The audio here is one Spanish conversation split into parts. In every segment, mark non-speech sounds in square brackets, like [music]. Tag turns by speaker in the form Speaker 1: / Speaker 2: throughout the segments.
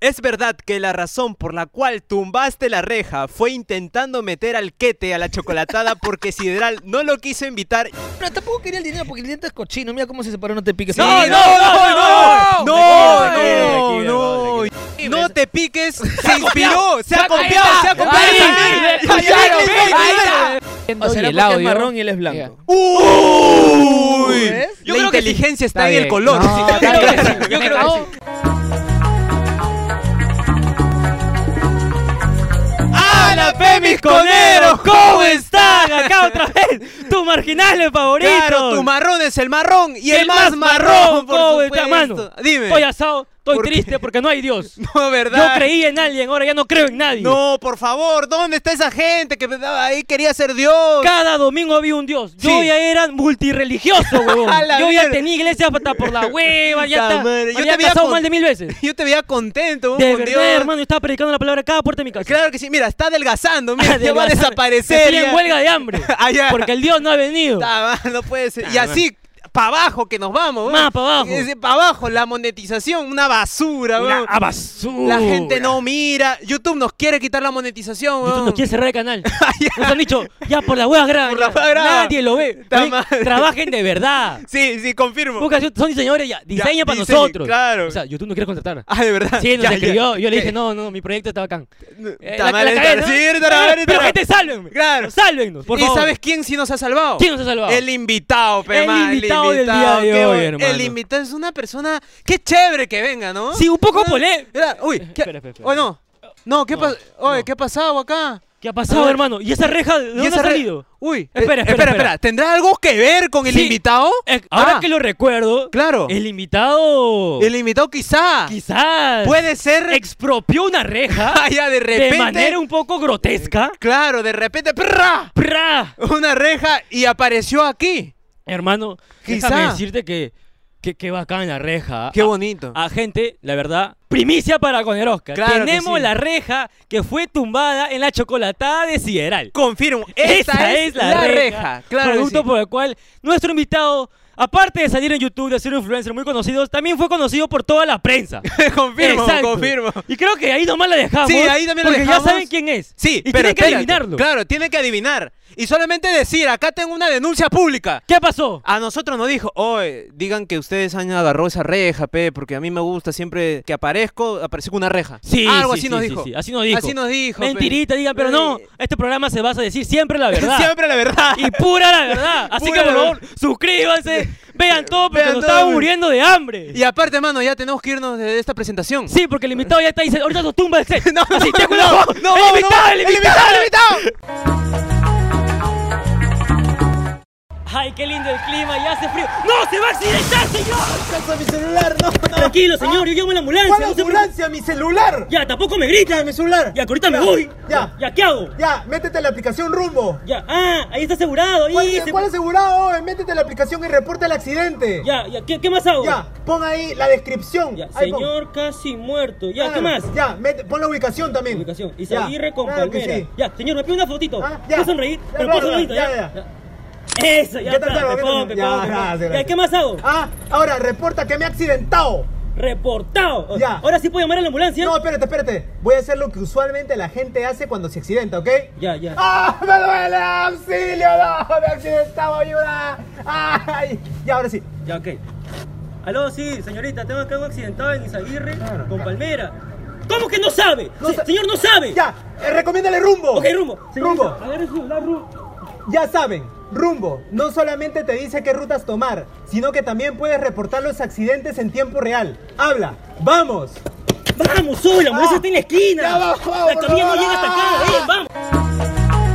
Speaker 1: Es verdad que la razón por la cual tumbaste la reja fue intentando meter al quete a la [laughs] chocolatada porque Sideral no lo quiso invitar.
Speaker 2: Pero tampoco quería el dinero porque el diente es cochino. Mira cómo se separó, no te piques.
Speaker 1: No, no, no, no, no, no, no. No te piques, se inspiró, se ha copiado, se ha copiado.
Speaker 2: O sea,
Speaker 3: Y el
Speaker 2: el es
Speaker 3: audio.
Speaker 2: marrón y él es blanco.
Speaker 1: Uy,
Speaker 2: ¿Ves?
Speaker 1: la
Speaker 3: creo que sí.
Speaker 1: inteligencia está en
Speaker 3: bien.
Speaker 1: el
Speaker 4: [laughs]
Speaker 1: color. [laughs]
Speaker 3: No, está bien.
Speaker 1: Yo creo [laughs] que sí. ¡Hola, pemisconeros! ¿Cómo están? Acá otra vez, tus marginales favoritos. Claro, tu marrón es el marrón y el, más marrón, por
Speaker 4: ¿cómo
Speaker 1: supuesto.
Speaker 4: está, mano?
Speaker 1: Dime.
Speaker 4: Estoy asado, estoy
Speaker 1: ¿Por qué?
Speaker 4: triste porque no hay Dios.
Speaker 1: [laughs] No,
Speaker 4: Yo
Speaker 1: ¿verdad?
Speaker 4: creí en alguien, ahora ya no creo en nadie.
Speaker 1: No, por favor, ¿dónde está esa gente que ahí quería ser Dios?
Speaker 4: Cada domingo había un Dios. Yo
Speaker 1: Sí.
Speaker 4: ya era
Speaker 1: [laughs]
Speaker 4: multirreligioso, huevón.
Speaker 1: A la
Speaker 4: Yo ya
Speaker 1: mierda.
Speaker 4: tenía iglesia hasta por la hueva, ya
Speaker 1: Puta
Speaker 4: está.
Speaker 1: madre, yo
Speaker 4: Yo
Speaker 1: te
Speaker 4: había
Speaker 1: veía
Speaker 4: casado
Speaker 1: con-
Speaker 4: mal de mil veces.
Speaker 1: [laughs] Yo te veía contento,
Speaker 4: De
Speaker 1: con
Speaker 4: verdad,
Speaker 1: Dios.
Speaker 4: hermano, yo estaba predicando la palabra a cada puerta de mi casa.
Speaker 1: Claro que sí, mira, está adelgazando,
Speaker 4: [laughs]
Speaker 1: mira, ya va a
Speaker 4: Adelgazar.
Speaker 1: desaparecer.
Speaker 4: Estoy
Speaker 1: ya.
Speaker 4: en huelga de hambre.
Speaker 1: [laughs] Ah, ya. [laughs]
Speaker 4: Porque el Dios no ha venido.
Speaker 1: Ta, ma, no puede ser. Y así, para abajo que nos vamos.
Speaker 4: Más pa' abajo.
Speaker 1: Para abajo, la monetización, una basura, weón.
Speaker 4: Una basura.
Speaker 1: La gente no mira. YouTube nos quiere quitar la monetización,
Speaker 4: YouTube
Speaker 1: weón. Ah,
Speaker 4: nos
Speaker 1: [laughs]
Speaker 4: quiere cerrar el canal.
Speaker 1: ya.
Speaker 4: Nos han dicho, ya por la hueva graba.
Speaker 1: Por la hueva graba.
Speaker 4: Nadie lo ve.
Speaker 1: Ta
Speaker 4: Oye,
Speaker 1: madre.
Speaker 4: Trabajen de verdad.
Speaker 1: [laughs] Sí, sí, confirmo.
Speaker 4: Porque si son diseñadores, ya, diseña para
Speaker 1: diseñen,
Speaker 4: nosotros.
Speaker 1: claro.
Speaker 4: O sea, YouTube no quiere contratar.
Speaker 1: Ah, de verdad.
Speaker 4: Sí, nos
Speaker 1: Ya, ya.
Speaker 4: escribió. Yo le dije,
Speaker 1: Eh,
Speaker 4: no, no, mi proyecto está bacán. Eh,
Speaker 1: ta
Speaker 4: la-
Speaker 1: madre,
Speaker 4: la
Speaker 1: ta-
Speaker 4: cagué, ¿no?
Speaker 1: sí,
Speaker 4: Pero-
Speaker 1: ta madre, ta
Speaker 4: Pero
Speaker 1: madre.
Speaker 4: gente, sálvenme.
Speaker 1: Claro.
Speaker 4: Sálvennos, por
Speaker 1: ¿Y
Speaker 4: favor.
Speaker 1: sabes quién sí nos ha salvado?
Speaker 4: ¿Quién nos ha salvado?
Speaker 1: El invitado, pe,
Speaker 4: El
Speaker 1: ma,
Speaker 4: invitado del día de
Speaker 1: qué
Speaker 4: hoy,
Speaker 1: bueno. El
Speaker 4: hermano.
Speaker 1: invitado es una persona. Qué chévere que venga, ¿no?
Speaker 4: Sí, un poco
Speaker 1: Ah,
Speaker 4: polé.
Speaker 1: mira, Uy, ¿qué?
Speaker 4: Espera, espera, espera.
Speaker 1: Oh, no. No, ¿qué
Speaker 4: No,
Speaker 1: pasa? Oye,
Speaker 4: no.
Speaker 1: ¿qué ha pasado acá?
Speaker 4: ¿Qué ha pasado,
Speaker 1: Ah.
Speaker 4: hermano? ¿Y esa reja de
Speaker 1: ¿Y
Speaker 4: dónde ha
Speaker 1: esa red?
Speaker 4: salido?
Speaker 1: Uy, eh,
Speaker 4: Espera, espera,
Speaker 1: espera,
Speaker 4: espera.
Speaker 1: ¿Tendrá algo que ver con el
Speaker 4: Sí.
Speaker 1: invitado?
Speaker 4: Eh, Ahora
Speaker 1: Ah,
Speaker 4: que lo recuerdo,
Speaker 1: Claro. El,
Speaker 4: el invitado
Speaker 1: invitado quizá.
Speaker 4: quizás
Speaker 1: Puede ser.
Speaker 4: expropió una reja
Speaker 1: [laughs] Ah, ya, de repente.
Speaker 4: de manera un poco grotesca.
Speaker 1: Claro, de repente. ¡prra!
Speaker 4: ¡Pra!
Speaker 1: Una reja y apareció aquí.
Speaker 4: Hermano,
Speaker 1: Quizá.
Speaker 4: déjame decirte que, que, que bacán la reja.
Speaker 1: Qué
Speaker 4: Ah,
Speaker 1: bonito.
Speaker 4: a gente, la verdad, primicia para con el Oscar.
Speaker 1: Claro que
Speaker 4: Tenemos
Speaker 1: sí.
Speaker 4: la reja que fue tumbada en la chocolatada de Sideral.
Speaker 1: Confirmo. Esta es, la, reja. Claro. que
Speaker 4: Producto
Speaker 1: sí.
Speaker 4: por el cual nuestro invitado, aparte de salir en YouTube, de ser un influencer muy conocido, también fue conocido por toda la prensa.
Speaker 1: [laughs] confirmo,
Speaker 4: Exacto.
Speaker 1: confirmo.
Speaker 4: Y creo que ahí nomás la dejamos.
Speaker 1: Sí, ahí también la
Speaker 4: porque
Speaker 1: dejamos.
Speaker 4: ya saben quién es.
Speaker 1: Sí, pero
Speaker 4: y tienen que
Speaker 1: espérate.
Speaker 4: adivinarlo.
Speaker 1: Claro, tiene que adivinar. Y solamente decir, acá tengo una denuncia pública.
Speaker 4: ¿Qué pasó?
Speaker 1: A nosotros nos dijo, oye, digan que ustedes han agarrado esa reja, pe, porque a mí me gusta siempre que aparezco, aparece con una reja.
Speaker 4: Sí,
Speaker 1: Ah, Algo
Speaker 4: sí,
Speaker 1: así
Speaker 4: sí,
Speaker 1: nos
Speaker 4: sí,
Speaker 1: dijo.
Speaker 4: sí, así nos dijo.
Speaker 1: Así nos dijo, pe.
Speaker 4: Mentirita, digan, pero no,
Speaker 1: Eh,
Speaker 4: este programa se basa a decir siempre la
Speaker 1: [laughs]
Speaker 4: verdad.
Speaker 1: Siempre la verdad.
Speaker 4: Y pura la verdad. Así
Speaker 1: Pura
Speaker 4: que por
Speaker 1: la
Speaker 4: favor, suscríbanse, vean todo porque
Speaker 1: Vean
Speaker 4: nos
Speaker 1: todo,
Speaker 4: estamos
Speaker 1: pe.
Speaker 4: muriendo de hambre.
Speaker 1: Y aparte, mano, ya tenemos que irnos de esta presentación.
Speaker 4: Sí, porque el invitado ya está dice, ahorita nos tumba el
Speaker 1: [laughs]
Speaker 4: set.
Speaker 1: No, no,
Speaker 4: Así, te
Speaker 1: no,
Speaker 4: cuidado.
Speaker 1: no, no,
Speaker 4: el
Speaker 1: vamos,
Speaker 4: invitado,
Speaker 1: no,
Speaker 4: el
Speaker 1: el
Speaker 4: invitado.
Speaker 1: invitado, el invitado.
Speaker 4: Ay, qué lindo el clima, ya hace frío. ¡No, se va a accidentar, señor!
Speaker 5: Alcanza mi celular, no, no.
Speaker 4: Tranquilo, señor, yo llamo a la ambulancia.
Speaker 5: ¿Cuál
Speaker 4: no se preocupe.
Speaker 5: ambulancia? ¡Mi celular!
Speaker 4: Ya, tampoco me gritan.
Speaker 5: ¡Mi celular!
Speaker 4: Ya, que ahorita me voy.
Speaker 5: Ya.
Speaker 4: Ya, ¿qué hago?
Speaker 5: Ya, métete a la aplicación Rumbo.
Speaker 4: Ya, ah, ahí está asegurado. Ahí
Speaker 5: ¿Cuál,
Speaker 4: se-
Speaker 5: cuál asegurado? Oye, Métete a la aplicación y reporta el accidente.
Speaker 4: Ya, ya, ¿qué, qué más hago?
Speaker 5: Ya, pon ahí la descripción.
Speaker 4: Ya,
Speaker 5: Ahí pon.
Speaker 4: señor casi muerto. Ya,
Speaker 5: Claro.
Speaker 4: ¿qué más?
Speaker 5: Ya, mete- pon la ubicación también.
Speaker 4: Ubicación.
Speaker 5: Ya,
Speaker 4: Isaguirre con
Speaker 5: claro que
Speaker 4: Palmera.
Speaker 5: sí.
Speaker 4: Ya, señor, me pido una fotito.
Speaker 5: Ah, ya.
Speaker 4: ¿Puedo sonreír?
Speaker 5: Ya,
Speaker 4: Pero
Speaker 5: claro,
Speaker 4: puedo sonreír,
Speaker 5: ya,
Speaker 4: ya, ya. Eso, ya
Speaker 5: ¿Qué
Speaker 4: está.
Speaker 5: tal, Salo?
Speaker 4: me
Speaker 5: ¿Qué tal?
Speaker 4: pongo, me
Speaker 5: Ya,
Speaker 4: pongo, me
Speaker 5: gracias,
Speaker 4: pongo. Ya,
Speaker 5: gracias.
Speaker 4: ¿qué más hago?
Speaker 5: Ah, ahora reporta que me he accidentado.
Speaker 4: Reportado.
Speaker 5: Ya.
Speaker 4: Ahora sí puedo llamar a la ambulancia.
Speaker 5: No, espérate, espérate. Voy a hacer lo que usualmente la gente hace cuando se accidenta, ¿ok?
Speaker 4: Ya, ya.
Speaker 5: ¡Ah! ¡Me duele! ¡Auxilio! ¡No! ¡Me he accidentado! ¡Ayuda! ¡Ay! Ya, ahora sí.
Speaker 4: Ya, ok. Aló, sí, señorita, tengo acá un accidentado en Izaguirre
Speaker 5: Claro,
Speaker 4: con
Speaker 5: claro.
Speaker 4: Palmera. ¿Cómo que no sabe?
Speaker 5: No
Speaker 4: Se-
Speaker 5: sa-
Speaker 4: señor, no sabe.
Speaker 5: Ya, eh, recomiéndale rumbo.
Speaker 4: Ok, rumbo.
Speaker 5: Rumbo.
Speaker 4: Señorita, agarre su celular, rumbo.
Speaker 5: Ya saben, rumbo no solamente te dice qué rutas tomar, sino que también puedes reportar los accidentes en tiempo real. Habla, vamos.
Speaker 4: Vamos, sube, la ambulancia
Speaker 5: Ah,
Speaker 4: está en la esquina.
Speaker 5: ya va, vamos,
Speaker 4: la camilla no
Speaker 5: vamos.
Speaker 4: llega hasta acá. Eh, vamos.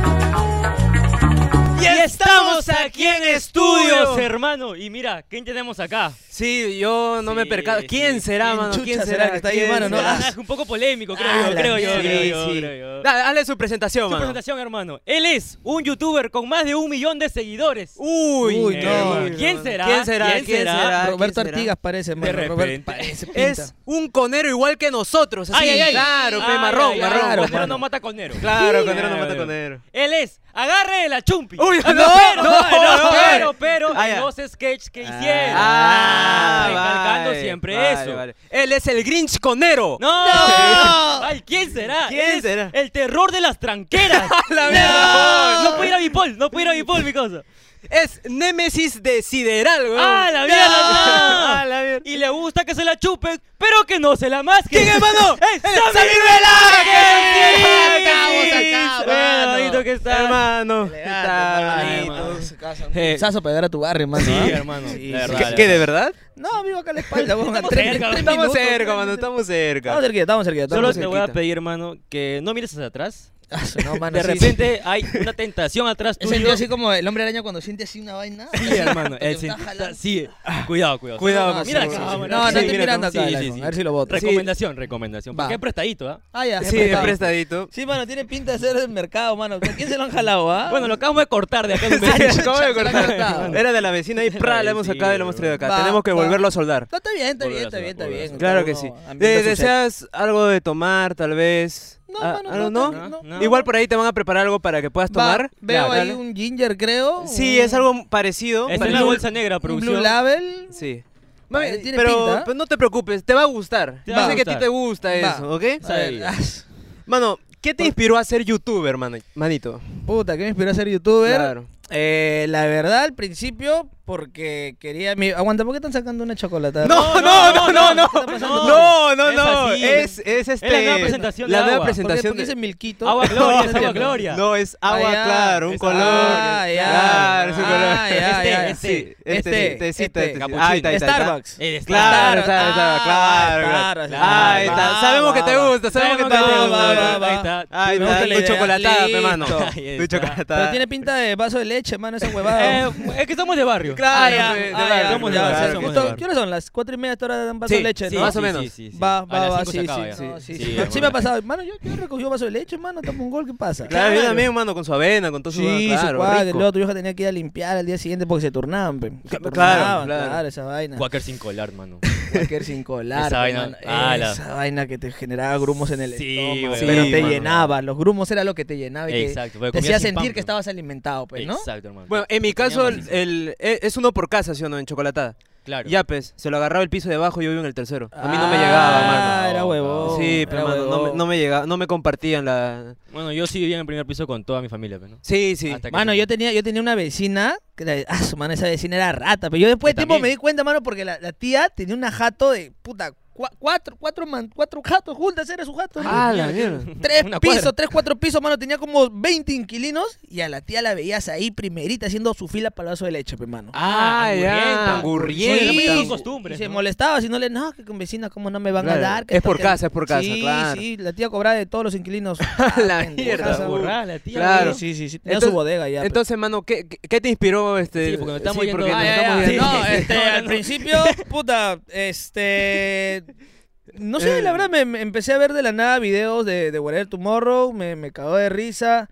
Speaker 1: Y estamos aquí en estudios,
Speaker 4: hermano. Y mira, ¿quién tenemos acá?
Speaker 1: Sí, yo no me
Speaker 4: Sí,
Speaker 1: percato. ¿Quién
Speaker 4: sí.
Speaker 1: será, mano?
Speaker 2: chucha
Speaker 1: ¿Quién
Speaker 2: será
Speaker 1: será?
Speaker 2: que está ahí,
Speaker 1: ¿Quién
Speaker 2: mano? No,
Speaker 1: será?
Speaker 2: ah,
Speaker 4: un poco polémico,
Speaker 1: Ah, la mierda. Sí, sí. Da- Dale su presentación,
Speaker 4: Su
Speaker 1: mano.
Speaker 4: presentación, hermano. Él es un youtuber con más de un millón de seguidores.
Speaker 1: Uy,
Speaker 2: Uy,
Speaker 1: eh,
Speaker 2: no.
Speaker 1: hermano.
Speaker 4: ¿Quién será?
Speaker 1: ¿Quién será?
Speaker 4: ¿Quién será?
Speaker 1: Ah, ¿Quién
Speaker 2: Roberto
Speaker 1: será?
Speaker 2: Artigas parece, hermano.
Speaker 4: repente.
Speaker 2: Roberto parece, pinta.
Speaker 1: Es un conero igual que nosotros. Así.
Speaker 4: Ay, ay, ay.
Speaker 1: Claro, pe,
Speaker 4: Ay,
Speaker 1: marrón,
Speaker 4: ay, ay,
Speaker 1: marrón.
Speaker 4: Conero
Speaker 1: marrón.
Speaker 4: no mata conero.
Speaker 1: Claro, conero no
Speaker 4: Claro.
Speaker 1: mata conero.
Speaker 4: Él es Agarre de la chumpi.
Speaker 1: Uy,
Speaker 4: Ah,
Speaker 1: no,
Speaker 4: pero,
Speaker 1: no,
Speaker 4: pero,
Speaker 1: no,
Speaker 4: pero,
Speaker 1: eh.
Speaker 4: pero,
Speaker 1: Ah,
Speaker 4: en
Speaker 1: ya.
Speaker 4: los sketches que hicieron.
Speaker 1: Ah,
Speaker 4: recalcando
Speaker 1: vale,
Speaker 4: siempre
Speaker 1: vale,
Speaker 4: eso.
Speaker 1: vale. Él es el Grinch conero.
Speaker 4: No.
Speaker 1: No.
Speaker 4: [laughs] Ay, ¿quién será?
Speaker 1: ¿Quién
Speaker 4: Él es
Speaker 1: será?
Speaker 4: El terror de las tranqueras.
Speaker 1: [laughs] la
Speaker 4: No.
Speaker 1: mierda.
Speaker 4: No puedo ir a Bipol, no puedo ir a Bipol, mi cosa.
Speaker 1: Es Némesis de Sideral, weón.
Speaker 4: ¡Ah, la
Speaker 1: [laughs]
Speaker 4: mierda! no.
Speaker 1: mierda! ¡Ah, la mierda!
Speaker 4: Y le gusta que se la chupen, pero que no se la masquen.
Speaker 1: ¿Quién, hermano?
Speaker 4: [laughs] ¡Es
Speaker 1: ¡El
Speaker 4: Sammy
Speaker 1: Sammy
Speaker 4: Velázquez!
Speaker 1: Velázquez!
Speaker 2: Acabamos, acabamos,
Speaker 4: Bueno, bonito
Speaker 2: hermano.
Speaker 4: que está.
Speaker 1: Hermano.
Speaker 2: Elegante,
Speaker 1: Está,
Speaker 2: hermano.
Speaker 1: hermano.
Speaker 2: Eh, Sazo pegar a tu barrio, hermano.
Speaker 4: Sí,
Speaker 2: ¿ah?
Speaker 4: hermano.
Speaker 2: Sí,
Speaker 4: La
Speaker 2: sí.
Speaker 4: verdad,
Speaker 1: ¿Qué-
Speaker 4: la
Speaker 1: ¿Qué,
Speaker 4: verdad.
Speaker 1: de verdad?
Speaker 2: No, vivo acá a la espalda, weón. Estamos
Speaker 4: cerca,
Speaker 1: Estamos cerca, mano, estamos
Speaker 2: Estamos
Speaker 1: cerca.
Speaker 2: cerquita, estamos cerquita.
Speaker 4: Solo
Speaker 2: estamos
Speaker 4: te voy a
Speaker 2: cerquita.
Speaker 4: pedir, hermano, que no mires hacia atrás.
Speaker 2: Ah, su- No, mano,
Speaker 4: De
Speaker 2: sí, sí.
Speaker 4: repente hay una
Speaker 2: [laughs]
Speaker 4: tentación atrás
Speaker 2: He sentido
Speaker 4: tuyo.
Speaker 2: así como el hombre araña cuando siente así una vaina.
Speaker 4: [laughs]
Speaker 2: [laughs]
Speaker 4: Sí, hermano.
Speaker 2: Te
Speaker 4: el
Speaker 2: está
Speaker 4: sen-
Speaker 2: jalando.
Speaker 4: Sí, cuidado, cuidado.
Speaker 1: Cuidado,
Speaker 2: No,
Speaker 1: por
Speaker 4: Mira,
Speaker 1: favor.
Speaker 4: acá,
Speaker 1: Sí,
Speaker 4: bueno,
Speaker 2: no,
Speaker 4: sí,
Speaker 2: no estoy
Speaker 4: mira,
Speaker 2: mirando
Speaker 4: sí,
Speaker 2: acá.
Speaker 4: sí,
Speaker 2: Alan,
Speaker 4: sí.
Speaker 2: A ver si lo boto.
Speaker 4: Recomendación, recomendación.
Speaker 2: Va.
Speaker 4: Porque es prestadito, ¿ah?
Speaker 2: Ah, ya.
Speaker 1: Sí, es prestadito.
Speaker 2: Sí, mano, tiene pinta de ser del mercado, mano. ¿A quién se lo han jalado,
Speaker 1: [laughs]
Speaker 2: ah?
Speaker 4: Bueno, lo acabamos de cortar de acá. de un [laughs]
Speaker 1: Sí,
Speaker 4: mes.
Speaker 1: acabo de
Speaker 2: Se la
Speaker 1: cortar.
Speaker 2: cortaron.
Speaker 1: Era de la vecina y pra, la hemos
Speaker 4: Sí,
Speaker 1: sacado y la hemos traído acá.
Speaker 2: va,
Speaker 1: Tenemos que
Speaker 2: va.
Speaker 1: volverlo a soldar.
Speaker 2: No, está bien, está bien,
Speaker 4: Volverás,
Speaker 2: está bien, está
Speaker 4: volverás.
Speaker 2: bien.
Speaker 1: Claro
Speaker 2: Cada
Speaker 1: que
Speaker 2: uno
Speaker 1: sí.
Speaker 2: ambienta
Speaker 1: Eh,
Speaker 2: su
Speaker 1: ¿Deseas algo de tomar, tal vez?
Speaker 2: No,
Speaker 1: Ah,
Speaker 2: mano,
Speaker 1: ¿algo
Speaker 2: no,
Speaker 1: no?
Speaker 2: no,
Speaker 4: no.
Speaker 1: Igual por ahí te van a preparar algo para que puedas
Speaker 2: set. Va,
Speaker 1: tomar.
Speaker 2: Veo
Speaker 1: Ya,
Speaker 2: ahí
Speaker 1: dale.
Speaker 2: un ginger, creo.
Speaker 1: Sí,
Speaker 2: un-
Speaker 1: es algo parecido.
Speaker 4: Está en
Speaker 1: parecido.
Speaker 4: la bolsa negra,
Speaker 2: un Blue
Speaker 4: producción.
Speaker 2: Label.
Speaker 1: Sí.
Speaker 2: Mami,
Speaker 1: Vale,
Speaker 2: tiene
Speaker 1: pero,
Speaker 2: pinta.
Speaker 1: pero no te preocupes, te va a gustar.
Speaker 4: Te
Speaker 1: Yo
Speaker 4: va a
Speaker 1: sé que a ti
Speaker 4: gustar.
Speaker 1: te gusta
Speaker 2: Va.
Speaker 1: eso, ¿ok?
Speaker 2: A ver, ah,
Speaker 4: Ahí.
Speaker 1: Mano, ¿qué te inspiró a ser youtuber, mano- manito?
Speaker 2: Puta, ¿qué me inspiró a ser youtuber?
Speaker 1: Claro.
Speaker 2: Eh, la verdad, al principio, porque quería... Mi... Aguanta, ¿por qué están sacando una chocolatada?
Speaker 1: No, no, no, no, no.
Speaker 2: ¿Qué está pasando?
Speaker 1: No, no,
Speaker 4: Es
Speaker 1: no.
Speaker 4: así.
Speaker 1: Es, es este.
Speaker 4: Es la nueva presentación
Speaker 1: la
Speaker 4: de
Speaker 1: nueva
Speaker 4: agua.
Speaker 2: ¿Por qué?
Speaker 1: presentación.
Speaker 2: Porque
Speaker 1: de-
Speaker 2: es milquito. [laughs]
Speaker 4: Agua Gloria, es agua Gloria.
Speaker 1: No, es agua,
Speaker 2: Ah, ya.
Speaker 1: claro, un
Speaker 4: Es
Speaker 1: color.
Speaker 2: Ah, ya.
Speaker 1: Claro, es un
Speaker 2: Ah,
Speaker 1: color. [laughs]
Speaker 2: ya, ya, ya.
Speaker 1: Sí,
Speaker 2: Este,
Speaker 1: este, este, este,
Speaker 2: este.
Speaker 1: Ah, ahí está, ahí está, ahí está.
Speaker 2: Starbucks.
Speaker 4: Eres
Speaker 1: Claro,
Speaker 2: Claro,
Speaker 1: claro, claro,
Speaker 2: ah,
Speaker 1: claro, claro.
Speaker 2: claro, claro.
Speaker 1: Ahí está.
Speaker 2: Va,
Speaker 1: Sabemos que te
Speaker 2: va,
Speaker 1: gusta, sabemos que te
Speaker 2: Sabemos que te
Speaker 1: gusta.
Speaker 2: gusta,
Speaker 1: bro.
Speaker 2: va,
Speaker 4: Ahí
Speaker 2: va.
Speaker 4: está.
Speaker 1: Ahí
Speaker 2: Me gusta
Speaker 1: está,
Speaker 2: la
Speaker 1: tu
Speaker 2: idea.
Speaker 1: chocolatada, pe,
Speaker 2: Listo.
Speaker 1: mano.
Speaker 4: Ahí
Speaker 1: Tu
Speaker 4: está.
Speaker 2: Pero
Speaker 1: chocolatada.
Speaker 2: tiene pinta de vaso de leche, mano, esa huevada.
Speaker 4: Eh, es que somos de barrio.
Speaker 1: Claro,
Speaker 2: Ah,
Speaker 1: pe, de
Speaker 2: ya,
Speaker 4: ah,
Speaker 1: barrio,
Speaker 2: ya,
Speaker 4: somos
Speaker 1: de
Speaker 2: ya,
Speaker 4: barrio,
Speaker 2: o sea,
Speaker 4: somos
Speaker 2: justo-
Speaker 4: de barrio.
Speaker 2: ¿Qué horas son? ¿Las cuatro y media esta hora dan vaso
Speaker 1: Sí,
Speaker 2: de leche,
Speaker 1: sí,
Speaker 2: no?
Speaker 1: más o menos.
Speaker 2: Va, va,
Speaker 4: A las
Speaker 2: va,
Speaker 4: cinco
Speaker 2: sí,
Speaker 4: se
Speaker 2: sí,
Speaker 4: acaba ya.
Speaker 2: no, sí,
Speaker 4: Sí,
Speaker 2: sí.
Speaker 4: hermano.
Speaker 2: Sí me ha pasado, hermano, yo, yo recogí un vaso de leche, hermano, estamos un gol, ¿qué pasa?
Speaker 1: Claro, yo también, mano, con su avena, con todo su.
Speaker 2: Sí,
Speaker 1: claro,
Speaker 2: su cuadra,
Speaker 1: rico.
Speaker 2: luego tu vieja tenía que ir a limpiar al día siguiente porque se turnaban, pe. Se
Speaker 1: Claro,
Speaker 2: turnaban,
Speaker 1: claro.
Speaker 2: esa vaina.
Speaker 4: Quaker sin colar, mano.
Speaker 2: Cualquier sin colar,
Speaker 4: Esa
Speaker 2: pe,
Speaker 4: vaina-
Speaker 2: mano.
Speaker 4: ah, la-
Speaker 2: esa vaina que te generaba grumos en el
Speaker 4: Sí,
Speaker 2: estómago,
Speaker 4: weón.
Speaker 2: pero
Speaker 1: Sí,
Speaker 2: te
Speaker 1: mano.
Speaker 2: llenaba, los grumos era lo que te llenaba y te-
Speaker 4: Exacto,
Speaker 2: te,
Speaker 4: porque comías
Speaker 2: hacía
Speaker 4: sin
Speaker 2: sentir
Speaker 4: pan,
Speaker 2: que
Speaker 4: pe.
Speaker 2: estabas alimentado, pues, ¿no?
Speaker 4: Exacto, hermano.
Speaker 1: Bueno, en mi caso, el, el- eh, es uno por casa, ¿sí o no? En chocolatada.
Speaker 4: claro.
Speaker 1: Ya, pues, se lo agarraba el piso de abajo y yo vivo en el tercero. A mí no me
Speaker 2: Ah,
Speaker 1: llegaba, mano.
Speaker 2: era huevón.
Speaker 1: Sí,
Speaker 2: era
Speaker 1: pero mano, no, me-
Speaker 2: huevón.
Speaker 1: no me llegaba, no me compartían la.
Speaker 4: Bueno, yo sí vivía en el primer piso con toda mi familia, pe, ¿no?
Speaker 1: Sí, sí.
Speaker 4: Hasta que-
Speaker 2: Mano, yo tenía, yo tenía una vecina, que la- ah, su mano, esa vecina era rata, pero yo después
Speaker 4: Yo
Speaker 2: de tiempo me
Speaker 4: también.
Speaker 2: di cuenta, mano, porque la, la tía tenía una jato de puta, cua- cuatro, cuatro, man, cuatro jatos juntas, era su jato. ¿no?
Speaker 1: Ah, la mierda.
Speaker 2: Tres
Speaker 4: [laughs] una cuadra.
Speaker 2: pisos, tres, cuatro pisos, mano, tenía como 20 inquilinos y a la tía la veías ahí primerita haciendo su fila para el vaso de leche, pe, mano.
Speaker 1: Ah, ya.
Speaker 4: Angurrienta.
Speaker 1: Angurrienta.
Speaker 4: Oye, pues, también
Speaker 2: Sí,
Speaker 4: son costumbres,
Speaker 2: y se
Speaker 4: ¿no?
Speaker 2: molestaba si no le, no, que con vecina, ¿cómo no me van
Speaker 1: Claro.
Speaker 2: a dar? que
Speaker 1: Es por
Speaker 2: tal, que-".
Speaker 1: casa, es por casa,
Speaker 2: sí,
Speaker 1: claro.
Speaker 2: Sí, la tía cobraba de todos
Speaker 1: [laughs]
Speaker 2: los inquilinos. Ah,
Speaker 1: La
Speaker 2: pendejaza,
Speaker 1: mierda,
Speaker 2: weón.
Speaker 1: burra.
Speaker 4: Borrada, la tía.
Speaker 1: Claro.
Speaker 4: weón.
Speaker 2: Sí, sí, sí, tenía
Speaker 1: Entonces-
Speaker 2: su bodega ya. pues. pe.
Speaker 1: Entonces, mano, ¿qué, qué- qué te inspiró este?
Speaker 4: Sí, porque nos estamos
Speaker 1: porque
Speaker 4: yendo-
Speaker 1: nos
Speaker 4: Ah, ya,
Speaker 1: estamos
Speaker 4: ya.
Speaker 1: yendo. [laughs]
Speaker 2: No,
Speaker 4: Sí,
Speaker 2: este,
Speaker 4: no, no,
Speaker 2: al
Speaker 4: no.
Speaker 2: principio, puta, este... No sé,
Speaker 1: Eh.
Speaker 2: la verdad, me, me empecé a ver de la nada videos de, de Whatever Tomorrow, me, me cagó de risa.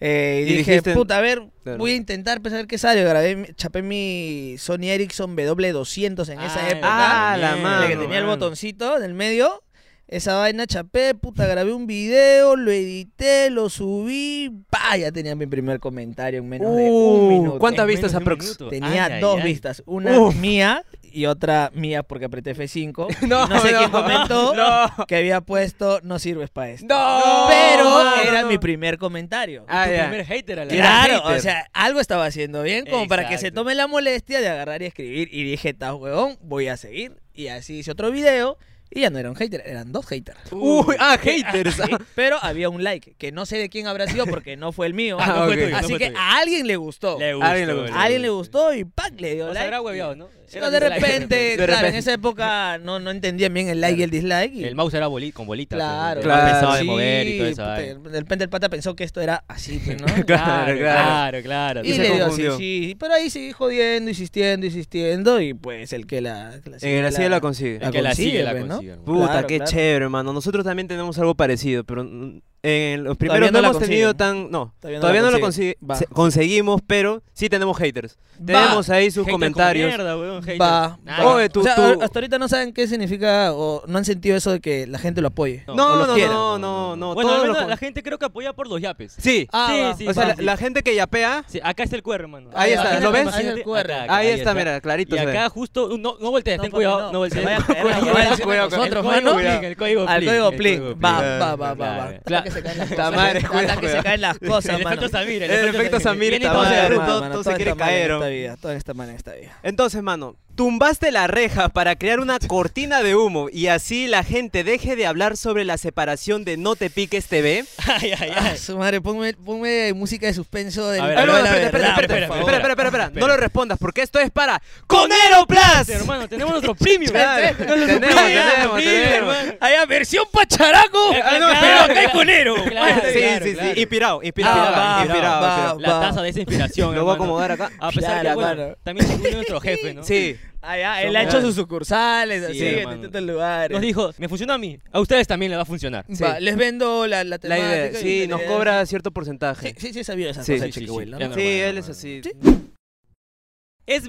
Speaker 2: eh, y,
Speaker 1: Y
Speaker 2: dije,
Speaker 1: dijiste-
Speaker 2: puta, a ver,
Speaker 1: Claro.
Speaker 2: voy a intentar pensar qué sale. Grabé, mi- chapé mi Sony Ericsson W200 en esa
Speaker 4: Ah,
Speaker 2: época.
Speaker 1: Ah, la
Speaker 4: Mierda,
Speaker 1: mano.
Speaker 2: la que tenía el
Speaker 1: mano.
Speaker 2: botoncito en el medio. Esa vaina chapé, puta, grabé un video, lo edité, lo subí. pa, Ya tenía mi primer comentario en menos de
Speaker 1: Uh,
Speaker 2: un minuto.
Speaker 1: ¿Cuántas
Speaker 4: En
Speaker 1: vistas
Speaker 4: menos de un
Speaker 1: aprox?
Speaker 4: minuto.
Speaker 2: Tenía
Speaker 4: Ay, ay,
Speaker 2: dos
Speaker 4: ay.
Speaker 2: vistas, una
Speaker 1: Uf.
Speaker 2: mía y otra mía porque apreté F5.
Speaker 1: No,
Speaker 2: No, no sé
Speaker 1: no,
Speaker 2: quién comentó
Speaker 1: no.
Speaker 2: que había puesto no sirves para esto.
Speaker 1: No,
Speaker 2: Pero
Speaker 1: mano.
Speaker 2: era mi primer comentario.
Speaker 1: Ah,
Speaker 4: Tu
Speaker 1: ya.
Speaker 4: primer hater a la
Speaker 1: Era
Speaker 2: Claro,
Speaker 1: hater.
Speaker 2: o sea, algo estaba haciendo bien como para que se
Speaker 4: Exacto.
Speaker 2: tome la molestia de agarrar y escribir. Y dije, ta huevón, voy a seguir. Y así hice otro video y ya no era un hater, eran dos haters.
Speaker 1: Uy, ah,
Speaker 2: [laughs]
Speaker 1: haters.
Speaker 2: Sí, Pero había un like, que no sé de quién habrá sido porque no fue el mío.
Speaker 1: Ah, ok.
Speaker 2: Así que a alguien le gustó.
Speaker 4: Le
Speaker 1: A alguien le
Speaker 4: gustó,
Speaker 1: gustó.
Speaker 2: A alguien le gustó y ¡pac! le dio
Speaker 4: O sea,
Speaker 2: like.
Speaker 4: habrá hueveado, ¿no?
Speaker 2: Sí,
Speaker 4: Era
Speaker 2: no, de
Speaker 4: dislike,
Speaker 2: repente,
Speaker 1: De
Speaker 2: claro,
Speaker 1: repente.
Speaker 2: en esa época no, no entendían bien el like y el dislike. y-
Speaker 4: El mouse era boli- con bolita.
Speaker 2: claro,
Speaker 1: Claro,
Speaker 4: Empezaba
Speaker 2: sí,
Speaker 4: a mover y todo eso.
Speaker 2: puta,
Speaker 4: vaina.
Speaker 2: De repente el pata pensó que esto era así, pues, ¿no?
Speaker 1: Claro, claro.
Speaker 4: claro, claro.
Speaker 2: Y
Speaker 1: se
Speaker 2: le dio así,
Speaker 1: confundió.
Speaker 2: sí. Pero ahí seguí jodiendo, insistiendo, insistiendo. Y pues el que la. la-
Speaker 1: En el cielo la consigue.
Speaker 4: que la sigue, la
Speaker 2: pues, ¿no?
Speaker 4: consigue, hermano.
Speaker 1: Puta,
Speaker 2: Claro,
Speaker 1: qué
Speaker 2: claro.
Speaker 1: chévere, hermano. Nosotros también tenemos algo parecido, pero mm, En los
Speaker 2: Todavía
Speaker 1: primeros
Speaker 2: no
Speaker 1: no
Speaker 2: la
Speaker 1: hemos tenido
Speaker 2: consiguen.
Speaker 1: tan. No,
Speaker 2: Todavía
Speaker 1: todavía
Speaker 2: no
Speaker 1: no,
Speaker 2: la
Speaker 1: lo
Speaker 2: consiguen.
Speaker 1: consi-
Speaker 2: Va.
Speaker 1: se- conseguimos, pero sí tenemos haters.
Speaker 2: Va.
Speaker 1: Tenemos ahí sus
Speaker 4: Haters como
Speaker 1: comentarios.
Speaker 4: mierda, weón, haters.
Speaker 2: Va,
Speaker 4: Nada.
Speaker 2: va.
Speaker 1: Oye, tú-
Speaker 2: O sea,
Speaker 1: tú-
Speaker 2: a- hasta ahorita no saben qué significa o no han sentido eso de que la gente lo apoye.
Speaker 1: No,
Speaker 2: o los
Speaker 1: no, no,
Speaker 2: quiera.
Speaker 1: no, no, no,
Speaker 4: Bueno,
Speaker 1: todos
Speaker 4: al
Speaker 1: los
Speaker 4: menos
Speaker 1: con-
Speaker 4: la gente creo que apoya por los yapes.
Speaker 1: Sí.
Speaker 2: Ah,
Speaker 4: sí,
Speaker 2: va.
Speaker 4: sí,
Speaker 1: o sea, la,
Speaker 4: sí.
Speaker 1: la gente que yapea.
Speaker 4: Sí, acá está el QR, mano.
Speaker 1: Ahí está,
Speaker 4: imagínate,
Speaker 1: ¿lo ves?
Speaker 2: Ahí
Speaker 4: imagínate,
Speaker 2: está el QR.
Speaker 4: acá, acá,
Speaker 1: Ahí está,
Speaker 4: acá.
Speaker 1: mira, clarito
Speaker 4: Y
Speaker 1: se ve.
Speaker 4: acá justo, no, no voltees,
Speaker 2: No,
Speaker 4: ten
Speaker 2: papi,
Speaker 4: cuidado,
Speaker 2: no.
Speaker 4: no voltees.
Speaker 2: Se vaya a caer,
Speaker 4: Cuidado,
Speaker 2: se vaya a caer
Speaker 4: cuidado,
Speaker 2: con nosotros,
Speaker 4: el código
Speaker 2: mano.
Speaker 4: PLIN, El código
Speaker 2: Al
Speaker 4: PLIN,
Speaker 2: código
Speaker 4: el
Speaker 2: plin.
Speaker 4: código
Speaker 2: Va,
Speaker 1: PLIN.
Speaker 2: va, va, va,
Speaker 4: Claro,
Speaker 2: va.
Speaker 4: claro.
Speaker 2: Hasta que se caen las
Speaker 1: Ta
Speaker 2: cosas,
Speaker 1: madre,
Speaker 2: hasta
Speaker 1: cuidado,
Speaker 2: que se
Speaker 1: cuidado.
Speaker 2: caen las cosas,
Speaker 4: El
Speaker 2: mano.
Speaker 4: efecto Samir,
Speaker 1: El efecto Samir,
Speaker 4: Viene y
Speaker 1: ta
Speaker 4: todo
Speaker 1: madre,
Speaker 4: se derrumba.
Speaker 1: hermano. todo- todo se quiere caer,
Speaker 2: Esta
Speaker 1: ¿o?
Speaker 2: vida, todo está mal en esta vida.
Speaker 1: Entonces, mano, tumbaste la reja para crear
Speaker 2: [laughs]
Speaker 1: una cortina de humo y así la gente deje de hablar sobre la separación de No Te Piques TV.
Speaker 4: Ay, ay,
Speaker 2: Ah,
Speaker 4: ay.
Speaker 2: su madre, ponme, ponme música de suspenso del
Speaker 4: A ver,
Speaker 1: Ah, no,
Speaker 2: de
Speaker 1: no,
Speaker 2: la
Speaker 1: espera, espera,
Speaker 2: verdad,
Speaker 1: espera,
Speaker 2: por
Speaker 1: espera,
Speaker 2: favor.
Speaker 1: espera, espera, espera,
Speaker 4: Espera.
Speaker 1: No lo respondas porque esto es para Conero Plus.
Speaker 4: Hermano, tenemos nuestro premium.
Speaker 1: Claro,
Speaker 4: Tenemos nuestro
Speaker 1: tenemos,
Speaker 4: premium,
Speaker 1: tenemos,
Speaker 4: premium,
Speaker 1: tenemos.
Speaker 4: hermano.
Speaker 2: Ay, a versión pacharaco.
Speaker 4: Ah,
Speaker 2: Pero
Speaker 4: no, claro,
Speaker 2: acá hay
Speaker 4: claro.
Speaker 2: conero.
Speaker 4: Claro,
Speaker 1: sí,
Speaker 4: claro,
Speaker 1: sí,
Speaker 4: claro.
Speaker 1: sí, inspirado, inspirado,
Speaker 2: Ah, va,
Speaker 1: inspirado.
Speaker 2: va,
Speaker 1: inspirado.
Speaker 4: La
Speaker 2: Va.
Speaker 4: taza de esa inspiración.
Speaker 1: Lo voy a
Speaker 4: hermano.
Speaker 1: acomodar acá.
Speaker 4: A pesar
Speaker 2: Claro,
Speaker 4: que, bueno,
Speaker 2: hermano.
Speaker 4: también se unió nuestro jefe, ¿no?
Speaker 1: Sí.
Speaker 2: Ah, ya, él
Speaker 4: Somos-
Speaker 2: ha hecho sus sucursales,
Speaker 4: Sí,
Speaker 2: así, en
Speaker 4: hermano.
Speaker 2: distintos lugares.
Speaker 4: Nos dijo, me funciona a mí, a ustedes también les va a funcionar.
Speaker 2: Sí. Va, les vendo la, la
Speaker 1: La
Speaker 2: temática.
Speaker 1: idea,
Speaker 2: y
Speaker 1: sí,
Speaker 2: la
Speaker 1: nos
Speaker 2: idea.
Speaker 1: cobra cierto porcentaje.
Speaker 2: Sí, sí, sí, sabía esas
Speaker 1: Sí,
Speaker 2: cosas,
Speaker 1: sí,
Speaker 4: sí,
Speaker 2: Chiquihuila,
Speaker 4: sí.
Speaker 2: ¿no?
Speaker 1: Sí,
Speaker 4: normal,
Speaker 1: él es
Speaker 4: normal.
Speaker 1: así.
Speaker 4: Es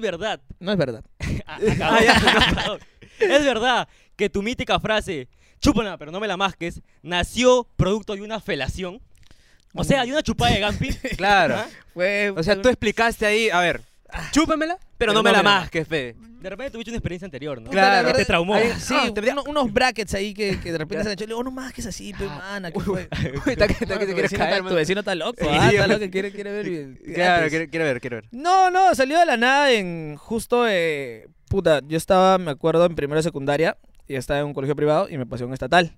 Speaker 1: [laughs]
Speaker 4: verdad.
Speaker 2: No es verdad.
Speaker 4: Ah, acabó, acabó. es verdad que tu mítica frase, chúpala pero no me la masques, nació producto de una felación. O sea, de una chupada de Gampi.
Speaker 1: Claro.
Speaker 2: Fue-
Speaker 1: O sea, tú explicaste ahí, a ver, chúpamela, pero no me la masques, fe.
Speaker 4: De repente tuviste una experiencia anterior, ¿no?
Speaker 2: Puta,
Speaker 1: Claro.
Speaker 2: la verdad-
Speaker 4: Te traumó.
Speaker 2: Ay, sí,
Speaker 1: Ah, te-
Speaker 2: uno- unos brackets ahí que, que de repente se han hecho. Le digo, no más que es así, pe, mana,
Speaker 1: [laughs]
Speaker 2: ¿qué fue?
Speaker 1: Está que- está que
Speaker 2: Mano,
Speaker 1: te
Speaker 2: tu
Speaker 1: quieres
Speaker 2: vecino
Speaker 1: caer,
Speaker 2: está- Tu
Speaker 1: mano.
Speaker 2: vecino está loco,
Speaker 1: Sí,
Speaker 2: ah, está
Speaker 1: Dios.
Speaker 2: loco, quiere, quiere ver.
Speaker 1: Claro,
Speaker 2: gratis.
Speaker 1: quiero, quiero ver, quiero ver.
Speaker 2: No, no, salió de la nada en justo eh, puta, yo estaba, me acuerdo, en primera secundaria y estaba en un colegio privado y me pasé a un estatal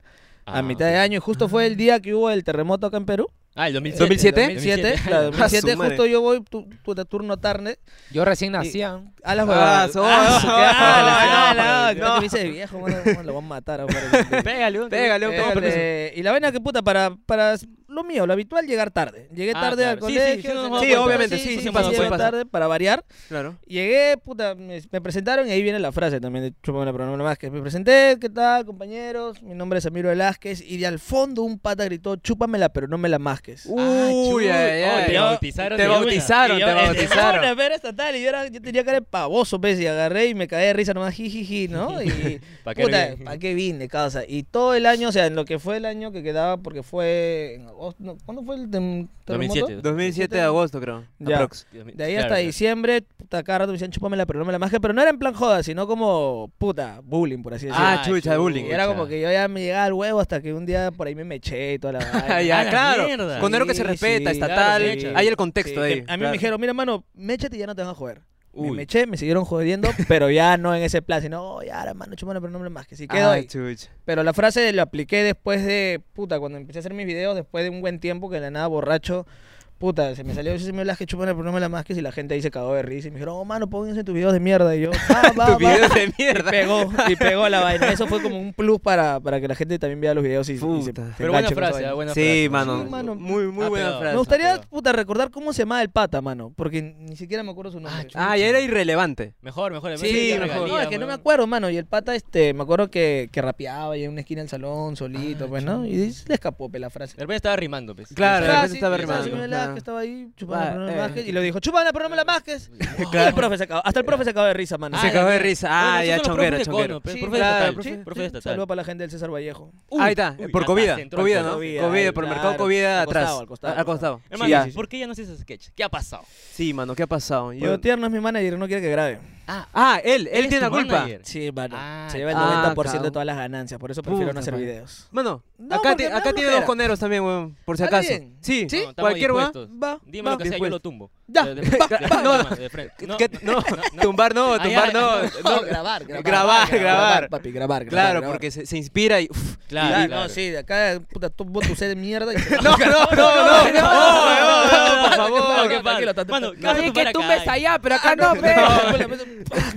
Speaker 2: a
Speaker 4: Ah,
Speaker 2: mitad
Speaker 4: ok.
Speaker 2: de año y justo fue el día que hubo el terremoto acá en Perú.
Speaker 4: Ah, el
Speaker 3: Eh,
Speaker 4: 2007.
Speaker 1: 2007.
Speaker 2: 2007,
Speaker 1: [laughs]
Speaker 4: 2007.
Speaker 2: claro,
Speaker 1: Ah, su
Speaker 2: 2007
Speaker 1: madre.
Speaker 2: justo yo voy tu, tu- de turno tarde
Speaker 3: Yo recién nacía.
Speaker 2: a las
Speaker 1: Ah,
Speaker 2: huevadas.
Speaker 1: su-
Speaker 2: Ah, su-
Speaker 1: no,
Speaker 2: ah, la-
Speaker 1: no,
Speaker 2: ah,
Speaker 1: no.
Speaker 2: la- que no te dice de viejo, mano, mano, lo van a matar a
Speaker 4: Pégale,
Speaker 1: [laughs]
Speaker 4: un-
Speaker 1: Pégale un
Speaker 2: Este,
Speaker 1: permiso.
Speaker 2: y la vaina que puta, para, para lo mío, lo habitual, llegar tarde. Llegué
Speaker 4: Ah,
Speaker 2: tarde al
Speaker 4: claro. Sí, sí,
Speaker 2: colegio.
Speaker 4: sí, no nos
Speaker 2: o sea,
Speaker 4: damos
Speaker 1: Sí, cuenta. obviamente, sí, sí
Speaker 2: sí,
Speaker 1: pasa,
Speaker 2: llego
Speaker 1: sí pasa.
Speaker 2: tarde para variar.
Speaker 1: Claro.
Speaker 2: Llegué, puta, me, me presentaron y ahí viene la frase también de Chupame la Pronombre Vázquez. Me presenté, ¿qué tal, compañeros? Mi nombre es Amiro Velázquez y de al fondo un pata gritó, chúpamela, pero no me la masques.
Speaker 1: Uy, ay, ay.
Speaker 4: te bautizaron
Speaker 1: Te
Speaker 4: de una.
Speaker 1: bautizaron,
Speaker 2: Y
Speaker 1: te [laughs]
Speaker 2: yo,
Speaker 1: bautizaron.
Speaker 2: Una pera estatal y yo, era- yo tenía cara de pavoso, pues, y agarré y me caí de risa nomás, jijiji, ¿no? Y,
Speaker 4: Pa' que
Speaker 2: puta,
Speaker 4: revisen.
Speaker 2: ¿para qué vine, causa? Y todo el año, o sea, en lo que fue el año que quedaba, porque fue en agosto, no, ¿cuándo fue el tem- terremoto?
Speaker 4: 2007.
Speaker 1: 2007 de agosto, creo. [laughs]
Speaker 2: Ya.
Speaker 1: aprox.
Speaker 2: De ahí
Speaker 4: Claro,
Speaker 2: hasta
Speaker 4: claro.
Speaker 2: diciembre, puta, cada rato me decían chúpamela, pero no me la masques. Pero no era en plan joda, sino como, puta, bullying, por así decirlo.
Speaker 1: Ah, chucha, de bullying.
Speaker 2: Y era como que yo ya me llegaba al huevo hasta que un día por ahí me meché y toda Ah, la vaina.
Speaker 1: ya,
Speaker 4: a la
Speaker 1: claro.
Speaker 4: mierda.
Speaker 1: Conero que
Speaker 2: Sí,
Speaker 1: se respeta,
Speaker 2: sí,
Speaker 1: estatal.
Speaker 4: claro, sí.
Speaker 1: Hay el contexto
Speaker 2: Sí,
Speaker 1: ahí.
Speaker 2: que A mí
Speaker 1: claro.
Speaker 2: me dijeron, mira, mano, méchate y ya no te van a joder.
Speaker 1: Uy.
Speaker 2: Me meché, me
Speaker 1: [laughs]
Speaker 2: siguieron jodiendo, pero ya no en ese plan, sino, oh, ya, ahora, mano, chúpamela, pero no me la masques. Y quedó
Speaker 1: Ay,
Speaker 2: ahí.
Speaker 1: chucha.
Speaker 2: Pero la frase la apliqué después de, puta, cuando empecé a hacer mis videos, después de un buen tiempo que de la nada borracho, puta, se me salió, se me las que chupan, pero no me las más que si la gente ahí se cagó de risa y me dijeron, oh, mano, pónganse tus videos de mierda. Y
Speaker 1: [laughs]
Speaker 2: yo, va, va, va.
Speaker 1: Tus
Speaker 2: [laughs]
Speaker 1: videos de
Speaker 2: Y
Speaker 1: mierda.
Speaker 2: pegó, y pegó la vaina. Eso fue como un plus para, para que la gente también vea los videos y, y se- se,
Speaker 1: Puta.
Speaker 2: enganche
Speaker 4: Pero buena
Speaker 2: con esa
Speaker 4: frase,
Speaker 2: vaina.
Speaker 4: ah, buena frase.
Speaker 1: Sí, mano.
Speaker 2: Sí, mano.
Speaker 1: Muy, muy
Speaker 4: Ah,
Speaker 1: buena
Speaker 4: pegado.
Speaker 1: frase.
Speaker 2: Me gustaría,
Speaker 4: Pero-
Speaker 2: puta, recordar cómo se llamaba el pata, mano, porque ni siquiera me acuerdo su nombre.
Speaker 1: Ah, ya era irrelevante.
Speaker 4: Mejor, mejor.
Speaker 1: Sí,
Speaker 4: mejor.
Speaker 1: mejor.
Speaker 2: No, es que no me acuerdo, mano. Y el pata, este, me acuerdo que, que rapeaba y en una esquina del salón, solito, pues, ¿no? Y se le escapó pe, la frase.
Speaker 4: De repente estaba rimando, pues.
Speaker 1: Claro, de
Speaker 2: Ah,
Speaker 1: repente
Speaker 2: sí,
Speaker 1: estaba
Speaker 2: sí,
Speaker 1: rimando.
Speaker 2: Señor Velázquez estaba ahí chupando
Speaker 1: Va,
Speaker 2: la
Speaker 1: eh.
Speaker 2: Vázquez y lo dijo, chupala, pero no me
Speaker 1: [laughs]
Speaker 2: la masques. Y el profe se acabó. Hasta el profe se acabó de risa, mano.
Speaker 4: Ah,
Speaker 1: se
Speaker 4: la
Speaker 1: cagó de
Speaker 4: mierda.
Speaker 1: risa.
Speaker 4: Bueno,
Speaker 1: Ah,
Speaker 4: esos
Speaker 1: ya,
Speaker 4: son los
Speaker 1: chonguera,
Speaker 4: profes de
Speaker 1: chonguera.
Speaker 4: cono, pues,
Speaker 2: Sí,
Speaker 4: profe
Speaker 1: claro,
Speaker 4: estatal,
Speaker 1: profe-
Speaker 4: sí, profe estatal.
Speaker 2: Saludo para la gente del César Vallejo.
Speaker 1: Ahí está,
Speaker 4: Uy,
Speaker 1: por
Speaker 4: acá
Speaker 1: comida.
Speaker 4: se entró
Speaker 1: Comida,
Speaker 4: al
Speaker 1: ¿no?
Speaker 2: COVID,
Speaker 1: Comida,
Speaker 2: ahí,
Speaker 1: por el
Speaker 2: claro.
Speaker 1: mercado comida
Speaker 2: Al
Speaker 1: atrás.
Speaker 2: costado, al costado,
Speaker 1: Al costado.
Speaker 4: Hermano,
Speaker 1: Sí, ya.
Speaker 4: ¿por qué ya no haces ese sketch? ¿Qué ha pasado?
Speaker 1: Sí, mano, ¿qué ha pasado? Yo-
Speaker 2: Pero tierno es mi manager, no quiere que grabe.
Speaker 1: Ah, él, él
Speaker 4: es
Speaker 1: tiene la
Speaker 4: tu
Speaker 1: culpa.
Speaker 4: manager.
Speaker 2: Sí, mano.
Speaker 4: Ah,
Speaker 2: se lleva el
Speaker 1: ah,
Speaker 2: 90% de
Speaker 1: cabrón.
Speaker 2: todas las ganancias, por eso prefiero
Speaker 1: Puta
Speaker 2: no hacer
Speaker 1: madre.
Speaker 2: videos.
Speaker 1: Mano,
Speaker 2: No,
Speaker 1: acá,
Speaker 2: porque
Speaker 1: ti-
Speaker 2: me da
Speaker 1: acá tiene
Speaker 2: flojera.
Speaker 1: dos coneros también, weón, por si
Speaker 2: ¿Está
Speaker 1: acaso.
Speaker 2: bien?
Speaker 1: Sí,
Speaker 2: ¿Sí?
Speaker 4: No, estamos
Speaker 1: cualquier weón.
Speaker 4: dispuestos.
Speaker 2: Va,
Speaker 4: Dime
Speaker 1: Va,
Speaker 4: lo que sea, yo
Speaker 1: después.
Speaker 4: lo tumbo.
Speaker 2: Ya.
Speaker 4: De- de-
Speaker 1: [laughs]
Speaker 4: de- de-
Speaker 1: pa,
Speaker 4: no,
Speaker 1: no.
Speaker 4: no, de frente. No,
Speaker 1: ¿Qué-
Speaker 4: [laughs] no.
Speaker 1: No, [laughs] tumbar no,
Speaker 4: Ah, ya,
Speaker 1: tumbar no.
Speaker 4: no,
Speaker 1: [laughs] no.
Speaker 2: grabar,
Speaker 1: Grabar, grabar.
Speaker 2: Papi, grabar, grabar.
Speaker 1: Claro,
Speaker 2: grabar.
Speaker 1: porque se, se inspira y. uf.
Speaker 4: Claro,
Speaker 2: Sí,
Speaker 4: claro.
Speaker 2: No, sí, de acá, puta, tú vos tu sed de
Speaker 1: [laughs]
Speaker 2: mierda y...
Speaker 1: No, no, no, no, no, no, no, por
Speaker 4: No,
Speaker 1: favor.
Speaker 4: qué padre.
Speaker 2: tranquilo, Ah, tanto-
Speaker 4: Mano, ¿qué vas a
Speaker 3: Oye,
Speaker 4: tumbar
Speaker 3: que tú
Speaker 4: acá? eh.
Speaker 3: ves allá, pero
Speaker 1: Ah,
Speaker 3: acá no, pe.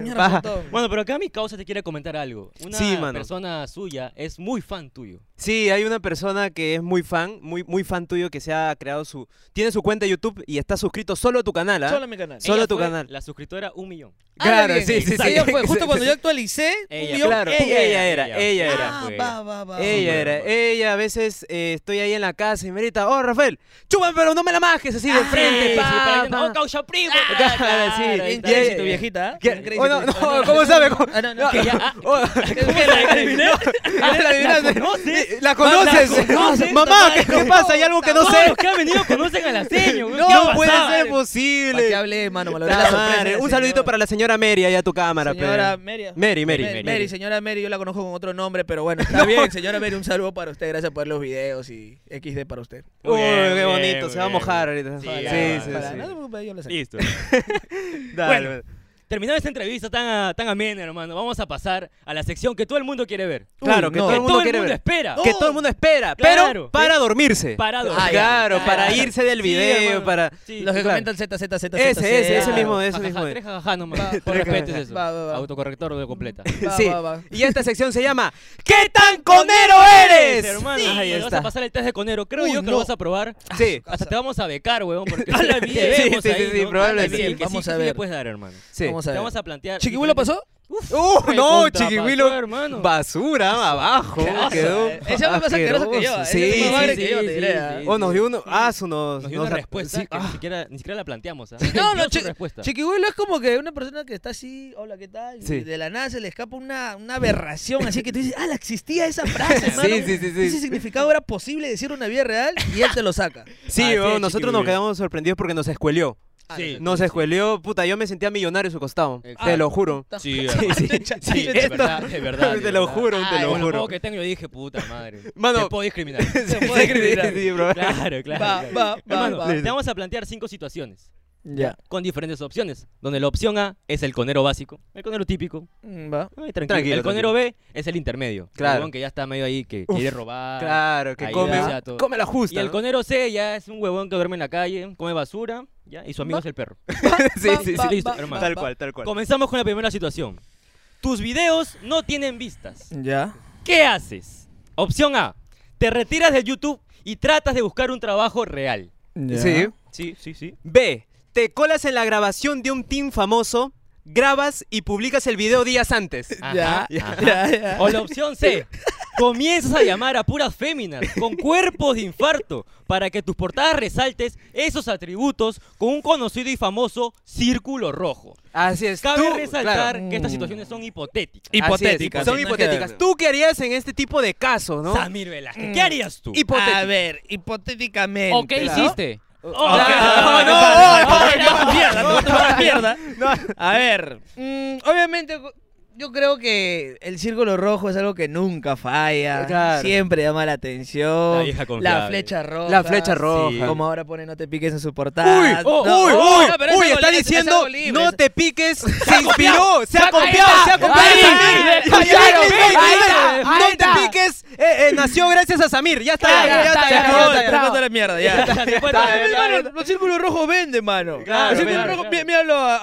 Speaker 2: Mierda,
Speaker 1: Paja. [laughs]
Speaker 2: todo.
Speaker 4: Bueno, pero acá mi causa te quiere comentar algo. Una
Speaker 1: Sí, mano.
Speaker 4: persona suya es muy fan tuyo.
Speaker 1: Sí, hay una persona que es muy fan, muy, muy fan tuyo, que se ha creado su. Tiene su cuenta de YouTube y está suscrito solo a tu canal, ¿ah?
Speaker 2: Solo en mi canal.
Speaker 1: Solo
Speaker 4: Ella
Speaker 1: tu
Speaker 4: fue
Speaker 1: canal.
Speaker 4: La suscriptora, un millón.
Speaker 1: Claro,
Speaker 2: Ah, bien.
Speaker 1: sí, sí, [laughs] sí.
Speaker 2: Ella fue, justo cuando yo actualicé,
Speaker 4: Ella,
Speaker 2: un guión,
Speaker 1: claro,
Speaker 2: ella.
Speaker 1: ella era, ella era. pues.
Speaker 2: Ah,
Speaker 4: fue
Speaker 2: va, va, va.
Speaker 1: Ella era, ella a veces eh, estoy ahí en la casa y me grita, oh Rafael, chupan pero no me la majes así
Speaker 4: Ah,
Speaker 1: de frente, pa, pa". [laughs]
Speaker 4: [laughs] no, causa primo.
Speaker 1: Claro, sí.
Speaker 2: Bien
Speaker 1: Y ella-
Speaker 2: crazy tu viejita, ¿ah?
Speaker 1: ¿Qué?
Speaker 2: Bien crazy
Speaker 1: Oh, no,
Speaker 2: tu
Speaker 1: no,
Speaker 2: viejita.
Speaker 1: ¿cómo sabe? ¿Cómo-
Speaker 2: Ah, no,
Speaker 1: [laughs]
Speaker 2: no, [laughs] que ya-
Speaker 1: Oh,
Speaker 2: ¿Cómo
Speaker 1: [laughs]
Speaker 2: la adiviné?
Speaker 1: Ah, la adivinaste.
Speaker 4: conoces? [laughs]
Speaker 1: ¿La conoces?
Speaker 4: conoces,
Speaker 1: [laughs] Mamá,
Speaker 4: papá,
Speaker 1: ¿qué,
Speaker 4: ¿cómo?
Speaker 1: qué pasa? Hay algo que no
Speaker 4: Todos
Speaker 1: sé.
Speaker 4: los que han venido conocen a la seño. güey. ¿Qué
Speaker 1: No
Speaker 4: ha
Speaker 1: puede
Speaker 4: pasado?
Speaker 1: ser
Speaker 2: ¿Para qué
Speaker 1: posible.
Speaker 2: hablé, mano? Me
Speaker 1: La
Speaker 2: logré la
Speaker 1: madre.
Speaker 2: sorpresa de la
Speaker 1: Un saludito
Speaker 2: señora.
Speaker 1: para la señora Mary ahí a tu cámara. pe.
Speaker 2: Señora
Speaker 4: ah,
Speaker 2: Mary.
Speaker 1: Mary, Mary,
Speaker 2: Mary,
Speaker 1: Mary.
Speaker 2: señora Mary, yo la conozco con otro nombre,
Speaker 1: [laughs]
Speaker 2: pero bueno, está bien, señora Mary, un saludo para usted, gracias por los videos y XD para usted.
Speaker 1: Uy,
Speaker 4: Muy bien,
Speaker 1: qué
Speaker 4: muy
Speaker 1: bonito,
Speaker 4: bien, muy
Speaker 1: se va a
Speaker 4: bien.
Speaker 1: mojar ahorita.
Speaker 4: Sí,
Speaker 1: Sí,
Speaker 4: ya,
Speaker 1: sí,
Speaker 4: ya,
Speaker 1: sí.
Speaker 2: Para-
Speaker 4: sí.
Speaker 2: No te preocupes, yo lo sé.
Speaker 4: Listo.
Speaker 1: Dale.
Speaker 4: Bueno. Terminada esta entrevista tan, a- tan amena, hermano, vamos a pasar a la sección que todo el mundo quiere ver.
Speaker 2: Uy,
Speaker 1: Claro, que
Speaker 2: no.
Speaker 1: todo el
Speaker 4: que
Speaker 1: mundo
Speaker 4: todo el
Speaker 1: quiere
Speaker 4: mundo
Speaker 1: ver.
Speaker 4: espera. Oh.
Speaker 1: Que todo el mundo espera, pero
Speaker 4: Claro.
Speaker 1: para dormirse.
Speaker 4: Para dormir.
Speaker 1: Ah, claro,
Speaker 4: Ah,
Speaker 1: para
Speaker 4: claro.
Speaker 1: irse del
Speaker 4: Sí,
Speaker 1: video,
Speaker 4: hermano.
Speaker 1: para...
Speaker 4: Sí.
Speaker 2: Los que
Speaker 1: Claro.
Speaker 2: comentan ZZZ.
Speaker 1: Ese, ese, ese
Speaker 4: Claro.
Speaker 1: mismo, ese
Speaker 4: Jajaja,
Speaker 1: mismo.
Speaker 4: Tres jajaja nomás.
Speaker 2: Va,
Speaker 4: Por
Speaker 2: va,
Speaker 4: respeto es
Speaker 2: va,
Speaker 4: eso.
Speaker 2: va, va.
Speaker 4: Autocorrector lo completa.
Speaker 2: Va,
Speaker 1: Sí.
Speaker 2: va, va.
Speaker 1: Y esta sección se llama ¿Qué tan conero eres?
Speaker 4: Hermano,
Speaker 1: Sí,
Speaker 4: ahí
Speaker 1: ahí
Speaker 4: vas a
Speaker 1: está.
Speaker 4: pasar el test de conero. Creo
Speaker 2: Uy,
Speaker 4: yo que
Speaker 2: no.
Speaker 4: lo vas a probar.
Speaker 1: Sí,
Speaker 4: Hasta te vamos a becar, weón, porque
Speaker 1: A la
Speaker 4: te
Speaker 1: mierda. Sí,
Speaker 4: vemos
Speaker 1: sí,
Speaker 4: ahí,
Speaker 1: sí, sí,
Speaker 4: ¿no?
Speaker 1: probablemente
Speaker 4: Anda bien,
Speaker 2: sí.
Speaker 4: que
Speaker 2: Vamos
Speaker 4: sí,
Speaker 2: a
Speaker 4: sí
Speaker 2: ver.
Speaker 4: le puedes dar, hermano.
Speaker 1: sí.
Speaker 2: Vamos
Speaker 4: Te
Speaker 2: a ver.
Speaker 4: vamos a plantear.
Speaker 2: ¿Chiquibuelo pasó?
Speaker 1: Uh, no,
Speaker 4: recontra
Speaker 1: chiquihuilo.
Speaker 4: pasó, hermano.
Speaker 1: Basura, abajo.
Speaker 4: Asqueroso,
Speaker 1: Quedó
Speaker 2: eh. Ese hombre más asqueroso que yo,
Speaker 1: asqueroso.
Speaker 2: ese
Speaker 1: Sí,
Speaker 2: es más
Speaker 1: sí,
Speaker 2: madre
Speaker 1: sí.
Speaker 2: que yo, te diré, ¿eh?
Speaker 1: O nos dio uno.
Speaker 4: sí.
Speaker 1: Ah, su nos.
Speaker 4: Nos dio una
Speaker 1: nos-
Speaker 4: respuesta
Speaker 1: sí,
Speaker 4: que ni
Speaker 1: ah.
Speaker 4: siquiera, ni siquiera la planteamos. ¿ah?
Speaker 1: [laughs]
Speaker 2: No,
Speaker 4: Dio
Speaker 2: no,
Speaker 4: su
Speaker 2: chi-
Speaker 4: respuesta.
Speaker 2: Chiquibuelo es como que una persona que está así, hola, ¿qué tal? Y
Speaker 1: Sí.
Speaker 2: de la nada se le escapa una, una aberración, así que tú dices, ah, la existía esa frase, hermano.
Speaker 1: [laughs] Sí, sí, sí, sí.
Speaker 2: Ese significado era posible decir una vida real y él te lo saca.
Speaker 1: Sí,
Speaker 4: Así es,
Speaker 1: weón, oh, nosotros nos
Speaker 4: chiquihuilo.
Speaker 1: quedamos sorprendidos porque nos escuelió.
Speaker 2: Ah,
Speaker 4: Sí.
Speaker 1: Nos escuelió, puta, yo me sentía millonario a su costado.
Speaker 4: Exacto.
Speaker 1: Te lo juro.
Speaker 4: Sí,
Speaker 1: Sí, sí, sí,
Speaker 4: sí, de
Speaker 1: esto-
Speaker 4: verdad, de verdad.
Speaker 1: [laughs]
Speaker 4: de
Speaker 1: Te lo
Speaker 4: verdad.
Speaker 1: juro, te
Speaker 2: Ay,
Speaker 1: lo
Speaker 4: Con lo
Speaker 1: juro.
Speaker 4: poco que tengo, yo dije, puta madre.
Speaker 1: Mano-
Speaker 4: Te puedo discriminar.
Speaker 1: [laughs] Sí,
Speaker 2: puede
Speaker 1: sí,
Speaker 2: escribir.
Speaker 1: sí, bro.
Speaker 4: Claro, claro.
Speaker 2: Va,
Speaker 4: claro.
Speaker 2: va, va,
Speaker 4: Hermano,
Speaker 2: va.
Speaker 1: Listo.
Speaker 4: te vamos a plantear cinco situaciones
Speaker 2: Ya.
Speaker 4: con diferentes opciones. Donde la opción A es el conero básico, el conero típico.
Speaker 2: Mm, Va.
Speaker 4: Ay, tranquilo.
Speaker 1: Tranquilo,
Speaker 4: el conero B es el intermedio.
Speaker 1: Claro.
Speaker 4: El huevón que ya está medio ahí, que quiere robar.
Speaker 1: Claro, que
Speaker 4: Ahí
Speaker 1: come,
Speaker 4: ya todo.
Speaker 1: come la justa.
Speaker 4: Y el
Speaker 1: ¿no?
Speaker 4: conero C ya es un huevón que duerme en la calle, come basura, ya, y su amigo es el perro.
Speaker 1: [laughs] Sí, sí, sí,
Speaker 2: Va,
Speaker 1: listo,
Speaker 2: va,
Speaker 1: hermano.
Speaker 2: va,
Speaker 1: Tal
Speaker 2: va.
Speaker 1: cual, tal cual.
Speaker 4: Comenzamos con la primera situación. Tus videos no tienen vistas.
Speaker 2: Ya.
Speaker 4: ¿Qué haces? Opción A. Te retiras de YouTube y tratas de buscar un trabajo real.
Speaker 2: ya.
Speaker 1: Sí.
Speaker 4: Sí, sí, sí.
Speaker 1: B. Te colas en la grabación de un team famoso, grabas y publicas el video días
Speaker 4: [laughs]
Speaker 1: antes.
Speaker 2: Ya,
Speaker 4: Ajá,
Speaker 2: ya,
Speaker 4: ajá.
Speaker 2: ya, ya.
Speaker 4: O la opción C. Comienzas a llamar a puras féminas con cuerpos de infarto para que tus portadas resaltes esos atributos con un conocido y famoso círculo rojo.
Speaker 1: Así es.
Speaker 4: Cabe
Speaker 1: tú-
Speaker 4: resaltar
Speaker 1: claro.
Speaker 4: que estas situaciones son hipotéticas.
Speaker 1: Así es,
Speaker 2: Hipotéticas,
Speaker 1: Son
Speaker 2: sí, no es que-
Speaker 1: hipotéticas. ¿Tú qué harías en este tipo de casos, no?
Speaker 4: Samir Velázquez, ¿qué harías tú?
Speaker 1: Hipotéticas.
Speaker 2: A ver, hipotéticamente.
Speaker 3: ¿O qué
Speaker 2: ¿no?
Speaker 3: hiciste?
Speaker 4: Oh,
Speaker 1: Ah,
Speaker 4: claro.
Speaker 1: no,
Speaker 2: no, no, mierda, no, no, mierda. A ver, mm, obviamente yo creo que el círculo rojo es algo que nunca falla,
Speaker 1: Eh, Claro.
Speaker 2: siempre llama la atención.
Speaker 4: La vieja confiable.
Speaker 2: flecha roja.
Speaker 1: La flecha roja.
Speaker 2: Como ahora pone no te piques en su
Speaker 1: Uy,
Speaker 2: portada.
Speaker 1: oh,
Speaker 2: No,
Speaker 1: uy,
Speaker 2: no,
Speaker 1: uy,
Speaker 2: no, pero es
Speaker 1: uy,
Speaker 2: algo
Speaker 1: está
Speaker 2: li- es- es
Speaker 1: diciendo,
Speaker 2: algo libre,
Speaker 1: no
Speaker 2: es-
Speaker 1: te piques, se inspiró, se ha
Speaker 3: Ahí
Speaker 1: confiado,
Speaker 3: está,
Speaker 1: se ha confiado.
Speaker 3: ahí
Speaker 1: Samir.
Speaker 3: está,
Speaker 1: Ya,
Speaker 3: ahí
Speaker 1: listo,
Speaker 3: está,
Speaker 1: ahí
Speaker 3: ahí
Speaker 1: está,
Speaker 3: está.
Speaker 1: No te piques, eh, eh, nació gracias a Samir, ya está,
Speaker 3: Claro,
Speaker 1: ya
Speaker 3: ya
Speaker 1: está,
Speaker 3: está,
Speaker 1: ya
Speaker 3: ya
Speaker 1: está, ya
Speaker 2: No,
Speaker 1: está,
Speaker 2: te
Speaker 1: ya está.
Speaker 2: boto la mierda, ya. Mano,
Speaker 4: Claro,
Speaker 2: los círculos rojos venden, mano.
Speaker 1: Claro,
Speaker 2: los círculos
Speaker 1: claro,
Speaker 2: rojos,
Speaker 4: Ah, claro.
Speaker 2: mí- míralo a,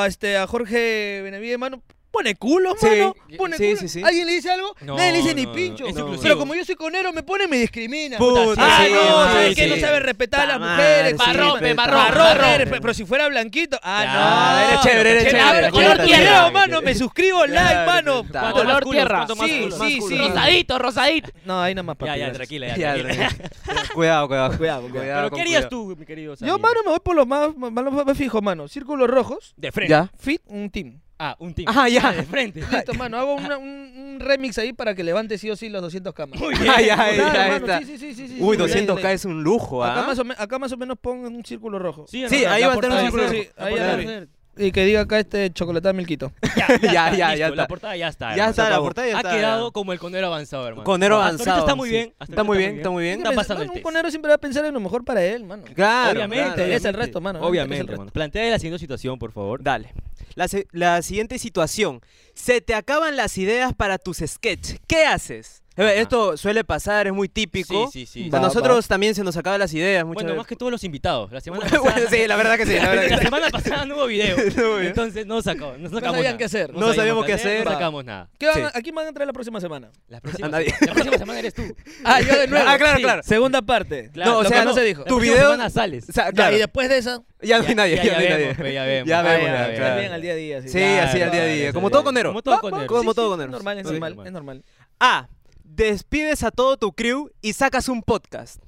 Speaker 2: a- a, este, a Jorge Benavides, mano. Pone culo,
Speaker 1: Sí,
Speaker 2: mano. Pone
Speaker 1: sí,
Speaker 2: culo.
Speaker 1: sí, sí.
Speaker 2: ¿Alguien le dice algo?
Speaker 4: No,
Speaker 2: Nadie le dice ni
Speaker 4: no, no,
Speaker 2: pincho.
Speaker 4: es inclusivo.
Speaker 2: Pero como yo soy conero, me pone y me discrimina.
Speaker 1: Puta,
Speaker 2: Puta,
Speaker 1: sí,
Speaker 2: ah,
Speaker 1: sí,
Speaker 2: no,
Speaker 1: sí,
Speaker 2: ¿sabes
Speaker 1: sí.
Speaker 2: qué? No sabe respetar a las
Speaker 1: Puta
Speaker 2: mujeres.
Speaker 1: madre,
Speaker 3: Marrón,
Speaker 1: sí,
Speaker 3: pe,
Speaker 1: pe,
Speaker 3: marrón,
Speaker 2: Marrón,
Speaker 3: marrón.
Speaker 2: eres, pe- pero si fuera blanquito. Ah,
Speaker 4: Claro.
Speaker 2: no, eres chévere, eres
Speaker 4: Claro,
Speaker 2: chévere.
Speaker 3: color
Speaker 2: Color
Speaker 3: tierra.
Speaker 2: tierra, mano, me suscribo, like,
Speaker 1: Claro,
Speaker 2: mano.
Speaker 1: puta.
Speaker 4: ¿Cuánto
Speaker 3: Color
Speaker 4: más culos?
Speaker 3: tierra.
Speaker 4: ¿Cuánto más
Speaker 2: Sí,
Speaker 4: culos?
Speaker 2: sí,
Speaker 1: más
Speaker 2: sí.
Speaker 1: culo.
Speaker 3: Rosadito, rosadito.
Speaker 2: No, ahí nada más, papi.
Speaker 4: Ya, ya,
Speaker 2: gracias.
Speaker 4: tranquila, ya,
Speaker 1: Ya,
Speaker 4: tranquila.
Speaker 1: Cuidado, cuidado,
Speaker 2: Cuidado, cuidado.
Speaker 4: Pero ¿qué
Speaker 1: con
Speaker 4: harías
Speaker 1: cuidado.
Speaker 4: tú, mi querido
Speaker 2: Yo,
Speaker 4: Samir?
Speaker 2: mano, me voy por los más, más, más- más fijos, mano. Círculos rojos,
Speaker 4: De frente.
Speaker 1: ¿Ya?
Speaker 2: fit, un team.
Speaker 4: Ah, un team.
Speaker 1: Ajá, ya.
Speaker 4: De frente.
Speaker 2: Listo, mano, hago una- un, un remix ahí para que levante sí o sí los 200 camas.
Speaker 4: Muy
Speaker 1: Ah, [laughs] ya,
Speaker 2: Claro,
Speaker 1: ya,
Speaker 2: mano,
Speaker 1: está.
Speaker 2: sí, sí, sí, sí, sí,
Speaker 1: Uy,
Speaker 2: sí,
Speaker 1: 200k
Speaker 2: dale.
Speaker 1: es un lujo,
Speaker 2: Acá
Speaker 1: ¿ah?
Speaker 2: más, o me- acá más o menos pongan un círculo rojo.
Speaker 4: Sí,
Speaker 1: Sí,
Speaker 4: hermano,
Speaker 1: ahí
Speaker 4: la
Speaker 1: va a estar un
Speaker 4: portada
Speaker 1: círculo
Speaker 4: sí,
Speaker 1: rojo.
Speaker 4: la
Speaker 2: ahí
Speaker 4: portada
Speaker 2: va a
Speaker 4: sí.
Speaker 2: ser. Y que diga acá este chocolatada milquito.
Speaker 1: Ya, ya, ya,
Speaker 4: listo,
Speaker 1: está.
Speaker 4: La portada ya está.
Speaker 1: Ya
Speaker 4: hermano.
Speaker 1: está, la
Speaker 2: acabó.
Speaker 1: portada ya
Speaker 4: Ha
Speaker 1: está.
Speaker 4: quedado como el conero avanzado, hermano.
Speaker 1: Conero
Speaker 4: Hasta
Speaker 1: avanzado.
Speaker 4: Ahorita está muy
Speaker 1: sí.
Speaker 4: bien. hasta
Speaker 1: Está
Speaker 4: ahorita
Speaker 1: muy bien, está muy bien.
Speaker 4: Está pasando el
Speaker 2: Un
Speaker 4: test.
Speaker 2: conero siempre va a pensar en lo mejor para él, mano.
Speaker 1: Claro.
Speaker 4: Obviamente,
Speaker 1: claro.
Speaker 2: interesa el resto, mano, no te interesa el
Speaker 4: Obviamente,
Speaker 2: resto.
Speaker 4: hermano. Plantea la siguiente situación, por favor.
Speaker 1: Dale. La, se- la siguiente situación. Se te acaban las ideas para tus sketch. ¿Qué haces? A ver, Esto suele pasar, es muy típico.
Speaker 4: Sí, sí, sí.
Speaker 1: A
Speaker 2: Va,
Speaker 1: nosotros también se nos acaban las ideas muchas
Speaker 4: Bueno, más
Speaker 1: veces.
Speaker 4: que todos los invitados.
Speaker 1: [laughs]
Speaker 4: La semana pasada,
Speaker 1: Bueno, sí, la verdad que sí. La verdad que
Speaker 4: la [laughs]
Speaker 1: sí.
Speaker 4: semana pasada no hubo video.
Speaker 1: Estuvo bien.
Speaker 4: Entonces no sacó, no sacamos
Speaker 2: sabían
Speaker 4: nada.
Speaker 2: qué hacer.
Speaker 1: No sabíamos qué hacer.
Speaker 4: No sacamos nada.
Speaker 2: ¿Qué van
Speaker 1: Sí.
Speaker 2: a- ¿A quién van a entrar la próxima semana?
Speaker 4: La próxima,
Speaker 1: nadie.
Speaker 4: semana- la próxima semana eres tú.
Speaker 2: Ah, yo de nuevo.
Speaker 1: Ah, claro,
Speaker 2: Sí.
Speaker 1: claro.
Speaker 2: Segunda parte.
Speaker 4: Claro,
Speaker 1: no, o
Speaker 4: lo
Speaker 1: sea,
Speaker 4: que
Speaker 1: no se
Speaker 4: La
Speaker 1: dijo. Tu
Speaker 4: próxima
Speaker 1: video.
Speaker 4: semana sales.
Speaker 1: o sea,
Speaker 2: Ya,
Speaker 1: claro,
Speaker 2: y después de esa.
Speaker 1: ya no hay nadie.
Speaker 4: ya-
Speaker 1: Ya, no
Speaker 4: ya
Speaker 1: hay
Speaker 4: vemos,
Speaker 1: nadie.
Speaker 4: pues, ya vemos.
Speaker 1: Ya
Speaker 4: Ah,
Speaker 1: vemos,
Speaker 4: ya,
Speaker 1: ya,
Speaker 4: ya,
Speaker 1: claro.
Speaker 2: También al día a día. Sí,
Speaker 1: Sí,
Speaker 4: Claro,
Speaker 1: así al día a
Speaker 4: claro,
Speaker 1: día.
Speaker 4: sí,
Speaker 1: Como
Speaker 4: sí,
Speaker 1: todo
Speaker 4: sí.
Speaker 1: conero.
Speaker 4: Como todo
Speaker 1: Va, va,
Speaker 4: conero.
Speaker 1: Como
Speaker 2: Sí,
Speaker 1: todo
Speaker 2: sí,
Speaker 1: conero.
Speaker 2: Normal, es
Speaker 4: Sí,
Speaker 2: normal,
Speaker 4: normal.
Speaker 2: es normal.
Speaker 1: A. Despides a todo tu crew y sacas un podcast.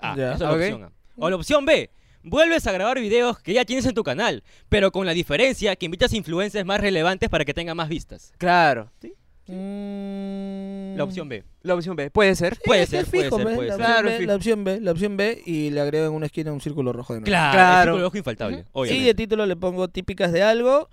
Speaker 4: Ah,
Speaker 2: Ya,
Speaker 4: esa es la
Speaker 1: ok.
Speaker 4: opción A. O la opción B. Vuelves a grabar videos que ya tienes en tu canal, pero con la diferencia que invitas influencers más relevantes para que tengan más vistas.
Speaker 1: Claro. Mm.
Speaker 4: La opción B.
Speaker 1: La opción B. Puede ser.
Speaker 4: Puede
Speaker 2: es que
Speaker 4: ser,
Speaker 2: es
Speaker 4: puede
Speaker 2: fijo,
Speaker 4: ser,
Speaker 2: ¿ves?
Speaker 4: puede
Speaker 2: la,
Speaker 4: ser.
Speaker 2: opción
Speaker 1: Claro,
Speaker 2: B,
Speaker 1: fijo.
Speaker 2: la opción B, la opción B y le agrego en una esquina un círculo rojo de nuevo.
Speaker 4: Claro,
Speaker 1: Claro.
Speaker 4: el círculo rojo infaltable, obvio.
Speaker 2: Sí, de título le pongo típicas de
Speaker 4: [laughs]
Speaker 2: algo.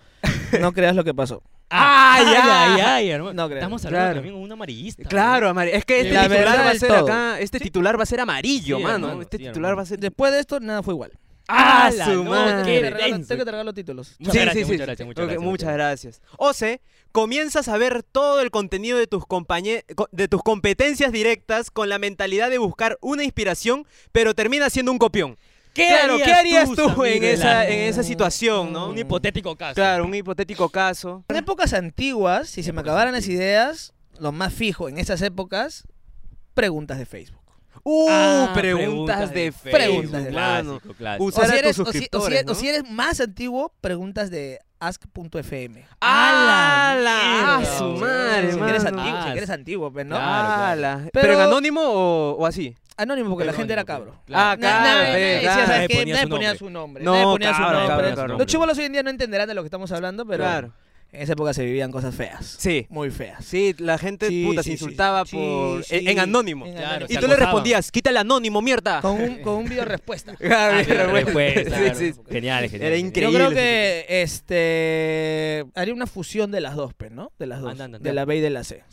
Speaker 2: No creas lo que pasó.
Speaker 4: Ah, ay,
Speaker 1: Ay,
Speaker 4: ay,
Speaker 1: ay.
Speaker 4: ay, hermano.
Speaker 2: No creo.
Speaker 4: Estamos hablando
Speaker 1: Claro.
Speaker 4: también con un amarillista.
Speaker 1: Claro, Amari. Es que este
Speaker 2: La
Speaker 1: titular
Speaker 2: verdad
Speaker 1: va a
Speaker 2: del
Speaker 1: ser
Speaker 2: todo.
Speaker 1: acá. Este titular va a ser amarillo,
Speaker 4: Sí,
Speaker 1: mano.
Speaker 4: hermano,
Speaker 1: este
Speaker 4: sí,
Speaker 1: titular
Speaker 4: hermano.
Speaker 1: va a ser.
Speaker 2: Después de esto, nada fue igual.
Speaker 1: ¡Ah,
Speaker 4: ¡Hala!
Speaker 1: su
Speaker 4: No,
Speaker 1: madre!
Speaker 2: Tengo
Speaker 4: qué
Speaker 2: que tragar los-
Speaker 4: denso.
Speaker 2: tengo que tragar los títulos.
Speaker 4: Muchas
Speaker 1: Sí,
Speaker 4: gracias,
Speaker 1: sí, sí,
Speaker 4: muchas
Speaker 1: sí.
Speaker 4: gracias, muchas
Speaker 1: Ok,
Speaker 4: gracias,
Speaker 1: muchas
Speaker 4: muchas
Speaker 1: gracias. O C, comienzas a ver todo el contenido de tus, compañe- co- de tus competencias directas con la mentalidad de buscar una inspiración, pero termina siendo un copión.
Speaker 4: ¿Qué
Speaker 1: claro, ¿qué harías tú,
Speaker 4: Samir
Speaker 1: en,
Speaker 4: de la-
Speaker 1: esa, en esa situación, no?
Speaker 4: Un hipotético caso.
Speaker 1: Claro, un hipotético caso.
Speaker 2: En épocas antiguas, si se me acabaran las ideas, lo más fijo en esas épocas, preguntas de Facebook.
Speaker 1: ¡Uh!
Speaker 4: Ah,
Speaker 1: preguntas, de fe.
Speaker 2: preguntas de
Speaker 1: mano.
Speaker 4: clásico, clásico.
Speaker 1: Usa-
Speaker 2: O
Speaker 1: Usar a tus
Speaker 2: si, eres, o, si, o si
Speaker 1: suscriptores,
Speaker 2: eres-
Speaker 1: ¿no?
Speaker 2: o si eres más antiguo, preguntas de ask.fm.
Speaker 4: ¡A la
Speaker 1: ¡Hala! ¡Ah,
Speaker 4: mierda,
Speaker 1: su
Speaker 4: bro!
Speaker 1: madre,
Speaker 2: si eres
Speaker 1: mano!
Speaker 2: antiguo, si
Speaker 4: Ask.
Speaker 2: eres antiguo, pues, ¿no?
Speaker 4: Claro.
Speaker 1: ¡Hala! ¿Pero,
Speaker 2: Pero-
Speaker 1: en anónimo o, o así?
Speaker 2: Anónimo, porque la
Speaker 4: Anónimo,
Speaker 2: gente era
Speaker 4: pero-
Speaker 2: cabro.
Speaker 4: Claro.
Speaker 1: Ah, cabro,
Speaker 2: nadie,
Speaker 1: pe,
Speaker 2: nadie,
Speaker 1: claro.
Speaker 2: decía, ¿sabes
Speaker 4: Nadie
Speaker 2: qué?
Speaker 4: ponía
Speaker 2: Nadie
Speaker 4: su
Speaker 2: ponía
Speaker 4: nombre.
Speaker 2: su nombre.
Speaker 1: No,
Speaker 2: nadie ponía su
Speaker 1: cabro,
Speaker 2: nombre.
Speaker 1: cabro, cabro.
Speaker 2: Los chivolos hoy en día no entenderán de lo que estamos hablando, pero
Speaker 1: Claro.
Speaker 2: en esa época se vivían cosas feas.
Speaker 1: Sí.
Speaker 2: Muy feas.
Speaker 1: Sí, la gente
Speaker 2: Sí,
Speaker 1: puta
Speaker 2: sí,
Speaker 1: se
Speaker 2: sí.
Speaker 1: insultaba
Speaker 2: Sí,
Speaker 1: por
Speaker 2: sí.
Speaker 1: en, en anónimo.
Speaker 2: En
Speaker 4: Claro,
Speaker 2: anónimo.
Speaker 4: se
Speaker 1: Y tú le
Speaker 4: acosaban.
Speaker 1: respondías, quita el anónimo, mierda.
Speaker 2: Con un, con un video
Speaker 4: [laughs]
Speaker 2: respuesta.
Speaker 1: [laughs] Ah,
Speaker 4: Ah,
Speaker 1: mira, bueno.
Speaker 4: respuesta,
Speaker 1: Sí,
Speaker 4: claro.
Speaker 1: sí, sí.
Speaker 4: Genial, genial.
Speaker 1: Era
Speaker 4: genial.
Speaker 1: increíble.
Speaker 2: Yo creo que este haría una fusión de las dos, pues, ¿no? De las dos.
Speaker 4: Anda, anda, anda.
Speaker 2: de la B y de la C.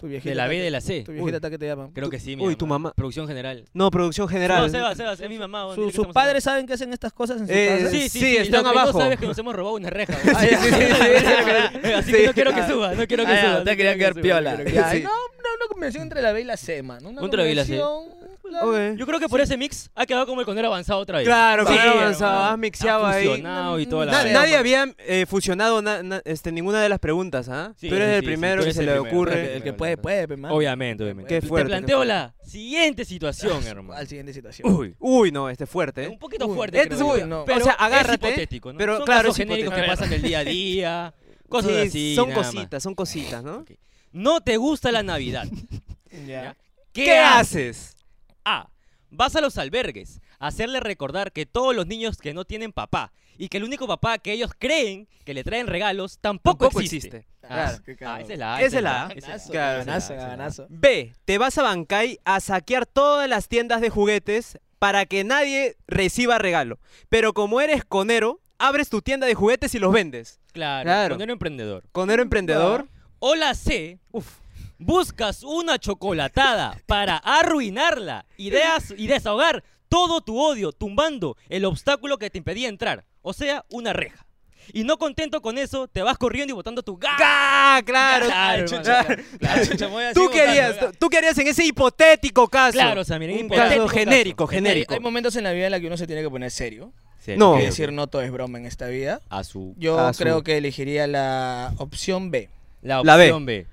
Speaker 2: Tu viejita
Speaker 4: De la B y
Speaker 2: ta-
Speaker 4: de la C.
Speaker 2: Tu viejita ta que te llaman.
Speaker 4: Creo que sí, mi
Speaker 1: Uy, tu mamá.
Speaker 4: Producción general.
Speaker 1: No, producción general. [laughs]
Speaker 4: No, [laughs] Sebas, Sebas, es mi mamá.
Speaker 2: Su-
Speaker 4: ¿dónde
Speaker 2: sus
Speaker 4: estamos
Speaker 2: padres saben que hacen estas cosas en su
Speaker 1: Eh,
Speaker 2: casa.
Speaker 4: hablando? Sí,
Speaker 1: Sí,
Speaker 4: sí, sí.
Speaker 1: están
Speaker 4: lo que no
Speaker 1: abajo.
Speaker 4: sabes que nos hemos robado
Speaker 1: [laughs]
Speaker 4: una reja.
Speaker 1: Ah, sí, sí, sí, sí.
Speaker 4: [laughs] Así que no
Speaker 1: Sí.
Speaker 4: quiero que suba, no quiero que
Speaker 2: Ah, ya,
Speaker 4: suba.
Speaker 2: ustedes querían quedar piola.
Speaker 1: [laughs] que-
Speaker 2: Ya,
Speaker 1: sí.
Speaker 2: No, no, una combinación entre la B y la C, man. Una
Speaker 4: Entre la B y la C.
Speaker 2: combinación, claro.
Speaker 1: Ok.
Speaker 4: Yo creo que por ese mix ha quedado como el conero avanzado otra vez.
Speaker 1: Claro,
Speaker 4: Sí,
Speaker 1: claro,
Speaker 4: hermano.
Speaker 1: avanzaba, has mixeado
Speaker 4: Ha
Speaker 1: ahí.
Speaker 4: fusionado y toda la
Speaker 1: Na-
Speaker 4: vaina.
Speaker 1: nadie había eh, fusionado na- na- este, ninguna de las preguntas, ¿ah?
Speaker 4: Sí,
Speaker 1: tú eres
Speaker 4: sí,
Speaker 1: el
Speaker 4: sí,
Speaker 1: primero
Speaker 4: tú
Speaker 1: que
Speaker 4: eres
Speaker 1: se
Speaker 4: el
Speaker 1: le
Speaker 4: primero.
Speaker 1: ocurre.
Speaker 2: El que puede, puede, pe, man.
Speaker 4: Obviamente, obviamente.
Speaker 1: Qué fuerte,
Speaker 4: Te
Speaker 1: qué
Speaker 4: planteo la siguiente situación, hermano.
Speaker 2: Al siguiente situación.
Speaker 4: Uy.
Speaker 1: Ah, Uy, no, este es fuerte.
Speaker 4: Un
Speaker 1: ¿eh?
Speaker 4: poquito
Speaker 2: Uy,
Speaker 4: fuerte.
Speaker 1: este
Speaker 4: creo
Speaker 1: es
Speaker 4: yo,
Speaker 1: muy-
Speaker 2: no.
Speaker 1: o sea, agárrate,
Speaker 4: Es hipotético, ¿no?
Speaker 1: pero
Speaker 4: son
Speaker 1: claro,
Speaker 4: casos
Speaker 1: es hipotético.
Speaker 4: genéricos que pasan del día a día. Cosas
Speaker 1: Sí,
Speaker 4: así.
Speaker 1: son
Speaker 4: nada más.
Speaker 1: cositas, son cositas, ¿no?
Speaker 4: Ok. No te gusta la Navidad.
Speaker 2: Ya.
Speaker 1: ¿Qué, haces?
Speaker 4: A. Ah, Vas a los albergues, a hacerle recordar que todos los niños que no tienen papá y que el único papá que ellos creen que le traen regalos tampoco,
Speaker 1: Tampoco
Speaker 4: existe.
Speaker 1: existe.
Speaker 4: Ah,
Speaker 1: Claro.
Speaker 2: qué
Speaker 4: ah,
Speaker 2: cagado.
Speaker 4: esa es la A.
Speaker 1: Esa es la A.
Speaker 4: esa es
Speaker 2: Ganazo,
Speaker 4: la A,
Speaker 2: ganazo,
Speaker 4: esa es la A, esa
Speaker 2: ganazo.
Speaker 1: B. Te vas a Bancay a saquear todas las tiendas de juguetes para que nadie reciba regalo. Pero como eres conero, abres tu tienda de juguetes y los vendes.
Speaker 4: es la A. Claro,
Speaker 1: Claro.
Speaker 4: cuando era emprendedor.
Speaker 1: Conero emprendedor.
Speaker 4: O la C. Buscas una chocolatada para arruinarla y, deas- y desahogar todo tu odio tumbando el obstáculo que te impedía entrar, o sea, una reja. Y no contento con eso, te vas corriendo y botando tu gas.
Speaker 1: ¡Ah, [laughs] claro!
Speaker 4: [laughs] Claro,
Speaker 1: chucha.
Speaker 4: hermano, [laughs] claro.
Speaker 1: ¿Tú querías, tú querías en ese hipotético caso.
Speaker 4: Claro, o sea, miren,
Speaker 1: un
Speaker 4: hipotético
Speaker 1: caso
Speaker 4: caso.
Speaker 1: genérico,
Speaker 2: Hay-
Speaker 1: genérico.
Speaker 2: Hay momentos en la vida en la que uno se tiene que poner serio.
Speaker 1: No.
Speaker 2: Es decir, no todo es broma en esta vida.
Speaker 4: a su
Speaker 2: Yo
Speaker 1: Ah, su-
Speaker 2: creo que elegiría la opción B.
Speaker 4: la
Speaker 1: La B.
Speaker 4: opción B.